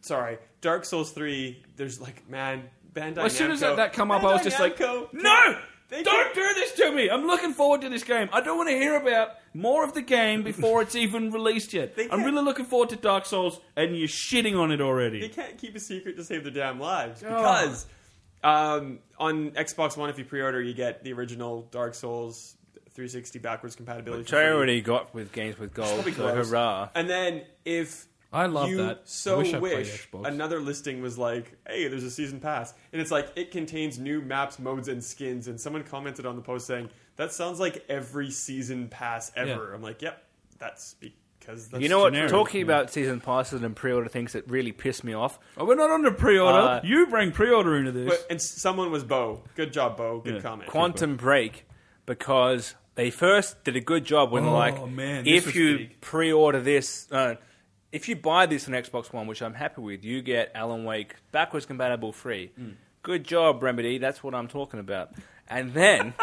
A: sorry, Dark Souls three. There's like man, Bandai.
C: As soon as
A: Namco-
C: that, that come up, I was
A: Bandai
C: just like,
A: Namco-
C: no!
A: They
C: Don't
A: can't-
C: do this to me! I'm looking forward to this game. I don't want to hear about more of the game before it's even released yet.
A: They
C: I'm
A: can't-
C: really looking forward to Dark Souls, and you're shitting on it already.
A: They can't keep a secret to save their damn lives because um, on Xbox One, if you pre-order, you get the original Dark Souls 360 backwards compatibility.
B: Which
A: for
B: I
A: free.
B: already got with games with gold.
A: Probably
B: So
A: gross.
B: hurrah!
A: And then if
C: I love
A: you
C: that. I
A: so
C: wish I played
A: wish
C: Xbox.
A: another listing was like, hey, there's a season pass, and it's like it contains new maps, modes, and skins. And someone commented on the post saying that sounds like every season pass ever. I'm like, yep, that's because that's
B: you know what?
C: generic,
B: Talking
C: yeah.
B: about season passes and pre-order things that really piss me off.
C: Oh, we're not on the pre-order.
B: Uh,
C: you bring pre-order into this.
A: But, and s- someone was Bo. Good job, Bo. Good
C: Yeah.
A: comment.
B: Quantum Break because they first did a good job when
C: Oh,
B: like
C: man, this
B: if
C: was
B: you
C: big.
B: pre-order this, uh, if you buy this on Xbox One, which I'm happy with, you get Alan Wake backwards compatible free.
C: Mm.
B: Good job, Remedy. That's what I'm talking about. And then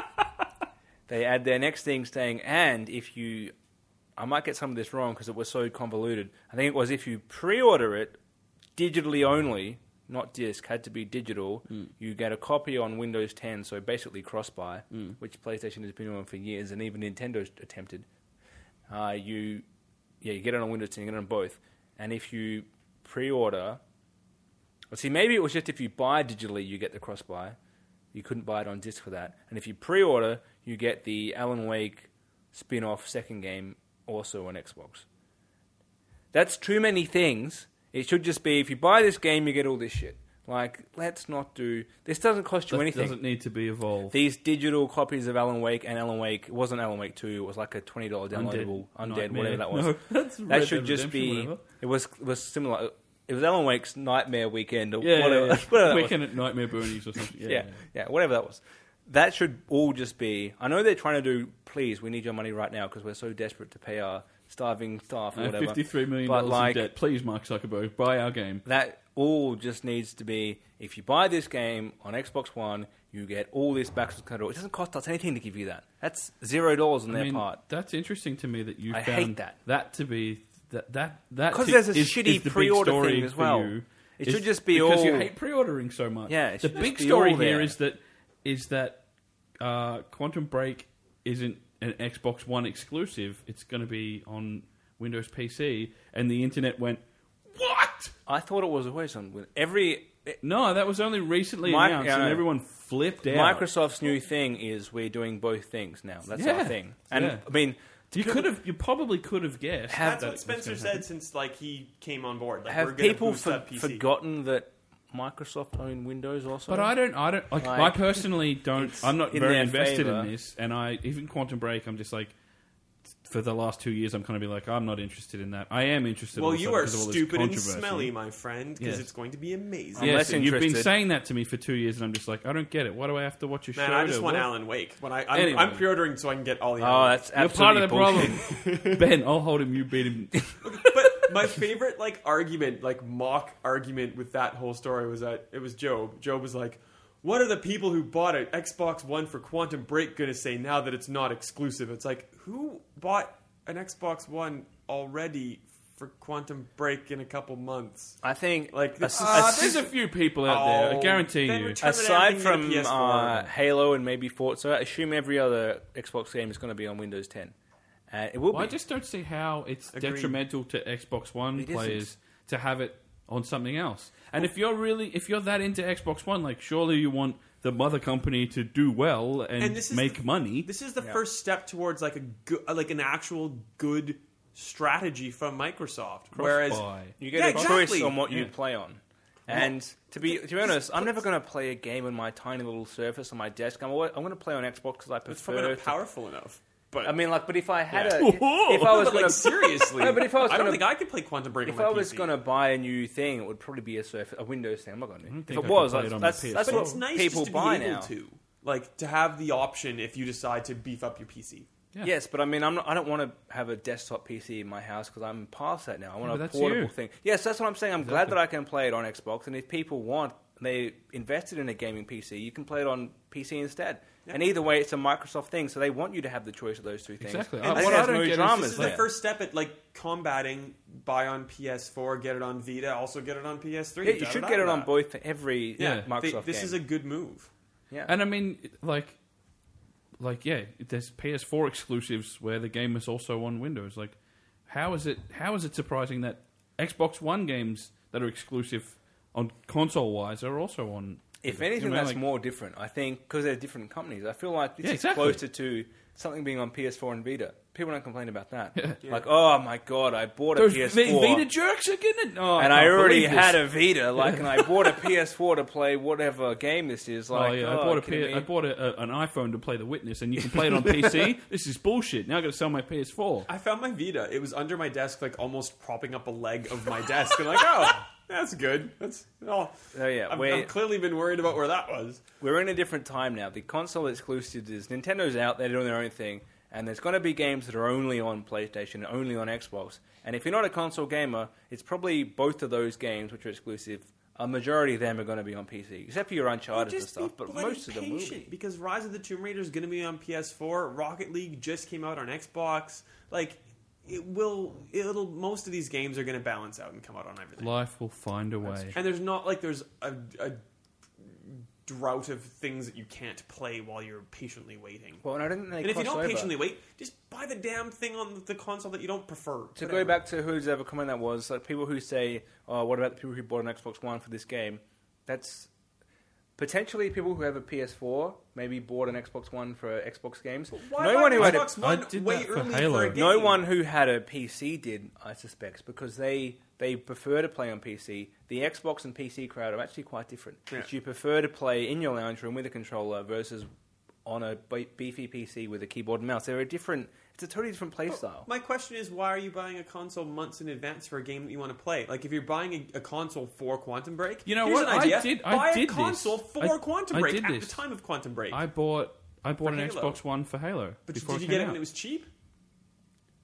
B: they add their next thing saying, and if you, I might get some of this wrong because it was so convoluted. I think it was if you pre-order it digitally only, not disc, had to be digital. You get a copy on Windows 10, so basically cross-buy, which PlayStation has been on for years, and even Nintendo's attempted. Uh, you, yeah, you get it on Windows 10, you get it on both, and if you pre-order, well, see, maybe it was just if you buy digitally, you get the cross-buy. You couldn't buy it on disc for that, and if you pre-order, you get the Alan Wake spin-off second game also on Xbox. That's too many things. It should just be if you buy this game, you get all this shit. Like, let's not do this. Doesn't cost you
C: That
B: anything.
C: doesn't need to be evolved.
B: These digital copies of Alan Wake and Alan Wake it wasn't Alan Wake Two. It was like a twenty dollar downloadable undead,
C: Nightmare.
B: whatever that was.
C: No, <laughs> that's Red
B: that
C: Dead
B: should just
C: Redemption,
B: be.
C: whatever.
B: It was it was similar. It was Alan Wake's Nightmare Weekend or
C: Yeah,
B: whatever.
C: <laughs> yeah,
B: <laughs> whatever
C: yeah.
B: that was
C: Weekend at Nightmare Boonies or something. Yeah, Uh,
B: yeah, yeah, whatever that was. That should all just be. I know they're trying to do. Please, we need your money right now because we're so desperate to pay our starving staff
C: I
B: or
C: have
B: whatever.
C: Uh, fifty-three million
B: But
C: dollars
B: like
C: in debt. Please, Mark Zuckerberg, buy our game.
B: that, all just needs to be. If you buy this game on Xbox One, you get all this backwards compatible. It doesn't cost us anything to give you that. That's zero dollars on
C: I
B: their
C: mean,
B: part.
C: that's interesting to me that you
B: I
C: found
B: hate that.
C: to be that that that
B: 'Cause
C: ti-
B: there's a
C: is-
B: shitty
C: is the big
B: pre-order
C: story
B: thing as
C: for
B: well.
C: you.
B: It
C: Is-
B: should just be
C: because you
B: all-
C: hate pre-ordering so much.
B: Yeah, it
C: the
B: should
C: big
B: just be
C: story
B: all
C: here
B: there.
C: is that is that uh, Quantum Break isn't an Xbox One exclusive. It's going to be on Windows PC, and the internet went what?
B: I thought it was always on Win- every.
C: No, that was only recently
B: Mic-
C: announced,
B: yeah, I
C: and
B: know.
C: everyone flipped out.
B: Microsoft's new thing is we're doing both things now. That's
C: Yeah.
B: our thing. And
C: Yeah.
B: I mean,
C: you could have, you probably could have guessed.
A: That's
B: Have-
C: that
A: what
C: it was
A: Spencer
C: gonna
A: said since like he came on board. Like, we're
B: have
A: gonna
B: people
A: boost
B: for,
A: up PC.
B: forgotten that Microsoft owned Windows also?
C: But I don't, I don't, like,
B: Like,
C: I personally don't,
B: it's
C: I'm not
B: in
C: very
B: their
C: invested
B: favour.
C: in this, and I, even Quantum Break, I'm just like, for the last two years, I'm kind of be like, I'm not interested in that. I am interested
A: Well,
C: also
A: you are
C: because of all this
A: stupid and
C: controversy.
A: smelly, my friend, because
C: Yes.
A: it's going to be amazing.
B: I'm
C: Yes,
B: less
C: and you've been
B: interested.
C: saying that to me for two years, and I'm just like, I don't get it. Why do I have to watch a show?
A: Man, I just
C: to
A: want
C: what?
A: Alan Wake. When I, I'm,
C: Anyway.
A: I'm pre-ordering so I can get all the.
B: Oh,
A: Alan
B: that's
C: You're part
B: absolutely
C: of the
B: bullshit.
C: <laughs> problem. ben, I'll hold him, you beat him.
A: Wake. but my favorite like argument, like mock argument with that whole story was that it was Job. Job was like, "What are the people who bought an Xbox One for Quantum Break going to say now that it's not exclusive?" It's like, who bought an Xbox One already for Quantum Break in a couple months?
B: I think
A: Like,
B: as-
A: Ah,
C: Uh,
B: as-
C: there's a few people out there, I
A: Oh,
C: guarantee
A: then
C: you.
A: return- Terminating
B: aside from
A: the PS4.
B: uh, Halo and maybe Forza, I assume every other Xbox game is going to be on Windows 10. Uh, it will
C: Well, I
B: be.
C: just don't see how it's
A: Agreed.
C: detrimental to Xbox One
B: It isn't.
C: players to have it on something else. And if you're really if you're that into Xbox One, like surely you want the mother company to do well and,
A: And this is
C: make
A: the-
C: money.
A: This is the first step towards like a go- like an actual good strategy from Microsoft. Whereas
C: Cross-buy.
B: you get
A: Yeah,
B: a choice
A: exactly.
B: on what you
C: Yeah.
B: play on. And to be to be honest, I'm never going to play a game on my tiny little surface on my desk. I'm alwa- I'm going to play on Xbox because I prefer.
A: It's probably not
B: to-
A: powerful enough. But
B: I mean, like, but if I had
A: Yeah. <laughs>
B: a, if, if I was
A: but,
B: going <laughs>
A: like
B: to
A: seriously,
B: No, but if I was
A: I don't
B: gonna-
A: think I could play Quantum Break.
B: If
A: on my
B: I was
A: PC.
B: going to buy a new thing, it would probably be a surface, a Windows thing. I'm not going to. If
C: think I
B: it
C: could
B: was,
C: play it
B: that's,
C: on my
B: that's,
C: PS4.
B: that's
A: but
B: what
A: it's nice
B: people
A: just to
B: buy
A: be able
B: now.
A: to, like, to have the option if you decide to beef up your PC.
C: Yeah.
B: Yes, but I mean, I'm not, I don't want to have a desktop PC in my house because I'm past that now. I
C: Yeah,
B: want
C: but
B: a
C: that's
B: portable
C: you.
B: thing. Yes, that's what I'm saying. I'm glad that I can play it on Xbox, and if people want, they invested in a gaming PC, you can play it on PC instead. And either way, it's a Microsoft thing, so they want you to have the choice of those two things.
C: Exactly.
B: And
C: I-
B: I,
C: what
B: think
C: I
B: there's
C: don't
B: no
C: get is
B: dramas
A: This
C: Is
A: is
B: there.
A: the first step at like combating. Buy on PS4, get it on Vita, also get it on PS3.
B: Yeah, you
A: Da,
B: should
A: da,
B: get it
A: da,
B: on
A: da.
B: both for every
A: Yeah,
B: Microsoft
A: they-
B: game.
A: this is a good move.
B: yeah.
C: And I mean, like, like yeah, there's PS4 exclusives where the game is also on Windows. Like, how is it? How is it surprising that Xbox One games that are exclusive on console wise are also on?
B: If
C: You
B: anything,
C: know,
B: that's
C: like-
B: more different. I think because they're different companies. I feel like this
C: Yeah,
B: is
C: exactly.
B: closer to something being on PS4 and Vita. People don't complain about that.
A: Yeah.
B: Like, oh my god, I bought a
C: Those
B: PS4
C: V- Vita jerks are getting it. Oh,
B: and I
C: can't
B: already
C: believe this.
B: had a Vita. Like, and I
C: <laughs>
B: bought a PS4 to play whatever game this is. Like,
C: oh yeah,
B: oh,
C: I bought a
B: are you kidding
C: P- I
B: me?
C: bought a, a, an iPhone to play The Witness, and you can play it on <laughs> PC. This is bullshit. Now I got to sell my PS4.
A: I found my Vita. It was under my desk, like almost propping up a leg of my desk. And like, oh, <laughs> that's good. That's oh,
B: Oh, yeah,
A: I've,
B: wait.
A: I've clearly been worried about where that was.
B: We're in a different time now. The console exclusives is Nintendo's out. They're doing their own thing, and there's going to be games that are only on PlayStation, and only on Xbox. And if you're not a console gamer, it's probably both of those games which are exclusive. A majority of them are going to be on PC, except for your Uncharted and
A: Just be
B: stuff. But
A: bloody
B: most of them will
A: patient,
B: be.
A: because Rise of the Tomb Raider is going to be on PS4. Rocket League just came out on Xbox. Like, it will. It'll. Most of these games are going to balance out and come out on everything.
C: Life will find a way.
A: And there's not like there's a, a drought of things that you can't play while you're patiently waiting.
B: Well, and I don't think they
A: and if you
B: cross
A: don't
B: over.
A: patiently wait, just buy the damn thing on the console that you don't prefer.
B: To
A: Whatever.
B: go back to whose ever comment that was, like people who say, "Oh, what about the people who bought an Xbox One for this game?" That's potentially people who have a PS4 maybe bought an Xbox One for Xbox games.
A: Why
B: no
A: buy
B: one
A: an
B: who had a
A: Xbox One
C: I did
A: way
C: that for
A: early
C: Halo.
A: for a game?
B: No one who had a PC did, I suspect, because they they prefer to play on PC. The Xbox and PC crowd are actually quite different.
A: Yeah.
B: It's You prefer to play in your lounge room with a controller versus on a be- beefy PC with a keyboard and mouse. They're a different. It's a totally different
C: Oh.
B: play style.
A: My question is, why are you buying a console months in advance for a game that you want to play? Like, if you're buying a, a console for Quantum Break,
C: You know
A: here's
C: what?
A: An
C: I
A: idea.
C: did- I
A: Buy
C: did
A: a
C: this.
A: console for
C: I-
A: Quantum
C: I
A: Break
C: did
A: at
C: this.
A: the time of Quantum Break.
C: I bought I bought
A: For
C: an
A: Halo.
C: Xbox One for Halo.
A: but
C: before
A: did you
C: came
A: get it
C: out.
A: when it was cheap,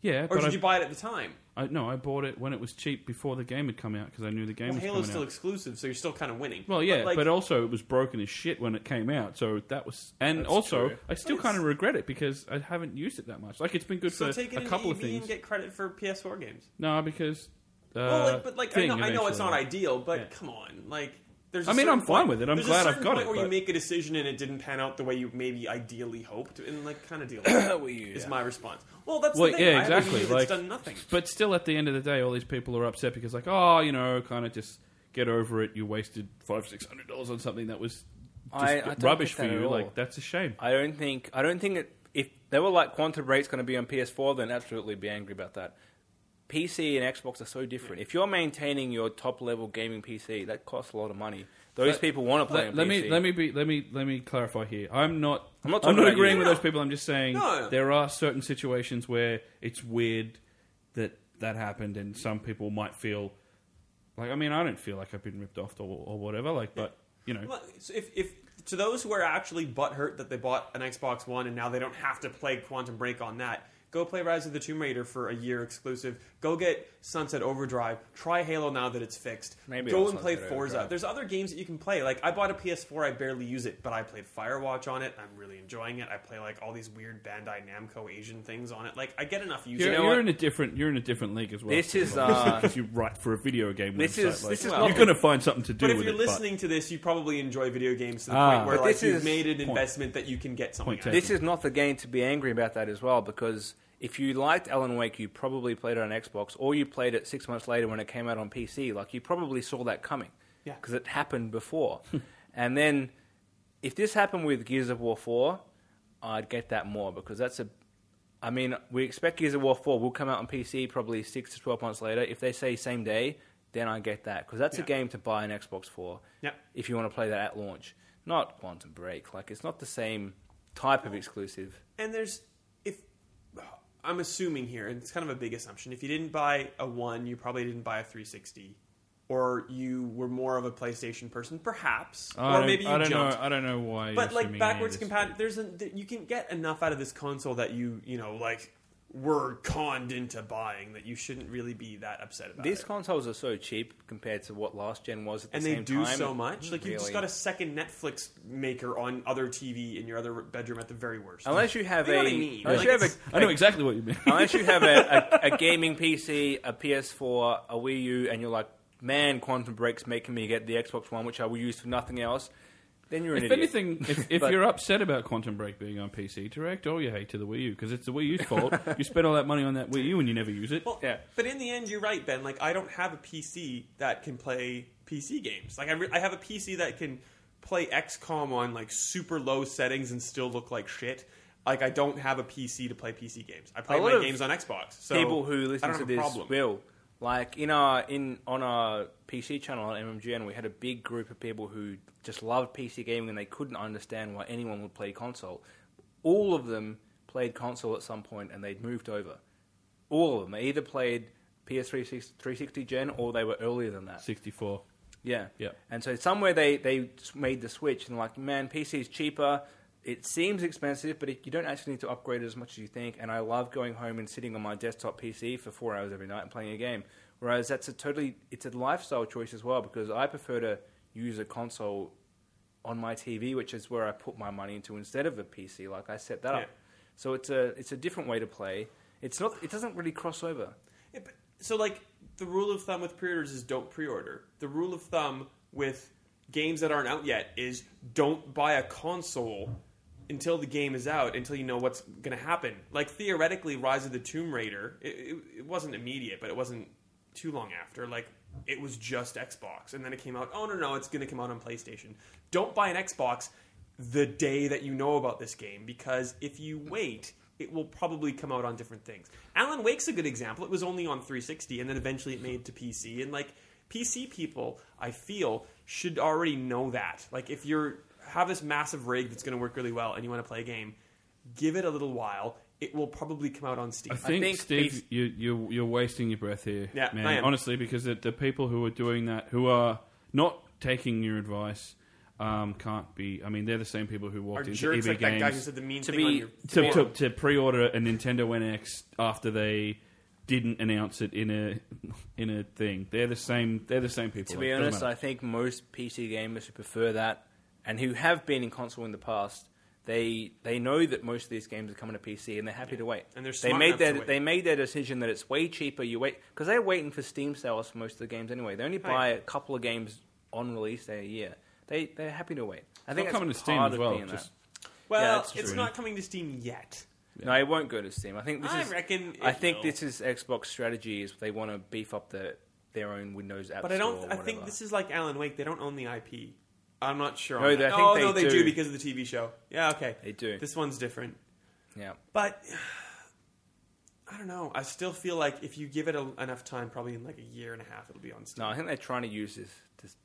C: Yeah,
A: or
C: but
A: did
C: I,
A: you buy it at the time?
C: I, no, I bought it when it was cheap before the game had come out because I knew the game
A: Well,
C: was
A: Halo's
C: coming
A: still
C: out.
A: exclusive, so you're still kind of winning.
C: well, yeah, but,
A: like,
C: also it was broken as shit when it came out, so that was, and
B: That's
C: also
B: true.
C: I still
A: But it's-
C: kind of regret it because I haven't used it that much. Like it's been good
A: so
C: for
A: take it
C: a
A: into
C: couple
A: EB
C: of things.
A: and get credit for PS4 games.
C: no, because uh,
A: well, like, but like I
C: thing
A: know, I know it's
C: eventually.
A: not ideal, but
C: Yeah.
A: come on, like there's. a
C: I mean,
A: certain
C: I'm fine
A: point-
C: with it. I'm
A: there's
C: glad
A: a
C: I've
A: certain
C: got
A: point
C: it,
A: Where you
C: but-
A: make a decision and it didn't pan out the way you maybe ideally hoped, and like kind of
C: <coughs>
A: deal.
B: Well, you-
A: Is my response. Well, that's
C: Well,
A: the thing.
C: yeah,
A: I have a
C: exactly,
A: Wii that's
C: like-
A: done nothing.
C: But still, at the end of the day, all these people are upset because, like, oh, you know, kind of just get over it. You wasted five, six hundred dollars on something that was just
B: I- I don't
C: rubbish
B: think
C: for
B: that at
C: you.
B: all.
C: Like, that's a shame.
B: I don't think I don't think it, if they were like Quantum Break's going to be on PS4, then absolutely be angry about that. PC and Xbox are so different. If you're maintaining your top level gaming PC, that costs a lot of money. Those
C: Let-
B: people want to play
C: Let,
B: on
C: let
B: PC.
C: me let me be let me let me clarify here. I'm not
B: I'm not talking about
C: agreeing
B: you.
C: with
A: No.
C: those people. I'm just saying
A: No.
C: there are certain situations where it's weird that that happened, and some people might feel like I mean I don't feel like I've been ripped off or, or whatever. Like, but you know,
A: Well, so if, if to those who are actually butthurt that they bought an Xbox One and now they don't have to play Quantum Break on that, go play Rise of the Tomb Raider for a year exclusive. Go get Sunset Overdrive. Try Halo now that it's fixed.
B: Maybe
A: go
B: I'll
A: and play
B: Sunset
A: Forza.
B: Overdrive.
A: There's other games that you can play. Like I bought a PS4, I barely use it, but I played Firewatch on it. I'm really enjoying it. I play like all these weird Bandai Namco Asian things on it. Like I get enough use.
C: you're,
A: out
B: know
A: of it.
C: you're
B: what?
C: in a different you're in a different league as well.
B: This is, uh,
C: because you write for a video game.
B: This
C: website,
B: is-
C: like,
B: this is
C: you're
B: not-
C: going to find something to do.
A: But if
C: with
A: you're
C: it,
A: listening to this, you probably enjoy video games to the
C: Ah.
A: point where
B: But
A: like
B: this
A: you've
B: is-
A: made an
C: Point.
A: investment that you can get something.
C: Point
A: out of it.
B: this is not the game to be angry about that as well because if you liked Alan Wake, you probably played it on Xbox, or you played it six months later when it came out on PC. Like you probably saw that coming,
A: Yeah.
B: because it
A: <laughs>
B: happened before. and then, if this happened with Gears of War four, I'd get that more because that's a. I mean, we expect Gears of War four will come out on PC probably six to twelve months later. If they say same day, then I get that because that's
A: Yeah.
B: a game to buy an Xbox for.
A: Yeah.
B: If you want to play that at launch, not Quantum Break. Like it's not the same type of exclusive.
A: And there's if I'm assuming here, and it's kind of a big assumption. If you didn't buy a one, you probably didn't buy a 360, or you were more of a PlayStation person, perhaps,
C: I
A: or
C: don't-
A: maybe you
C: I don't
A: jumped.
C: know. I don't know why. you're
A: But like
C: assuming any of
A: backwards
C: this.
A: compatible, there's a th- you can get enough out of this console that you you know like were conned into buying that you shouldn't really be that upset about.
B: These
A: it.
B: consoles are so cheap compared to what last gen was at the
A: and
B: same
A: they do
B: time.
A: so much. Like you just
B: Really.
A: got a second Netflix maker on other TV in your other bedroom at the very worst.
B: Unless you have
A: You know
B: a,
A: what I mean.
B: unless
A: Like,
B: you have a,
C: I know exactly what you mean.
B: <laughs> unless you have a, a, a gaming PC, a PS4, a Wii U, and you're like, man, Quantum Break's making me get the Xbox One, which I will use for nothing else, then you're an
C: if
B: idiot.
C: anything, if, if
B: But-
C: you're upset about Quantum Break being on PC, direct all your hate to the Wii U because it's the Wii U's fault. you spend all that money on that Wii U and you never use it.
A: Well,
B: Yeah.
A: But in the end, you're right, Ben. Like, I don't have a PC that can play PC games. Like, I, re- I have a PC that can play XCOM on like super low settings and still look like shit. Like, I don't have a PC to play PC games. I play
B: A lot
A: my
B: of
A: games on Xbox. So
B: People
A: I
B: who listen
A: don't
B: to
A: have a
B: this
A: problem.
B: will. Like in our in on our PC channel on MMGN, we had a big group of people who just loved PC gaming and they couldn't understand why anyone would play console. All of them played console at some point and they'd moved over. All of them. They either played PS3 360 gen or they were earlier than that.
C: 64.
B: Yeah.
C: Yeah.
B: And so somewhere they they s- made the switch and like, man, PC is cheaper. It seems expensive, but it, you don't actually need to upgrade it as much as you think. And I love going home and sitting on my desktop PC for four hours every night and playing a game. Whereas that's a totally it's a lifestyle choice as well because I prefer to use a console on my TV, which is where I put my money into instead of a PC. Like I set that
A: Yeah.
B: up. So it's a it's a different way to play. It's not it doesn't really cross over.
A: Yeah, but- so like the rule of thumb with pre-orders is don't pre-order. The rule of thumb with games that aren't out yet is don't buy a console until the game is out, until you know what's going to happen. Like theoretically, Rise of the Tomb Raider, it, it, it wasn't immediate, but it wasn't too long after. Like it was just Xbox, and then it came out. Oh no, no, it's going to come out on PlayStation. Don't buy an Xbox the day that you know about this game because if you wait it will probably come out on different things. Alan Wake's a good example. It was only on 360 and then eventually it made to PC and like PC people, I feel, should already know that. Like if you're have this massive rig that's going to work really well and you want to play a game, give it a little while. It will probably come out on Steam.
C: I think,
B: think
C: Steve,
B: these-
C: you, you, you're wasting your breath here,
A: Yeah,
C: man.
A: I am.
C: Honestly, because the, the people who are doing that, who are not taking your advice, um, can't be. I mean, they're the same people who
A: Are
C: walked into EB
A: jerks like that guy who
C: Games
A: said the mean
B: To
A: thing on
B: be-
A: your
C: to, to,
A: forum.
C: to pre-order a Nintendo NX after they didn't announce it in a in a thing. They're the same. They're the same people.
B: To be
C: Like, doesn't
B: honest,
C: matter.
B: I think most PC gamers who prefer that and who have been in console in the past, they they know that most of these games are coming to PC and they're happy to wait.
A: And they're
B: they
A: smart
B: made
A: enough to
B: their
A: wait.
B: they made their decision that it's way cheaper. You wait because they're waiting for Steam sales for most of the games anyway. They only
A: Right.
B: buy a couple of games on release day a year. They they're happy to wait. I think that's
C: not coming to Steam
B: part
C: as
B: of
C: well,
B: being
C: just-
B: yeah,
A: well,
B: that's
A: it's
B: true.
A: not coming to Steam yet.
B: that. No, it won't go to Steam. I think this
A: I
B: is
A: reckon
B: I
A: it
B: think
A: will.
B: this is Xbox strategy is they want to beef up the their own Windows app.
A: But I
B: Store
A: don't.
B: or
A: I think
B: whatever.
A: this is like Alan Wake. They don't own the IP. I'm not sure.
B: No,
A: on
B: they- I
A: that.
B: think
A: oh
B: they
A: no, they
B: do.
A: do. because of the TV show. Yeah, okay.
B: They do.
A: This one's different,
B: yeah.
A: but <sighs> I don't know. I still feel like if you give it a, enough time, probably in like a year and a half, it'll be on Steam.
B: No, I think they're trying to use this to s-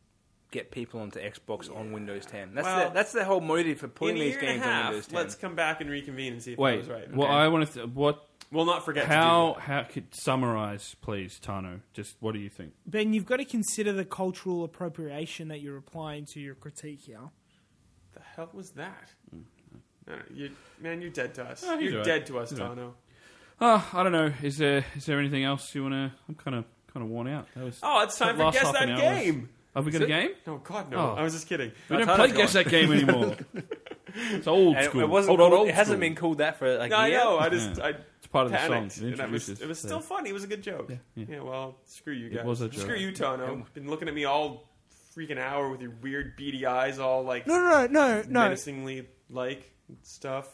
B: get people onto Xbox on Windows 10. That's
A: Well,
B: the, that's the whole motive for
A: in
B: putting
A: a
B: these
A: year and
B: games
A: a half,
B: on Windows 10.
A: let's come back and reconvene and see if I
C: Wait.
A: was right.
C: Well,
B: Okay.
C: I want to. Th- what?
A: We'll not forget to do
C: How?
A: that.
C: How? Could summarize, please, Tano. Just what do you think?
D: Ben, you've got to consider the cultural appropriation that you're applying to your critique here.
A: the hell was that?
B: Mm-hmm.
A: I don't know. you, man, you're dead to us.
C: Ah, he's
A: you're
C: all right.
A: dead to us,
C: He's all right.
A: Tano.
C: Oh, I don't know. Is there is there anything else you want to? I'm kind of kind of worn out. That was.
A: Oh, it's time
C: that
A: for
C: last
A: guess
C: half
A: that
C: an hour was-
A: game.
C: Have we got a game?
A: No, God, no.
C: Oh.
A: I was just kidding.
C: We
B: That's
C: don't play
B: how
C: guess that game anymore. it's old
B: And it-
C: school.
B: It, wasn't
C: old, old,
B: called-
C: old
B: it hasn't
C: school.
B: been called that for like
A: No,
B: a
A: I
B: year.
A: know. I just
C: Yeah.
A: I
C: It's part of the
A: panicked.
C: song. It
A: and I was,
C: introduces
A: it was
C: the-
A: still funny. It was a good joke.
C: Yeah, yeah.
A: well, screw you
C: It
A: guys.
C: was a joke.
A: Screw you, Tono. Been looking at me all freaking hour with your weird beady eyes, all like
D: No, no, no, no, no.
A: menacingly like stuff.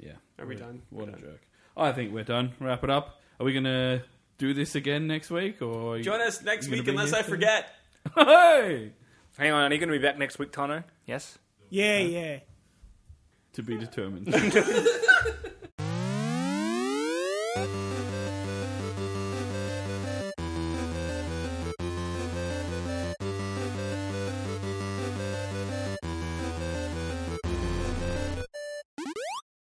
C: Yeah.
A: Are we
C: What a-
A: done?
C: What
A: We're
C: a
A: done.
C: joke. I think we're done. Wrap it up. Are we going to do this again next week? or <laughs>
A: Join us next
C: you gonna
A: week,
C: be
A: unless
C: here
A: I
C: soon?
A: forget.
C: Hey!
B: Hang on, are you going to be back next week, Tano? Yes.
D: Yeah, yeah.
C: To be determined.